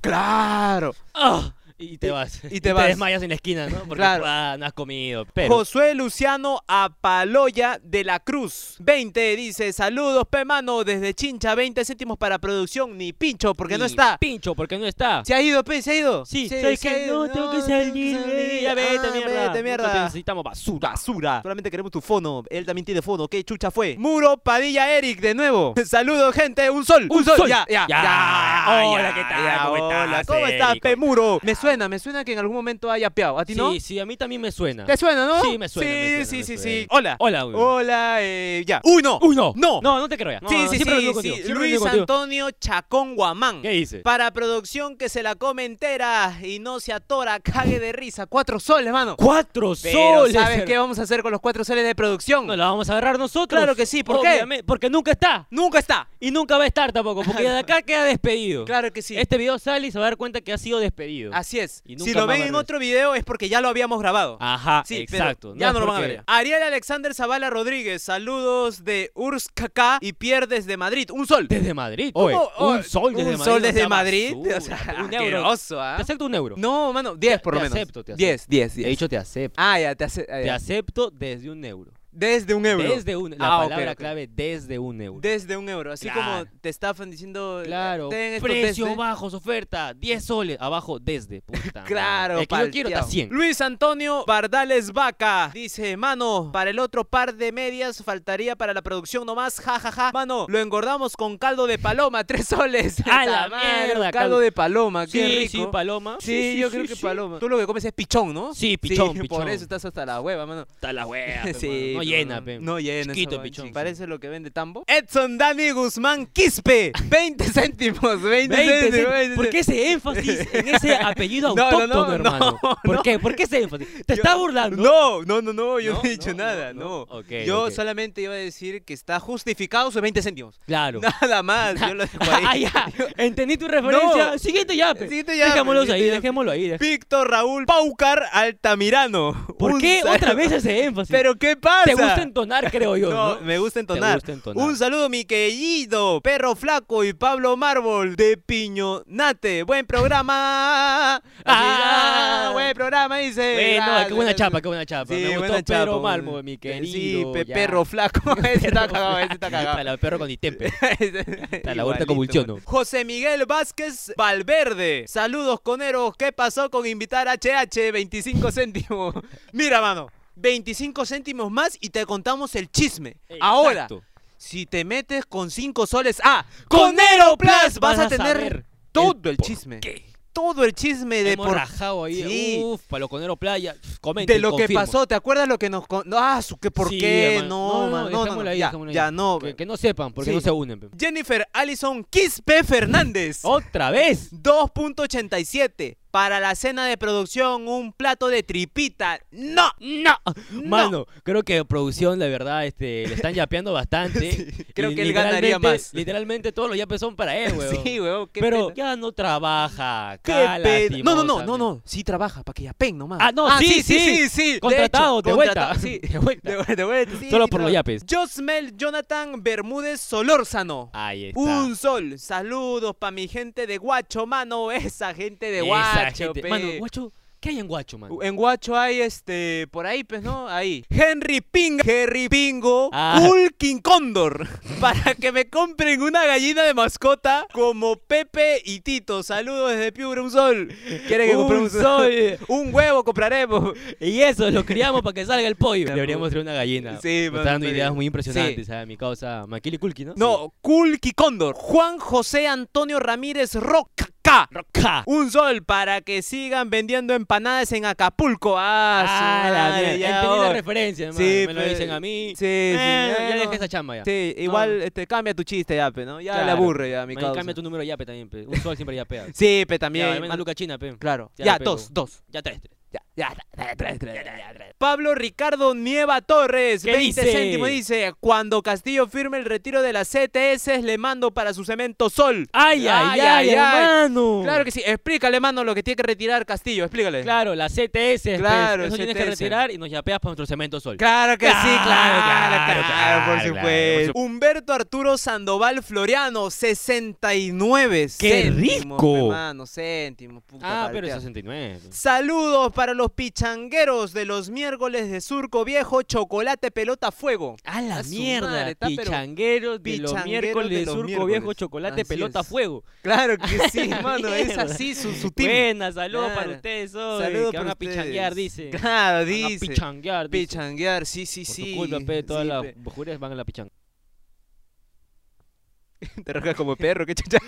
Speaker 1: Claro.
Speaker 4: ¡Ah! [laughs] Y te vas.
Speaker 1: te vas.
Speaker 4: desmayas en la esquina, ¿no? Porque
Speaker 1: Claro.
Speaker 4: ah, no has comido. Pero.
Speaker 1: Josué Luciano Apaloya de la Cruz. 20 dice, saludos, pe mano, desde Chincha, 20 céntimos para producción, ni pincho, porque no
Speaker 4: Y
Speaker 1: está.
Speaker 4: Pincho, porque no está.
Speaker 1: ¿Se ha ido, pe? ¿Se ha ido?
Speaker 4: Sí,
Speaker 1: Se-
Speaker 4: ¿sabes
Speaker 1: se
Speaker 4: qué?
Speaker 1: ha ido.
Speaker 4: No, tengo que salir. eh, güey. Ya vete,
Speaker 1: Ah,
Speaker 4: mierda.
Speaker 1: Vete,
Speaker 4: Nosotros te
Speaker 1: mierda.
Speaker 4: necesitamos basura.
Speaker 1: Basura. Solamente queremos tu fono. Él también tiene fono. ¿Qué chucha fue? Muro Padilla Eric de [laughs] nuevo. Saludos, gente. Un sol.
Speaker 4: Un sol.
Speaker 1: Ya, ya,
Speaker 4: Ya, ya,
Speaker 1: Hola, ¿qué tal?
Speaker 4: ya,
Speaker 1: ¿Cómo
Speaker 4: hola,
Speaker 1: estás? ¿Cómo estás,
Speaker 4: Eric?
Speaker 1: Pe Muro? Me suena, me suena que en algún momento haya apeado. ¿A ti no?
Speaker 4: Sí, sí, a mí también me suena.
Speaker 1: ¿Te suena, no?
Speaker 4: Sí, me suena,
Speaker 1: Sí,
Speaker 4: me suena,
Speaker 1: sí,
Speaker 4: me
Speaker 1: sí,
Speaker 4: suena.
Speaker 1: sí. Hola.
Speaker 4: Hola, güey.
Speaker 1: Hola, eh, ya. ¡Uy, no!
Speaker 4: ¡Uy, no!
Speaker 1: ¡No!
Speaker 4: No, no te creo ya. No,
Speaker 1: sí,
Speaker 4: no,
Speaker 1: sí,
Speaker 4: siempre
Speaker 1: sí,
Speaker 4: lo digo contigo,
Speaker 1: sí.
Speaker 4: siempre lo
Speaker 1: Luis
Speaker 4: digo contigo.
Speaker 1: Antonio Chacón Guamán.
Speaker 4: ¿Qué dice?
Speaker 1: Para producción que se la come entera y no se atora, cague de risa. Cuatro soles, mano.
Speaker 4: ¡Cuatro
Speaker 1: Pero
Speaker 4: soles!
Speaker 1: ¿sabes
Speaker 4: [laughs] hermano.
Speaker 1: qué vamos a hacer con los cuatro soles de producción?
Speaker 4: No la vamos a agarrar nosotros.
Speaker 1: Claro que sí, ¿por qué?
Speaker 4: Obviamente, Porque nunca está.
Speaker 1: Nunca está.
Speaker 4: Y nunca va a estar tampoco. Porque de acá queda despedido.
Speaker 1: Claro que sí.
Speaker 4: Este video sale y se va a dar cuenta que ha sido despedido.
Speaker 1: Así es. Si
Speaker 4: Y nunca
Speaker 1: lo ven
Speaker 4: más va a
Speaker 1: en
Speaker 4: ver.
Speaker 1: otro video es porque ya lo habíamos grabado.
Speaker 4: Ajá,
Speaker 1: Sí, pero
Speaker 4: exacto.
Speaker 1: Ya
Speaker 4: es
Speaker 1: no, lo van a
Speaker 4: porque-
Speaker 1: ver. Ariel Alexander Zavala Rodríguez, saludos de Urskaka y pierdes de Madrid. Un sol.
Speaker 4: Desde Madrid.
Speaker 1: ¿Cómo?
Speaker 4: oye,
Speaker 1: Oh,
Speaker 4: un sol desde
Speaker 1: un
Speaker 4: Madrid.
Speaker 1: sol
Speaker 4: no
Speaker 1: desde
Speaker 4: sea
Speaker 1: Madrid.
Speaker 4: basura,
Speaker 1: O sea, [laughs]
Speaker 4: un euro.
Speaker 1: asqueroso, ¿ah?
Speaker 4: Te acepto un euro.
Speaker 1: No, mano, 10
Speaker 4: Te-
Speaker 1: por lo
Speaker 4: te
Speaker 1: menos.
Speaker 4: acepto, te acepto.
Speaker 1: 10, 10,
Speaker 4: He dicho te acepto.
Speaker 1: Ah, ya, te hace. ah,
Speaker 4: Te
Speaker 1: ya.
Speaker 4: acepto desde un euro.
Speaker 1: Desde un euro.
Speaker 4: Desde un, la
Speaker 1: Ah, ok,
Speaker 4: palabra
Speaker 1: ok.
Speaker 4: clave desde un euro.
Speaker 1: Desde un euro. Así
Speaker 4: Claro.
Speaker 1: como te estafan diciendo. eh,
Speaker 4: Claro.
Speaker 1: ten esto
Speaker 4: Precio
Speaker 1: desde.
Speaker 4: bajos, oferta, 10 soles. Abajo, desde.
Speaker 1: [laughs]
Speaker 4: Puta
Speaker 1: Claro,
Speaker 4: madre. El que yo quiero está
Speaker 1: palteado.
Speaker 4: 100.
Speaker 1: Luis Antonio Bardales Vaca dice, mano, para el otro par de medias faltaría para la producción nomás, jajaja. Ja, ja. Mano, lo engordamos con caldo de paloma, [laughs] tres soles.
Speaker 4: A la
Speaker 1: Puta madre,
Speaker 4: mierda,
Speaker 1: un Caldo
Speaker 4: caldo-
Speaker 1: de paloma, qué
Speaker 4: Sí,
Speaker 1: rico.
Speaker 4: sí, paloma.
Speaker 1: Sí, yo creo que paloma. Tú lo que comes es pichón, ¿no?
Speaker 4: Sí, pichón, pichón.
Speaker 1: Por eso estás hasta la hueva, mano.
Speaker 4: Está la wea.
Speaker 1: [laughs]
Speaker 4: pe,
Speaker 1: Sí,
Speaker 4: mano. No
Speaker 1: pe,
Speaker 4: llena,
Speaker 1: mano.
Speaker 4: pe.
Speaker 1: No llena.
Speaker 4: Chiquito,
Speaker 1: esa hueva,
Speaker 4: pichón,
Speaker 1: sí.
Speaker 4: sí.
Speaker 1: Parece lo que vende Tambo. Edson Dani Guzmán [laughs] Quispe. 20 céntimos. 20,
Speaker 4: 20,
Speaker 1: céntimos.
Speaker 4: cent- ¿Por qué ese énfasis
Speaker 1: [laughs]
Speaker 4: en ese
Speaker 1: No,
Speaker 4: apellido
Speaker 1: no,
Speaker 4: autóctono,
Speaker 1: no,
Speaker 4: hermano?
Speaker 1: no,
Speaker 4: ¿Por
Speaker 1: no.
Speaker 4: qué? ¿Por qué ese énfasis? ¿Te
Speaker 1: Yo-
Speaker 4: está burlando?
Speaker 1: No, no, no, no, yo no,
Speaker 4: No,
Speaker 1: he dicho
Speaker 4: no,
Speaker 1: nada, no.
Speaker 4: no, no. Ok,
Speaker 1: yo
Speaker 4: ok.
Speaker 1: solamente iba a decir que está justificado sus 20 céntimos.
Speaker 4: Claro.
Speaker 1: Nada más, yo
Speaker 4: [laughs]
Speaker 1: lo dejo
Speaker 4: ah,
Speaker 1: ahí. [laughs]
Speaker 4: ya. Entendí tu referencia.
Speaker 1: No.
Speaker 4: Siguiente ya, pe.
Speaker 1: Siguiente ya, pe,
Speaker 4: Dejémoslos
Speaker 1: siguiente
Speaker 4: ahí,
Speaker 1: ya, pe.
Speaker 4: dejémoslo ahí.
Speaker 1: [laughs]
Speaker 4: dej-
Speaker 1: Víctor Raúl Paucar Altamirano.
Speaker 4: ¿Por
Speaker 1: Un
Speaker 4: qué
Speaker 1: saludo.
Speaker 4: otra vez ese
Speaker 1: [laughs]
Speaker 4: énfasis?
Speaker 1: ¿Pero qué pasa?
Speaker 4: Te gusta entonar, creo
Speaker 1: [laughs]
Speaker 4: yo,
Speaker 1: No,
Speaker 4: ¿no?
Speaker 1: me gusta
Speaker 4: Te
Speaker 1: entonar.
Speaker 4: gusta entonar.
Speaker 1: Un saludo, mi querido Perro Flaco y Pablo Mármol de Piñonate. Buen programa. Así, ah, buen programa, dice.
Speaker 4: Bueno, qué buena
Speaker 1: Gracias.
Speaker 4: chapa, qué buena chapa.
Speaker 1: Sí, buena
Speaker 4: Me gustó
Speaker 1: chapa,
Speaker 4: Pedro
Speaker 1: buena.
Speaker 4: Mármol, mi querido.
Speaker 1: Sí, pe-
Speaker 4: ya. [laughs]
Speaker 1: perro flaco. [laughs] ese está
Speaker 4: Perro
Speaker 1: cagado, ese
Speaker 4: [laughs]
Speaker 1: está
Speaker 4: flaco.
Speaker 1: cagado.
Speaker 4: Para el perro con distempe.
Speaker 1: Está
Speaker 4: la huerta convulsiono.
Speaker 1: José Miguel Vázquez Valverde. Saludos, coneros. ¿Qué pasó con invitar a HH? 25
Speaker 4: [laughs]
Speaker 1: céntimos. Mira, mano. 25 céntimos más y te contamos el chisme. [laughs] Ahora,
Speaker 4: Exacto.
Speaker 1: si te metes con 5 soles a Conero Plus, vas a tener
Speaker 4: saber
Speaker 1: todo el
Speaker 4: por
Speaker 1: chisme.
Speaker 4: qué.
Speaker 1: Todo el chisme de
Speaker 4: Hemos
Speaker 1: por
Speaker 4: rajado ahí.
Speaker 1: Sí.
Speaker 4: Uf, paloconero playa. Comenten,
Speaker 1: de lo que
Speaker 4: confirmo.
Speaker 1: pasó, ¿te acuerdas lo que nos con... no, Ah, su que por
Speaker 4: Sí,
Speaker 1: qué,
Speaker 4: hermano.
Speaker 1: no, man, no, no,
Speaker 4: dejémoslo
Speaker 1: no,
Speaker 4: ahí,
Speaker 1: ya,
Speaker 4: dejémoslo ahí.
Speaker 1: ya no.
Speaker 4: Que, que no sepan, porque
Speaker 1: Sí.
Speaker 4: no se unen. pe.
Speaker 1: Jennifer Allison Quispe Fernández.
Speaker 4: Otra vez.
Speaker 1: 2.87 para la cena de producción un plato de tripita. No,
Speaker 4: No. Mano, creo que producción, la verdad, este, le están
Speaker 1: [laughs]
Speaker 4: yapeando bastante.
Speaker 1: creo
Speaker 4: Y
Speaker 1: que él ganaría
Speaker 4: literalmente-
Speaker 1: más.
Speaker 4: Literalmente todos los yapes son para él, weón.
Speaker 1: [laughs] sí, weón, qué
Speaker 4: Pero
Speaker 1: pena.
Speaker 4: ya no trabaja.
Speaker 1: Qué
Speaker 4: acá,
Speaker 1: pena. No, no, no, no,
Speaker 4: Ah, lastimosamente.
Speaker 1: no, sí trabaja para que ya pen nomás.
Speaker 4: Ah, no, sí, sí.
Speaker 1: sí, sí. De
Speaker 4: Contratado,
Speaker 1: hecho,
Speaker 4: de, vuelta.
Speaker 1: contratado, sí.
Speaker 4: [laughs] de vuelta.
Speaker 1: De vuelta, de vuelta, sí,
Speaker 4: Solo
Speaker 1: sí
Speaker 4: por los
Speaker 1: trabaja.
Speaker 4: yapes.
Speaker 1: Josmel Jonathan Bermúdez Solórzano.
Speaker 4: Ahí está.
Speaker 1: Un sol, saludos pa' mi gente de Guacho, mano, esa gente de
Speaker 4: Esa
Speaker 1: Guacho,
Speaker 4: gente.
Speaker 1: pe.
Speaker 4: Mano, guacho, ¿qué hay en guacho, mano?
Speaker 1: En Guacho hay este, por ahí, pues, ¿no? Ahí. Henry Pingo, Henry Pingo,
Speaker 4: Ah.
Speaker 1: Hulking Cóndor. [laughs] Para que me compren una gallina de mascota como Pepe y Tito. Saludos desde Piura, un sol. ¿Quieren que compremos
Speaker 4: Un sol.
Speaker 1: [laughs] Un huevo compraremos.
Speaker 4: Y eso, lo criamos para que salga
Speaker 1: [laughs]
Speaker 4: el pollo. Deberíamos traer una gallina.
Speaker 1: Sí,
Speaker 4: Me
Speaker 1: mano,
Speaker 4: está dando
Speaker 1: pero-
Speaker 4: ideas muy
Speaker 1: Sí.
Speaker 4: impresionantes, ¿sabes? Mi causa Maquili Kulki, ¿no?
Speaker 1: No, Kulki Cóndor. Juan José Antonio Ramírez Roca.
Speaker 4: Roca.
Speaker 1: Un sol para que sigan vendiendo empanadas en Acapulco. Ah,
Speaker 4: Ah,
Speaker 1: su
Speaker 4: la
Speaker 1: madre,
Speaker 4: mierda.
Speaker 1: ya,
Speaker 4: Entendí la
Speaker 1: oh.
Speaker 4: referencia, hermano.
Speaker 1: Sí,
Speaker 4: Me lo
Speaker 1: pe-
Speaker 4: dicen a mí.
Speaker 1: Sí, sí.
Speaker 4: Eh,
Speaker 1: ya,
Speaker 4: ya
Speaker 1: no.
Speaker 4: dejé esa chamba ya.
Speaker 1: Sí, igual este, cambia tu chiste ya, pe, ¿no? Ya le
Speaker 4: Claro.
Speaker 1: aburre ya, mi
Speaker 4: Maní,
Speaker 1: causa.
Speaker 4: Cambia tu número de yape también, pe. Un sol siempre [laughs] yapea.
Speaker 1: Sí, pe,
Speaker 4: Ya,
Speaker 1: también.
Speaker 4: dame una
Speaker 1: mano.
Speaker 4: luca china, pe.
Speaker 1: claro. Ya,
Speaker 4: Ya, pe,
Speaker 1: dos,
Speaker 4: po.
Speaker 1: dos.
Speaker 4: Ya tres, tres.
Speaker 1: Ya, ya, tres, tres, tres, tres, tres. Pablo Ricardo Nieva Torres,
Speaker 4: ¿Qué
Speaker 1: 20
Speaker 4: dice?
Speaker 1: céntimos, dice, cuando Castillo firme el retiro de las CTS, le mando para su cemento sol.
Speaker 4: ¡Ay, ay, ay, hermano!
Speaker 1: Claro que sí, explícale, mano, lo que tiene que retirar Castillo, explícale.
Speaker 4: Claro, la CTS. pues,
Speaker 1: Claro,
Speaker 4: eso tienes que
Speaker 1: CTS.
Speaker 4: retirar y nos yapeas para nuestro cemento sol.
Speaker 1: Claro que sí, claro, claro,
Speaker 4: Claro,
Speaker 1: claro,
Speaker 4: claro,
Speaker 1: por
Speaker 4: claro,
Speaker 1: supuesto. Humberto Arturo Sandoval Floriano, 69
Speaker 4: ¡Qué
Speaker 1: céntimos,
Speaker 4: rico!
Speaker 1: Hermano, céntimos, puta
Speaker 4: Ah, pero es
Speaker 1: palteada.
Speaker 4: 69.
Speaker 1: Saludos para los pichangueros de los miércoles de Surco Viejo, chocolate, pelota, fuego.
Speaker 4: A la
Speaker 1: A su
Speaker 4: mierda,
Speaker 1: madre, está, pero-
Speaker 4: pichangueros de los
Speaker 1: Pichangueros
Speaker 4: miércoles
Speaker 1: de los
Speaker 4: surco
Speaker 1: miércoles.
Speaker 4: viejo chocolate
Speaker 1: Así
Speaker 4: pelota
Speaker 1: es.
Speaker 4: fuego.
Speaker 1: Claro que sí, [laughs]
Speaker 4: La
Speaker 1: mano, es
Speaker 4: mierda.
Speaker 1: así su, su team.
Speaker 4: Buenas, saludos
Speaker 1: Claro.
Speaker 4: para ustedes hoy.
Speaker 1: Saludos
Speaker 4: que
Speaker 1: para
Speaker 4: van a
Speaker 1: ustedes.
Speaker 4: pichanguear, dice.
Speaker 1: Claro,
Speaker 4: Van a
Speaker 1: dice.
Speaker 4: pichanguear, dice.
Speaker 1: Pichanguear, sí, sí,
Speaker 4: Por
Speaker 1: sí.
Speaker 4: tu culpa, pe, todas
Speaker 1: sí,
Speaker 4: las
Speaker 1: pe.
Speaker 4: mujeres van a la pichanga.
Speaker 1: Te rojas como perro, qué chucha.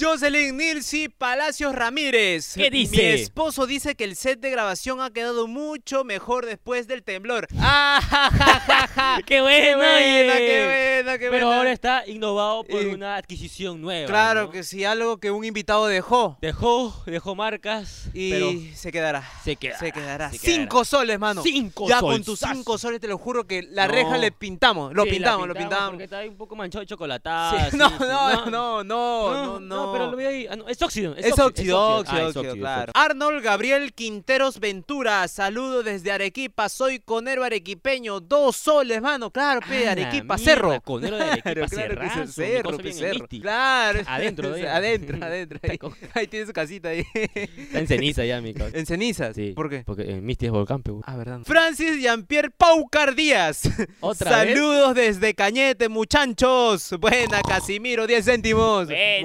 Speaker 1: Jocelyn Nilsi Palacios Ramírez.
Speaker 4: ¿Qué dice?
Speaker 1: Mi esposo dice que el set de grabación ha quedado mucho mejor después del
Speaker 4: [laughs]
Speaker 1: temblor. ¡Ah, ja, ja, [laughs] ja, ja!
Speaker 4: Ah, ¡Qué
Speaker 1: ¡Qué
Speaker 4: buena! eh.
Speaker 1: buena,
Speaker 4: oye!
Speaker 1: qué buena, qué buena!
Speaker 4: Pero ahora está innovado por
Speaker 1: Y-
Speaker 4: una adquisición nueva.
Speaker 1: Claro
Speaker 4: ¿no?
Speaker 1: que sí, algo que un invitado dejó.
Speaker 4: Dejó, dejó marcas,
Speaker 1: Y
Speaker 4: pero
Speaker 1: se quedará.
Speaker 4: se quedará.
Speaker 1: Se quedará.
Speaker 4: se quedará.
Speaker 1: Cinco soles, mano.
Speaker 4: Cinco
Speaker 1: ya con tus
Speaker 4: solsazos.
Speaker 1: cinco soles te lo juro que la
Speaker 4: No.
Speaker 1: reja le pintamos. Lo
Speaker 4: Sí, la
Speaker 1: pintamos, lo
Speaker 4: Porque
Speaker 1: pintamos.
Speaker 4: está ahí un poco manchado
Speaker 1: [laughs]
Speaker 4: de chocolatada.
Speaker 1: Sí,
Speaker 4: sí,
Speaker 1: No,
Speaker 4: sí,
Speaker 1: no, no, no, no, no.
Speaker 4: pero lo vi ahí. Ah, no, es óxido.
Speaker 1: Es óxido, óxido,
Speaker 4: Ah, es
Speaker 1: óxido,
Speaker 4: óxido, es
Speaker 1: claro. Arnold Gabriel Quinteros Ventura, saludo desde Arequipa, soy conero arequipeño, dos soles, mano, claro, pe,
Speaker 4: Ah,
Speaker 1: Arequipa,
Speaker 4: mierda,
Speaker 1: cerro.
Speaker 4: conero de
Speaker 1: [laughs]
Speaker 4: Arequipa,
Speaker 1: que es el
Speaker 4: cerrazo, mi
Speaker 1: cerro,
Speaker 4: cosa
Speaker 1: pe,
Speaker 4: bien
Speaker 1: cerro.
Speaker 4: elitista.
Speaker 1: Claro,
Speaker 4: [laughs]
Speaker 1: [laughs]
Speaker 4: Adentro,
Speaker 1: es-
Speaker 4: todavía. [laughs]
Speaker 1: adentro, adentro. Ahí, [laughs] ahí tiene su casita ahí.
Speaker 4: Está en ceniza ya,
Speaker 1: [laughs]
Speaker 4: mi cosa.
Speaker 1: en cenizas.
Speaker 4: Sí.
Speaker 1: ¿Por qué?
Speaker 4: Porque eh, Misty es volcán, pe, güey.
Speaker 1: Ah, verdad. Francis Jean-Pierre Paucar Díaz.
Speaker 4: [laughs] ¿Otra vez?
Speaker 1: Saludos desde Cañete, muchachos. Buena, Casimiro, 10 céntimos.
Speaker 4: Bueno,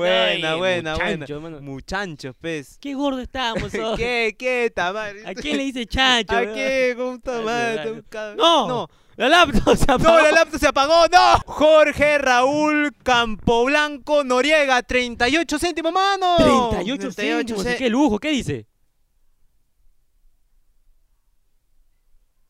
Speaker 1: buena,
Speaker 4: eh,
Speaker 1: buena,
Speaker 4: muchacho,
Speaker 1: buena.
Speaker 4: mano.
Speaker 1: Muchachos, pues. pez.
Speaker 4: Qué gordo [laughs] estábamos. oh.
Speaker 1: [laughs] ¿Qué, qué, tamar?
Speaker 4: ¿A quién le dice chancho?
Speaker 1: oh. ¿A
Speaker 4: weón? [laughs]
Speaker 1: qué? ¿Cómo está
Speaker 4: Ay,
Speaker 1: mal?
Speaker 4: verdad.
Speaker 1: Tú, cabrón.
Speaker 4: No, [laughs]
Speaker 1: No.
Speaker 4: La laptop se apagó.
Speaker 1: No, la laptop se apagó, no. Jorge Raúl Campoblanco Noriega, 38 céntimos, mano.
Speaker 4: 38 céntimos.
Speaker 1: cé-
Speaker 4: Qué lujo. ¿Qué dice?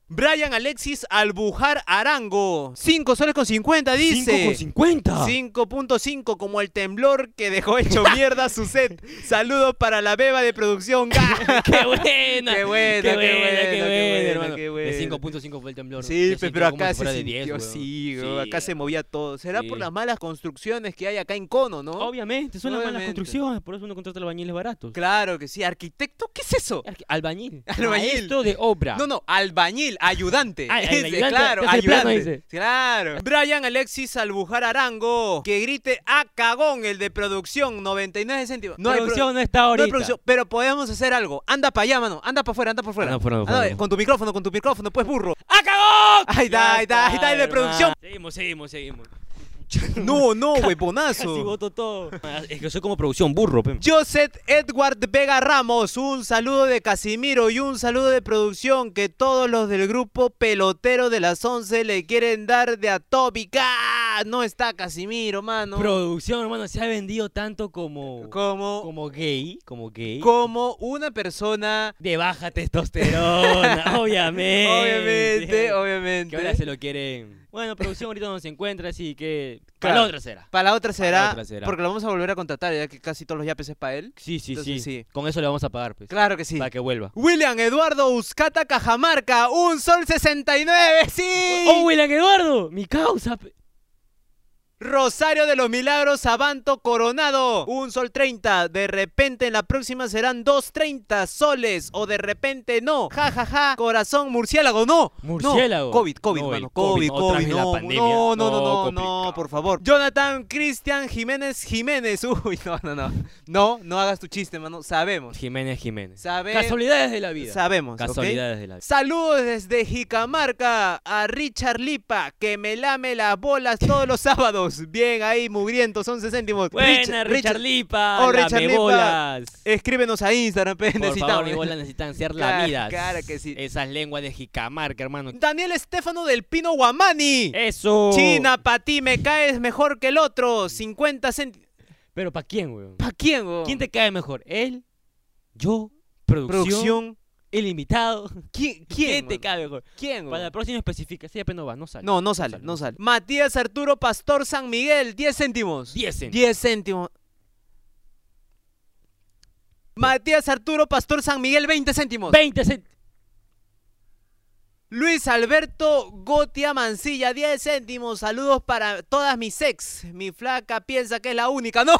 Speaker 1: Brian Alexis Albujar Arango, 5 soles con 50,
Speaker 4: Cinco
Speaker 1: dice.
Speaker 4: con 50.
Speaker 1: 5.5 como el temblor que dejó hecho mierda su
Speaker 4: [laughs]
Speaker 1: set. Saludos para la beba de producción.
Speaker 4: [laughs] ¡Qué buena!
Speaker 1: Qué buena, qué
Speaker 4: ¡Qué buena,
Speaker 1: buena, qué
Speaker 4: qué
Speaker 1: buena,
Speaker 4: buena, hermano!
Speaker 1: qué
Speaker 4: De
Speaker 1: buena.
Speaker 4: 5.5 fue el temblor.
Speaker 1: sí,
Speaker 4: Se
Speaker 1: pe,
Speaker 4: sintió
Speaker 1: pero
Speaker 4: como
Speaker 1: acá
Speaker 4: si
Speaker 1: se
Speaker 4: fuera de
Speaker 1: sintió,
Speaker 4: 10, weón.
Speaker 1: sí, weón, acá
Speaker 4: Sí.
Speaker 1: se movía todo. Será por
Speaker 4: Sí.
Speaker 1: las malas construcciones que hay acá en Cono, ¿no?
Speaker 4: Obviamente, son las malas
Speaker 1: Obviamente.
Speaker 4: construcciones, por eso uno contrata albañiles baratos.
Speaker 1: Claro que sí. ¿Arquitecto? ¿Qué es eso?
Speaker 4: Arqu- [laughs] Albañil.
Speaker 1: Albañil.
Speaker 4: Maestro de obra.
Speaker 1: No, no, albañil,
Speaker 4: [laughs]
Speaker 1: ayudante.
Speaker 4: Ah, el
Speaker 1: Ese,
Speaker 4: ayudante,
Speaker 1: claro,
Speaker 4: es el plano,
Speaker 1: ayudante.
Speaker 4: dice.
Speaker 1: Claro. Brian Alexis Albujar Arango, que grite a cagón el de producción, 99 céntimos.
Speaker 4: No
Speaker 1: hay
Speaker 4: producción no está ahorita.
Speaker 1: No hay producción, pero podemos hacer algo. Anda para allá, mano. Anda para afuera, anda para afuera.
Speaker 4: Anda pa' fuera, anda pa'
Speaker 1: Anda,
Speaker 4: fuera.
Speaker 1: eh, Con tu micrófono, con tu micrófono, pues burro.
Speaker 4: ¡Ah, cagón! [laughs]
Speaker 1: Ahí está, ahí está, ahí está el de producción.
Speaker 4: Seguimos, seguimos, seguimos.
Speaker 1: No,
Speaker 4: [laughs]
Speaker 1: no,
Speaker 4: Casi
Speaker 1: huevonazo.
Speaker 4: voto todo. Ah, Es que soy como producción burro, pe.
Speaker 1: Joseph Edward Vega Ramos, un saludo de Casimiro y un saludo de producción que todos los del grupo pelotero de las 11 le quieren dar de atópica. No está Casimiro, mano.
Speaker 4: Producción, hermano, se ha vendido tanto como.
Speaker 1: como,
Speaker 4: Como gay. Como gay.
Speaker 1: como una persona,
Speaker 4: De baja [laughs] testosterona, obviamente.
Speaker 1: obviamente,
Speaker 4: Que ahora se
Speaker 1: obviamente.
Speaker 4: lo quieren. Bueno, producción ahorita no se encuentra, así que.
Speaker 1: Claro.
Speaker 4: Para la otra será.
Speaker 1: Para la otra será,
Speaker 4: otra será.
Speaker 1: porque lo vamos a volver a contratar, ya que casi todos los yapes es para él.
Speaker 4: Sí, sí,
Speaker 1: Entonces,
Speaker 4: sí.
Speaker 1: sí.
Speaker 4: Con eso le vamos a pagar, pues.
Speaker 1: Claro que sí.
Speaker 4: Para que vuelva.
Speaker 1: William Eduardo Uscata Cajamarca, un sol 69, sí.
Speaker 4: ¡Oh, William Eduardo! ¡Mi causa! pe-
Speaker 1: Rosario de los Milagros, Abanto Coronado, un sol 30. De repente en la próxima serán dos 30 soles, o de repente no. Ja, ja, ja, corazón murciélago, no. no.
Speaker 4: Murciélago.
Speaker 1: COVID, COVID,
Speaker 4: No, el
Speaker 1: mano, COVID,
Speaker 4: otra
Speaker 1: COVID,
Speaker 4: vez la
Speaker 1: no,
Speaker 4: pandemia.
Speaker 1: no, no, no, no,
Speaker 4: complicado.
Speaker 1: no, por favor. Jonathan Cristian Jiménez Jiménez, [laughs] uy, no, no, no. No, no hagas tu chiste, mano, sabemos.
Speaker 4: Jiménez Jiménez.
Speaker 1: Sabemos.
Speaker 4: Casualidades de la vida.
Speaker 1: Sabemos, ¿ok?
Speaker 4: Casualidades de la vida.
Speaker 1: Saludos desde Jicamarca a Richard Lipa, que me lame las bolas todos los sábados. Bien ahí, mugrientos, 11 céntimos.
Speaker 4: Buena, Richard, Lipa. Eh,
Speaker 1: Oh,
Speaker 4: la
Speaker 1: Richard
Speaker 4: me
Speaker 1: Lipa.
Speaker 4: bolas.
Speaker 1: Escríbenos a Instagram, pe,
Speaker 4: Por
Speaker 1: necesitamos.
Speaker 4: favor,
Speaker 1: [laughs]
Speaker 4: mi bola necesitan ser
Speaker 1: Claro,
Speaker 4: lamidas.
Speaker 1: claro que sí.
Speaker 4: Esas lenguas de jicamarca, hermano.
Speaker 1: Daniel Estefano del Pino Guamani.
Speaker 4: Eh,
Speaker 1: Oh.
Speaker 4: Eso.
Speaker 1: China, pa' ti me caes mejor que el otro. 50 céntimos.
Speaker 4: Pero ¿para quién, weón?
Speaker 1: ¿Pa' quién, weón?
Speaker 4: ¿Quién te cae mejor? ¿Él? ¿Yo? ¿Producción?
Speaker 1: producción?
Speaker 4: ¿El invitado? [laughs]
Speaker 1: ¿Qui- ¿Quién?
Speaker 4: te
Speaker 1: weón?
Speaker 4: cae mejor?
Speaker 1: ¿Quién, weón?
Speaker 4: Para la próxima especifica. Ese ya no va, no sale.
Speaker 1: No, no sale, no sale. Matías Arturo Pastor San Miguel, 10 céntimos.
Speaker 4: 10 céntimos.
Speaker 1: 10 céntimos. Matías Arturo Pastor San Miguel, 20 céntimos.
Speaker 4: 20 cent-
Speaker 1: Luis Alberto Gotia Mancilla, 10 céntimos. Saludos para todas mis ex. Mi flaca piensa que es la única.
Speaker 4: [laughs]
Speaker 1: ¡No!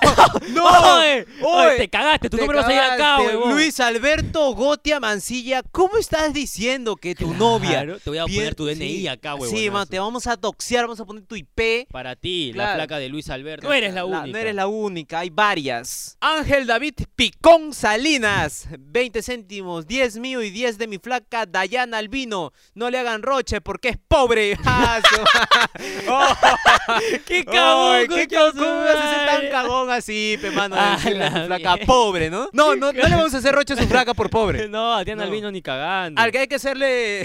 Speaker 1: ¡No!
Speaker 4: ¡Oye!
Speaker 1: ¡Oye!
Speaker 4: ¡Oye! Te cagaste, tu
Speaker 1: Te
Speaker 4: nombre va a salir acá,
Speaker 1: cagaste.
Speaker 4: weón.
Speaker 1: Luis Alberto Gotia Mancilla, ¿cómo estás diciendo que tu novia...
Speaker 4: Claro, Te voy a
Speaker 1: pier-
Speaker 4: poner tu DNI
Speaker 1: Sí,
Speaker 4: acá, weón.
Speaker 1: Sí, man, te vamos a toxear, vamos a poner tu IP.
Speaker 4: Para ti,
Speaker 1: Claro.
Speaker 4: la placa de Luis Alberto. No eres la única.
Speaker 1: no eres la única, hay varias. Ángel David Picón Salinas, 20 céntimos, 10 mío y 10 de mi flaca Dayana Albino. No le hagan roche porque es [laughs] pobre. Ah, su- [laughs] Oh,
Speaker 4: ¡Qué
Speaker 1: ay,
Speaker 4: cabrón!
Speaker 1: ¡Qué cabrón! tan cagón así, pe mano, de
Speaker 4: A
Speaker 1: decirle a tu
Speaker 4: la
Speaker 1: flaca
Speaker 4: mierda.
Speaker 1: pobre, ¿no? No, no, no le vamos a hacer roche [laughs] a su flaca por pobre.
Speaker 4: No, a Diana
Speaker 1: No.
Speaker 4: Albino ni cagando.
Speaker 1: Al que hay que hacerle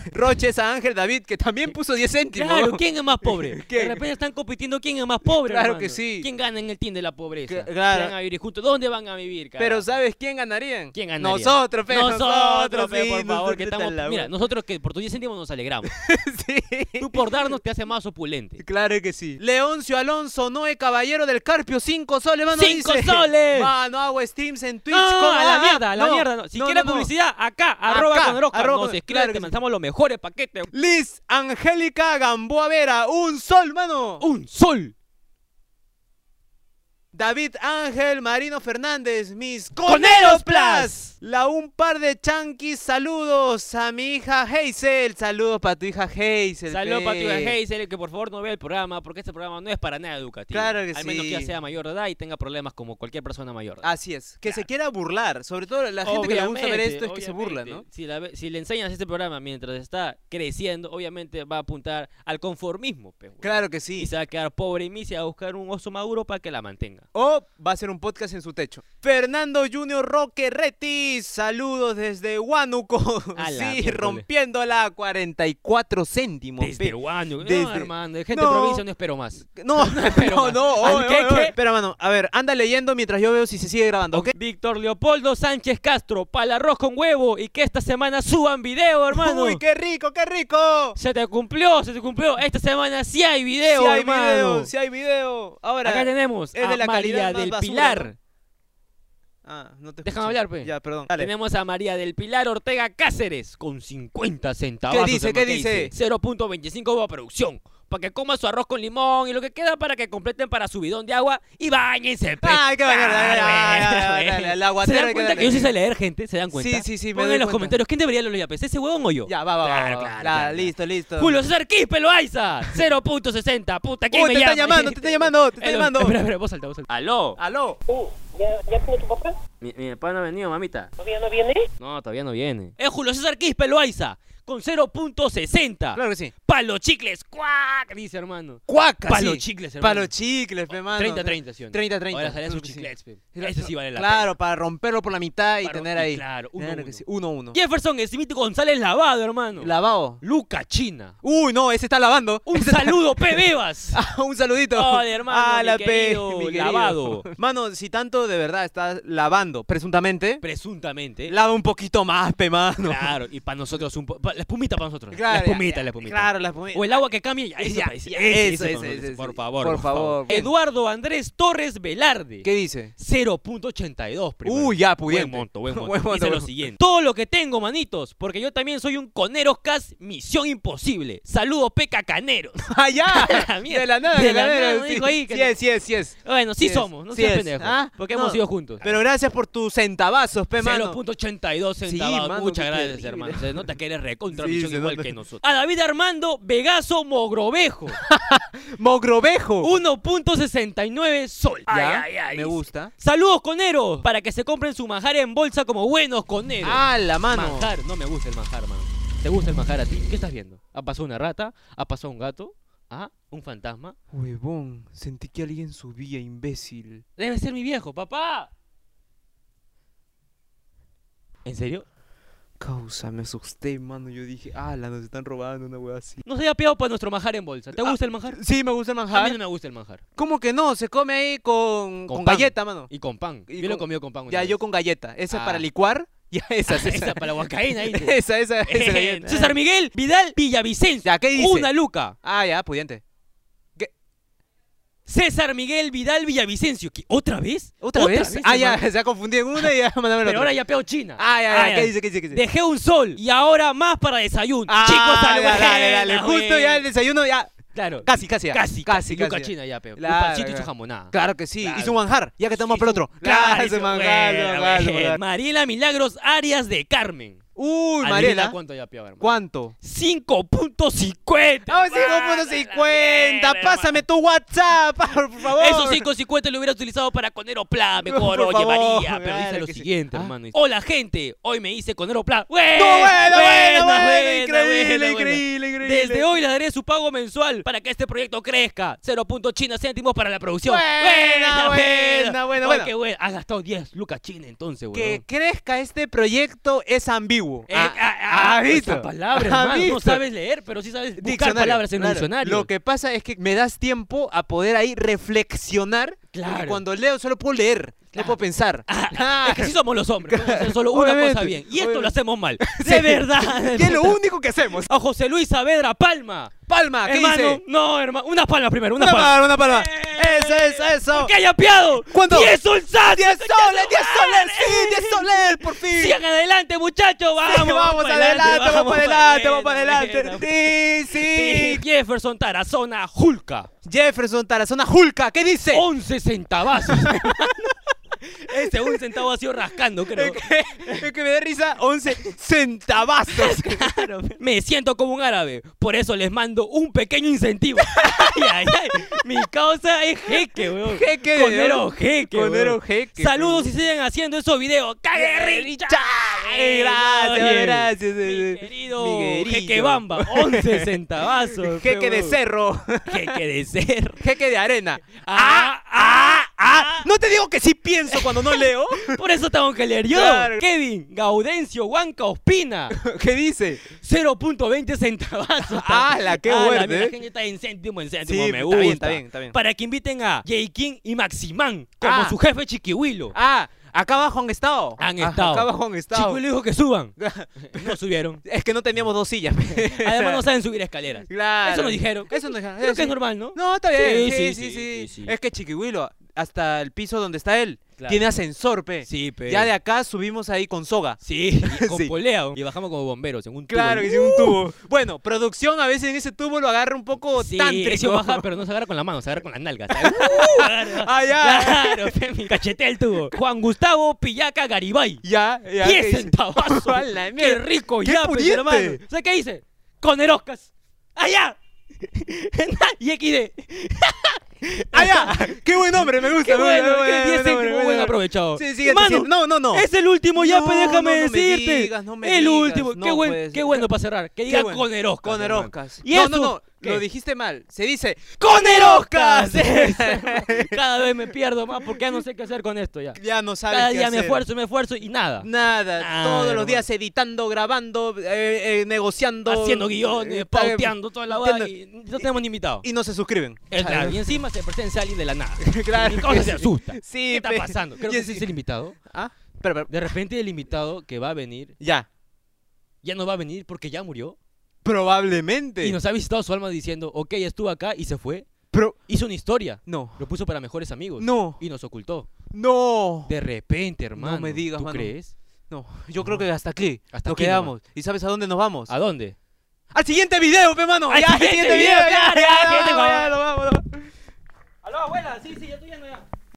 Speaker 1: [laughs] roches a Ángel David, que también puso 10 céntimos.
Speaker 4: Claro, ¿quién es más pobre?
Speaker 1: [laughs] ¿Quién?
Speaker 4: De repente están compitiendo quién es más pobre.
Speaker 1: Claro
Speaker 4: hermano.
Speaker 1: que sí.
Speaker 4: ¿Quién gana en el team de la pobreza?
Speaker 1: Que- claro.
Speaker 4: ¿Quién van a vivir juntos? ¿Dónde van a vivir? carajo?
Speaker 1: Pero ¿sabes quién ganarían?
Speaker 4: ¿Quién ganaría?
Speaker 1: Nosotros, pe,
Speaker 4: Nosotros, pe,
Speaker 1: sí,
Speaker 4: por favor, que
Speaker 1: puta
Speaker 4: estamos.
Speaker 1: la-
Speaker 4: Mira, nosotros que por tus 10 céntimos nos alegramos.
Speaker 1: [laughs] sí.
Speaker 4: Tú por darnos te hace más
Speaker 1: [laughs]
Speaker 4: opulente.
Speaker 1: Claro que sí. Leoncio Alonso Noé Caballero del Carpio, 5 soles, mano.
Speaker 4: ¡Cinco
Speaker 1: dice.
Speaker 4: soles!
Speaker 1: Mano, hago streams en Twitch.
Speaker 4: No,
Speaker 1: coma
Speaker 4: a
Speaker 1: la
Speaker 4: Ah, la
Speaker 1: mierda.
Speaker 4: mierda, a la
Speaker 1: No,
Speaker 4: mierda. no. Si
Speaker 1: no,
Speaker 4: quieres
Speaker 1: no, no.
Speaker 4: publicidad, acá, arroba con Orozca.
Speaker 1: arroba
Speaker 4: Nos
Speaker 1: con-
Speaker 4: escribe,
Speaker 1: claro
Speaker 4: te
Speaker 1: que sí.
Speaker 4: mandamos los mejores paquetes.
Speaker 1: Liz Angélica Gamboa Vera, un sol, mano.
Speaker 4: ¡Un sol!
Speaker 1: David Ángel Marino Fernández, mis
Speaker 4: Coneros
Speaker 1: Coneros
Speaker 4: Plus.
Speaker 1: Plus. La un par de chanquis, saludos a mi hija Hazel. Saludos para tu hija Hazel.
Speaker 4: Saludos
Speaker 1: Este, pe.
Speaker 4: para tu Hazel, que por favor no vea el programa, porque este programa no es para nada educativo.
Speaker 1: Claro que
Speaker 4: Al menos que
Speaker 1: sí.
Speaker 4: ya sea mayor de edad y tenga problemas como cualquier persona mayor. de edad.
Speaker 1: Así es, que se quiera burlar. Sobre todo la gente que le gusta ver esto es que se burla, ¿no?
Speaker 4: Si, la ve- si le enseñas este programa mientras está creciendo, obviamente va a apuntar al conformismo. pe, güey.
Speaker 1: Claro que
Speaker 4: Y
Speaker 1: sí.
Speaker 4: se va a quedar pobre y misa a buscar un oso maduro para que la mantenga.
Speaker 1: O va a ser un podcast en su techo. Fernando Junior Roque Retis, saludos desde Huánuco.
Speaker 4: [laughs] A la
Speaker 1: Sí,
Speaker 4: miércoles.
Speaker 1: rompiéndola a 44 céntimos. pe.
Speaker 4: Desde Guano. No,
Speaker 1: desde-
Speaker 4: hermano, de gente de
Speaker 1: No.
Speaker 4: provincia no espero más. [laughs]
Speaker 1: No, no,
Speaker 4: Pero,
Speaker 1: no.
Speaker 4: ¿al
Speaker 1: oye,
Speaker 4: qué,
Speaker 1: oye,
Speaker 4: qué?
Speaker 1: oye. Espera, mano. A ver, anda leyendo mientras yo veo si se sigue grabando, ¿ok?
Speaker 4: Víctor Leopoldo Sánchez Castro, pal arroz con huevo y que esta semana suban video, hermano.
Speaker 1: Uy, qué rico, qué rico.
Speaker 4: Se te cumplió, se te cumplió. Esta semana sí hay video,
Speaker 1: si hay
Speaker 4: hermano.
Speaker 1: video, si hay video. Ahora.
Speaker 4: Acá tenemos
Speaker 1: es
Speaker 4: a
Speaker 1: de la
Speaker 4: María
Speaker 1: calidad más
Speaker 4: del
Speaker 1: basura,
Speaker 4: Pilar.
Speaker 1: ¿no? Ah, no te
Speaker 4: Déjame
Speaker 1: escuché.
Speaker 4: hablar, pues. pe.
Speaker 1: Ya, perdón. Dale.
Speaker 4: Tenemos a María del Pilar Ortega Cáceres con 50 centavos.
Speaker 1: ¿Qué dice? ¿Qué dice?
Speaker 4: 0.25 va a producción. Para que coma su arroz con limón y lo que queda para que completen para su bidón de agua y bañense. pe.
Speaker 1: Ah, hay que bañar, dale, dale,
Speaker 4: Ah,
Speaker 1: dale, dale,
Speaker 4: güey.
Speaker 1: dale, dale, al
Speaker 4: ¿Se
Speaker 1: aguatero
Speaker 4: dan
Speaker 1: hay que
Speaker 4: cuenta que
Speaker 1: darle.
Speaker 4: yo sí sé leer, gente? ¿Se dan cuenta?
Speaker 1: Sí, sí, sí, me
Speaker 4: Pongan
Speaker 1: doy
Speaker 4: en los
Speaker 1: cuenta.
Speaker 4: comentarios, ¿quién debería leer? ¿Ese huevón o yo?
Speaker 1: Ya, va, va, va,
Speaker 4: Claro,
Speaker 1: va, va.
Speaker 4: claro,
Speaker 1: Ya,
Speaker 4: claro.
Speaker 1: Listo, listo.
Speaker 4: Julio César
Speaker 1: [laughs]
Speaker 4: Quispe Loaiza, 0.60. Puta, ¿quién
Speaker 1: Uy,
Speaker 4: me
Speaker 1: te está
Speaker 4: llama?
Speaker 1: llamando, te está llamando, te está
Speaker 4: Eh, lo-
Speaker 1: llamando.
Speaker 4: Espera, espera, vos salta, vos salta. Aló.
Speaker 1: Aló.
Speaker 4: Mi, mi papá no ha venido, mamita.
Speaker 8: ¿Todavía no viene?
Speaker 4: No, todavía no viene. Es Julio César Quispe Loaiza, con 0.60.
Speaker 1: Claro que sí.
Speaker 4: Palo chicles, cuac, dice hermano.
Speaker 1: Cuaca,
Speaker 4: Palo
Speaker 1: sí.
Speaker 4: chicles, hermano.
Speaker 1: Palo chicles, pe, mano.
Speaker 4: 30-30, ¿sí o no?
Speaker 1: 30-30.
Speaker 4: Ahora salían
Speaker 1: Creo
Speaker 4: sus
Speaker 1: que sí.
Speaker 4: chiclets, pe. Ese sí vale la
Speaker 1: Claro, para romperlo por la mitad y
Speaker 4: Para-
Speaker 1: tener
Speaker 4: y
Speaker 1: ahí.
Speaker 4: claro, uno,
Speaker 1: Claro
Speaker 4: uno.
Speaker 1: que sí. 1-1.
Speaker 4: pena. Jefferson Smith González Lavado, hermano.
Speaker 1: Lavado. [laughs]
Speaker 4: Luca China.
Speaker 1: Uy, no, ese está lavando.
Speaker 4: Un saludo, P.
Speaker 1: [laughs]
Speaker 4: Bebas.
Speaker 1: Ah, [laughs] un saludito.
Speaker 4: Hola, hermano,
Speaker 1: Ah,
Speaker 4: mi
Speaker 1: la pe- [laughs]
Speaker 4: querido lavado.
Speaker 1: Mano, si tanto de verdad estás lavando, presuntamente, [laughs]
Speaker 4: Presuntamente.
Speaker 1: lava un poquito más, pe mano.
Speaker 4: Claro, y para nosotros un po- pa- la espumita para nosotros.
Speaker 1: Claro,
Speaker 4: la
Speaker 1: ya,
Speaker 4: espumita,
Speaker 1: ya,
Speaker 4: la espumita.
Speaker 1: Claro, la espumita.
Speaker 4: O el agua que cambia, ya, eso,
Speaker 1: Ya,
Speaker 4: pa- ese-
Speaker 1: ya,
Speaker 4: ese-
Speaker 1: eso,
Speaker 4: ese
Speaker 1: ese,
Speaker 4: pa-
Speaker 1: ese,
Speaker 4: por
Speaker 1: ese.
Speaker 4: favor,
Speaker 1: Por favor. Bien.
Speaker 4: Eduardo Andrés Torres Velarde.
Speaker 1: ¿Qué
Speaker 4: [laughs]
Speaker 1: dice?
Speaker 4: 0.82 primero.
Speaker 1: Uy, ya, pudiente.
Speaker 4: Buen monto, buen monto.
Speaker 1: [laughs] Buen monto,
Speaker 4: Dice
Speaker 1: buen
Speaker 4: lo
Speaker 1: monto.
Speaker 4: siguiente. Todo lo que tengo, manitos, porque yo también soy un coneros cas misión imposible. Saludos,
Speaker 1: [laughs]
Speaker 4: peca caneros.
Speaker 1: Allá.
Speaker 4: [laughs] La mierda.
Speaker 1: Ah, de la nada,
Speaker 4: De
Speaker 1: de,
Speaker 4: la
Speaker 1: la,
Speaker 4: nada,
Speaker 1: nada.
Speaker 4: me
Speaker 1: sí.
Speaker 4: dijo ahí que
Speaker 1: sí
Speaker 4: no-
Speaker 1: es, sí es, sí es.
Speaker 4: Bueno, sí,
Speaker 1: Sí es,
Speaker 4: somos, no
Speaker 1: sí
Speaker 4: seas
Speaker 1: es.
Speaker 4: pendejo.
Speaker 1: Ah,
Speaker 4: Porque
Speaker 1: no.
Speaker 4: hemos ido juntos.
Speaker 1: Pero gracias por tus centavazos, pe mano.
Speaker 4: 0.82 centavos.
Speaker 1: mano,
Speaker 4: Muchas
Speaker 1: qué
Speaker 4: gracias,
Speaker 1: terrible.
Speaker 4: hermano. Se nota que eres recontra
Speaker 1: Sí,
Speaker 4: misión
Speaker 1: se
Speaker 4: igual
Speaker 1: nota.
Speaker 4: que nosotros. A David Armando
Speaker 1: [laughs]
Speaker 4: Vegaso Mogrovejo.
Speaker 1: Mogrovejo.
Speaker 4: 1.69 sol.
Speaker 1: Ya, me gusta.
Speaker 4: Saludos, coneros, para que se compren su manjar en bolsa como buenos coneros.
Speaker 1: Ah, la mano.
Speaker 4: Manjar, no me gusta el manjar, mano. ¿Te gusta el manjar a ti? ¿Qué estás viendo? ¿Ha pasado una rata? ¿Ha pasado un gato? ¿Ah? ¿Un fantasma?
Speaker 1: Huevón, sentí que alguien subía, imbécil.
Speaker 4: Debe ser mi viejo, papá. ¿En serio?
Speaker 1: Causa, me asusté, mano. Yo dije, ah, la nos están robando una hueá así.
Speaker 4: No se haya pegado para nuestro manjar en bolsa.
Speaker 1: Ah.
Speaker 4: ¿Te gusta el manjar?
Speaker 1: Sí, me gusta el
Speaker 4: A mí
Speaker 1: manjar.
Speaker 4: no me gusta el manjar.
Speaker 1: ¿Cómo que no? Se come ahí con,
Speaker 4: Con
Speaker 1: con,
Speaker 4: pan.
Speaker 1: galleta, mano.
Speaker 4: Y con pan.
Speaker 1: Y
Speaker 4: yo lo he
Speaker 1: con-
Speaker 4: comido con pan. una
Speaker 1: Ya,
Speaker 4: vez.
Speaker 1: yo con galleta. Esa es
Speaker 4: Ah.
Speaker 1: para licuar. [laughs] Ya, esa, esa.
Speaker 4: [laughs] Esa,
Speaker 1: Esa, [laughs]
Speaker 4: para la huacaína. ahí.
Speaker 1: esa, esa, esa galleta.
Speaker 4: César Miguel Vidal Villavicencio.
Speaker 1: Ya, ¿qué dice?
Speaker 4: Una luca.
Speaker 1: Ah, ya, pudiente.
Speaker 4: César Miguel Vidal Villavicencio. ¿Qué? ¿Otra vez?
Speaker 1: ¿Otra, vez? Ah, ya, [laughs]
Speaker 4: hermano?
Speaker 1: se ha confundido en una y ya, [laughs] mandame la
Speaker 4: Pero ahora
Speaker 1: otra.
Speaker 4: ya peo China.
Speaker 1: Ah, ya, ya,
Speaker 4: Ah,
Speaker 1: ¿qué
Speaker 4: ya.
Speaker 1: dice, qué dice, qué dice?
Speaker 4: Dejé un sol y ahora más para desayuno.
Speaker 1: Ah,
Speaker 4: Chicos, salud.
Speaker 1: ya, dale, dale, Justo ya el desayuno, ya.
Speaker 4: Claro.
Speaker 1: Casi, casi, ya.
Speaker 4: Casi, casi.
Speaker 1: casi,
Speaker 4: Luca
Speaker 1: ya.
Speaker 4: China ya, peo. Un
Speaker 1: Claro,
Speaker 4: pancito y su
Speaker 1: claro.
Speaker 4: jamonada.
Speaker 1: Claro que sí.
Speaker 4: Claro.
Speaker 1: Y su manjar, ya que estamos
Speaker 4: Sí,
Speaker 1: por otro.
Speaker 4: Claro,
Speaker 1: Claro, su
Speaker 4: eso,
Speaker 1: manjar, su
Speaker 4: bueno,
Speaker 1: manjar, su
Speaker 4: bueno.
Speaker 1: manjar.
Speaker 4: Mariela Milagros Arias de Carmen.
Speaker 1: Uy,
Speaker 4: Adivina
Speaker 1: Mariela.
Speaker 8: ¿Cuánto ya pio, hermano?
Speaker 1: ¿Cuánto?
Speaker 4: 5.50.
Speaker 1: Ah, sí,
Speaker 4: hermano, la
Speaker 1: 5.50.
Speaker 4: mierda,
Speaker 1: Pásame tu WhatsApp, [laughs] por favor.
Speaker 4: Esos 5.50 lo hubiera utilizado para con
Speaker 1: [laughs]
Speaker 4: Aeroplan, mejor,
Speaker 1: Por
Speaker 4: oye,
Speaker 1: favor,
Speaker 4: María. Pero
Speaker 1: claro
Speaker 4: dice lo
Speaker 1: que sí.
Speaker 4: siguiente,
Speaker 1: Ah.
Speaker 4: hermano. dice, Hola, gente. Hoy me hice con Aeroplan. ¡Buena,
Speaker 1: No, bueno, bueno,
Speaker 4: buena,
Speaker 1: bueno,
Speaker 4: buena,
Speaker 1: increíble,
Speaker 4: buena, buena!
Speaker 1: increíble, increíble.
Speaker 4: Desde hoy le daré su pago mensual para que este proyecto crezca. 0.80 céntimos para la producción.
Speaker 1: Buena, buena, buena,
Speaker 4: Oye,
Speaker 1: buena.
Speaker 4: qué buena. Has gastado 10 lucas china entonces, weón.
Speaker 1: Que crezca este proyecto es ambiguo.
Speaker 4: Eh,
Speaker 1: Ah,
Speaker 4: ah, ah,
Speaker 1: ah, visto.
Speaker 4: esa palabra,
Speaker 1: Ah,
Speaker 4: hermano. No
Speaker 1: visto.
Speaker 4: sabes leer, pero sí sabes buscar
Speaker 1: diccionario,
Speaker 4: palabras en un
Speaker 1: claro.
Speaker 4: diccionario.
Speaker 1: Lo que pasa es que me das tiempo a poder ahí reflexionar. porque
Speaker 4: Claro.
Speaker 1: Cuando leo solo puedo leer, no
Speaker 4: Claro. Ah,
Speaker 1: puedo pensar.
Speaker 4: [laughs] Es que sí somos los hombres, podemos hacer solo una
Speaker 1: Obviamente,
Speaker 4: cosa bien. Y esto
Speaker 1: obviamente.
Speaker 4: lo
Speaker 1: [laughs]
Speaker 4: hacemos mal. De verdad.
Speaker 1: ¿Qué es lo único que hacemos?
Speaker 4: A José Luis Saavedra Palma.
Speaker 1: Palma, ¿qué
Speaker 4: hermano,
Speaker 1: dice?
Speaker 4: no, hermano. Una palma primero, una,
Speaker 1: Una
Speaker 4: palma.
Speaker 1: palma, una palma. Eso, eso, eso.
Speaker 4: ¡Que haya piado!
Speaker 1: ¿Cuánto?
Speaker 4: ¡Diez solsados!
Speaker 1: 10 soles, 10 soles, sí, 10 soles, por fin.
Speaker 4: eh. ¡Sigan adelante, muchachos! ¡Vamos!
Speaker 1: vamos,
Speaker 4: para
Speaker 1: adelante, vamos para adelante, vamos para
Speaker 4: bueno,
Speaker 1: adelante. Sí,
Speaker 4: bueno. Jefferson Tarazona Julca.
Speaker 1: sí. Jefferson Tarazona Julca, ¿qué dice?
Speaker 4: 11 centavazos. hermano. [laughs] Ese un centavo ha sido rascando, creo.
Speaker 1: Es que, es que me da risa 11 centavazos.
Speaker 4: Claro, me siento como un árabe, por eso les mando un pequeño incentivo. [laughs] Ay, ay, ay. Mi causa es jeque, weón.
Speaker 1: Jeque,
Speaker 4: Conero
Speaker 1: weón.
Speaker 4: jeque. weón.
Speaker 1: Conero jeque,
Speaker 4: Saludos y siguen haciendo esos videos. ¡Cague richa!
Speaker 1: Ay, gracias,
Speaker 4: Oye,
Speaker 1: gracias.
Speaker 4: Mi
Speaker 1: eh,
Speaker 4: querido
Speaker 1: Miguelillo.
Speaker 4: jeque bamba,
Speaker 1: [laughs]
Speaker 4: 11 centavazos.
Speaker 1: Jeque
Speaker 4: pe,
Speaker 1: de
Speaker 4: weón.
Speaker 1: cerro, [laughs]
Speaker 4: Jeque de ser.
Speaker 1: jeque de arena.
Speaker 4: Ah, ah, ah.
Speaker 1: No te digo que sí pienso cuando no leo.
Speaker 4: Por eso tengo que leer yo.
Speaker 1: Claro.
Speaker 4: Kevin Gaudencio Huanca Ospina.
Speaker 1: ¿Qué dice?
Speaker 4: 0.20
Speaker 1: [laughs]
Speaker 4: centavazos.
Speaker 1: ¡Hala, qué
Speaker 4: Ah,
Speaker 1: fuerte,
Speaker 4: la mira,
Speaker 1: eh!
Speaker 4: gente está en céntimo, en céntimo,
Speaker 1: Sí,
Speaker 4: me
Speaker 1: está
Speaker 4: gusta.
Speaker 1: bien, está bien, está bien.
Speaker 4: Para que inviten a J. King y Maximán como
Speaker 1: Ah.
Speaker 4: su jefe Chiquihuilo.
Speaker 1: Ah, acá abajo han estado.
Speaker 4: Han
Speaker 1: Ajá,
Speaker 4: estado.
Speaker 1: Acá abajo han estado.
Speaker 4: Chiquihuilo dijo
Speaker 1: [laughs]
Speaker 4: que suban. No subieron.
Speaker 1: Es que no teníamos dos sillas.
Speaker 4: Además no saben subir escaleras.
Speaker 1: [laughs] Claro.
Speaker 4: Eso nos dijeron.
Speaker 1: Eso nos dijeron.
Speaker 4: Creo que
Speaker 1: Sí.
Speaker 4: es normal, ¿no?
Speaker 1: No, está bien. Sí,
Speaker 4: Sí,
Speaker 1: sí,
Speaker 4: sí,
Speaker 1: sí.
Speaker 4: sí, sí, sí.
Speaker 1: Es que Chiquihuilo, hasta el piso donde está él,
Speaker 4: Claro.
Speaker 1: tiene ascensor, pe.
Speaker 4: Sí, pero...
Speaker 1: Ya de acá subimos ahí con soga.
Speaker 4: Sí, y
Speaker 1: [laughs]
Speaker 4: con
Speaker 1: Sí.
Speaker 4: polea. Y bajamos como bomberos en un tubo. Uh.
Speaker 1: Claro, que sí, un tubo. Bueno, producción a veces en ese tubo lo agarra un poco
Speaker 4: Sí, ese
Speaker 1: tántrico.
Speaker 4: baja, pero no se agarra con la mano, se agarra con las
Speaker 1: [laughs]
Speaker 4: nalgas. Agarra.
Speaker 1: Ah, ya.
Speaker 4: Claro, [laughs] fe, me cachetea el tubo. Juan Gustavo Pillaca Garibay.
Speaker 1: [laughs] Ya, ya. ¿qué
Speaker 4: 10
Speaker 1: dice? [laughs]
Speaker 4: centavazos.
Speaker 1: A la
Speaker 4: ¡Qué
Speaker 1: mierda.
Speaker 4: rico
Speaker 1: ¡Qué
Speaker 4: ya, pues,
Speaker 1: pudiente!
Speaker 4: hermano! ¿Sabes qué hice? Con Eroscas.
Speaker 1: [laughs]
Speaker 4: ¡Allá! y XD.
Speaker 1: Ah,
Speaker 4: [laughs]
Speaker 1: ya. Qué buen nombre, me gusta.
Speaker 4: ¡Qué
Speaker 1: me
Speaker 4: bueno!
Speaker 1: gusta,
Speaker 4: ¡Qué
Speaker 1: me
Speaker 4: 10
Speaker 1: gusta, me gusta, me
Speaker 4: céntimos!
Speaker 1: gusta,
Speaker 4: ¡Buen
Speaker 1: me gusta.
Speaker 4: aprovechado!
Speaker 1: Sí, siguiente,
Speaker 4: Hermano,
Speaker 1: siguiente. No, no, no.
Speaker 4: Es el último ya,
Speaker 1: No,
Speaker 4: pues déjame
Speaker 1: no, no me
Speaker 4: decirte.
Speaker 1: digas, no me
Speaker 4: el
Speaker 1: digas,
Speaker 4: último.
Speaker 1: no
Speaker 4: qué, buen-
Speaker 1: puede
Speaker 4: qué
Speaker 1: ser.
Speaker 4: bueno para cerrar. Que
Speaker 1: Qué
Speaker 4: diga
Speaker 1: bueno.
Speaker 4: con Eroscas.
Speaker 1: Con
Speaker 4: hermano.
Speaker 1: Eroscas.
Speaker 4: Y
Speaker 1: no,
Speaker 4: eso-
Speaker 1: no, no.
Speaker 4: ¿Qué?
Speaker 1: Lo dijiste mal. Se dice [laughs]
Speaker 4: ¡Con Eroscas!
Speaker 1: Eroscas.
Speaker 4: [laughs] Cada vez me pierdo más porque ya no sé qué hacer con esto ya.
Speaker 1: [laughs] ya no sabes
Speaker 4: Cada
Speaker 1: qué
Speaker 4: día me
Speaker 1: hacer.
Speaker 4: esfuerzo, me esfuerzo y nada.
Speaker 1: Nada,
Speaker 4: Nada,
Speaker 1: todos
Speaker 4: hermano.
Speaker 1: los días editando, grabando, eh, eh, negociando.
Speaker 4: Haciendo guiones,
Speaker 1: eh,
Speaker 4: pauteando toda la vaina.
Speaker 1: entiendo.
Speaker 4: Y no tenemos ni invitado.
Speaker 1: Y no se suscriben.
Speaker 4: Eh, claro, y encima se presenta alguien de
Speaker 1: [laughs]
Speaker 4: la nada.
Speaker 1: Claro
Speaker 4: Y cosa
Speaker 1: que
Speaker 4: se
Speaker 1: sí.
Speaker 4: asusta.
Speaker 1: Sí,
Speaker 4: ¿Qué está
Speaker 1: pe-
Speaker 4: pasando? Creo
Speaker 1: y
Speaker 4: que
Speaker 1: es-
Speaker 4: ese es el invitado.
Speaker 1: Ah, pero, pero,
Speaker 4: De repente el invitado que va a venir
Speaker 1: ya.
Speaker 4: ya no va a venir porque ya murió.
Speaker 1: Probablemente.
Speaker 4: Y nos ha visitado su alma diciendo, ok, estuvo acá y se fue.
Speaker 1: Pero-
Speaker 4: Hizo una historia.
Speaker 1: No.
Speaker 4: Lo puso para mejores amigos.
Speaker 1: No.
Speaker 4: Y nos ocultó.
Speaker 1: No.
Speaker 4: De repente, hermano.
Speaker 1: me digas,
Speaker 4: ¿Tú
Speaker 1: mano.
Speaker 4: crees?
Speaker 1: No. Yo creo que hasta aquí.
Speaker 4: Hasta
Speaker 1: nos
Speaker 4: aquí
Speaker 1: quedamos. ¿Y sabes a dónde nos vamos?
Speaker 4: ¿A dónde?
Speaker 1: Al siguiente video, pe mano.
Speaker 4: Al
Speaker 1: Ya, al
Speaker 4: siguiente
Speaker 1: siguiente video.
Speaker 4: video,
Speaker 1: ya, ya,
Speaker 4: claro, ya,
Speaker 1: ya,
Speaker 4: siguiente,
Speaker 1: vamos,
Speaker 4: vamos.
Speaker 1: ya, nos vamos, nos vamos.
Speaker 4: Aló, abuela. Sí, sí, ya estoy yendo ya.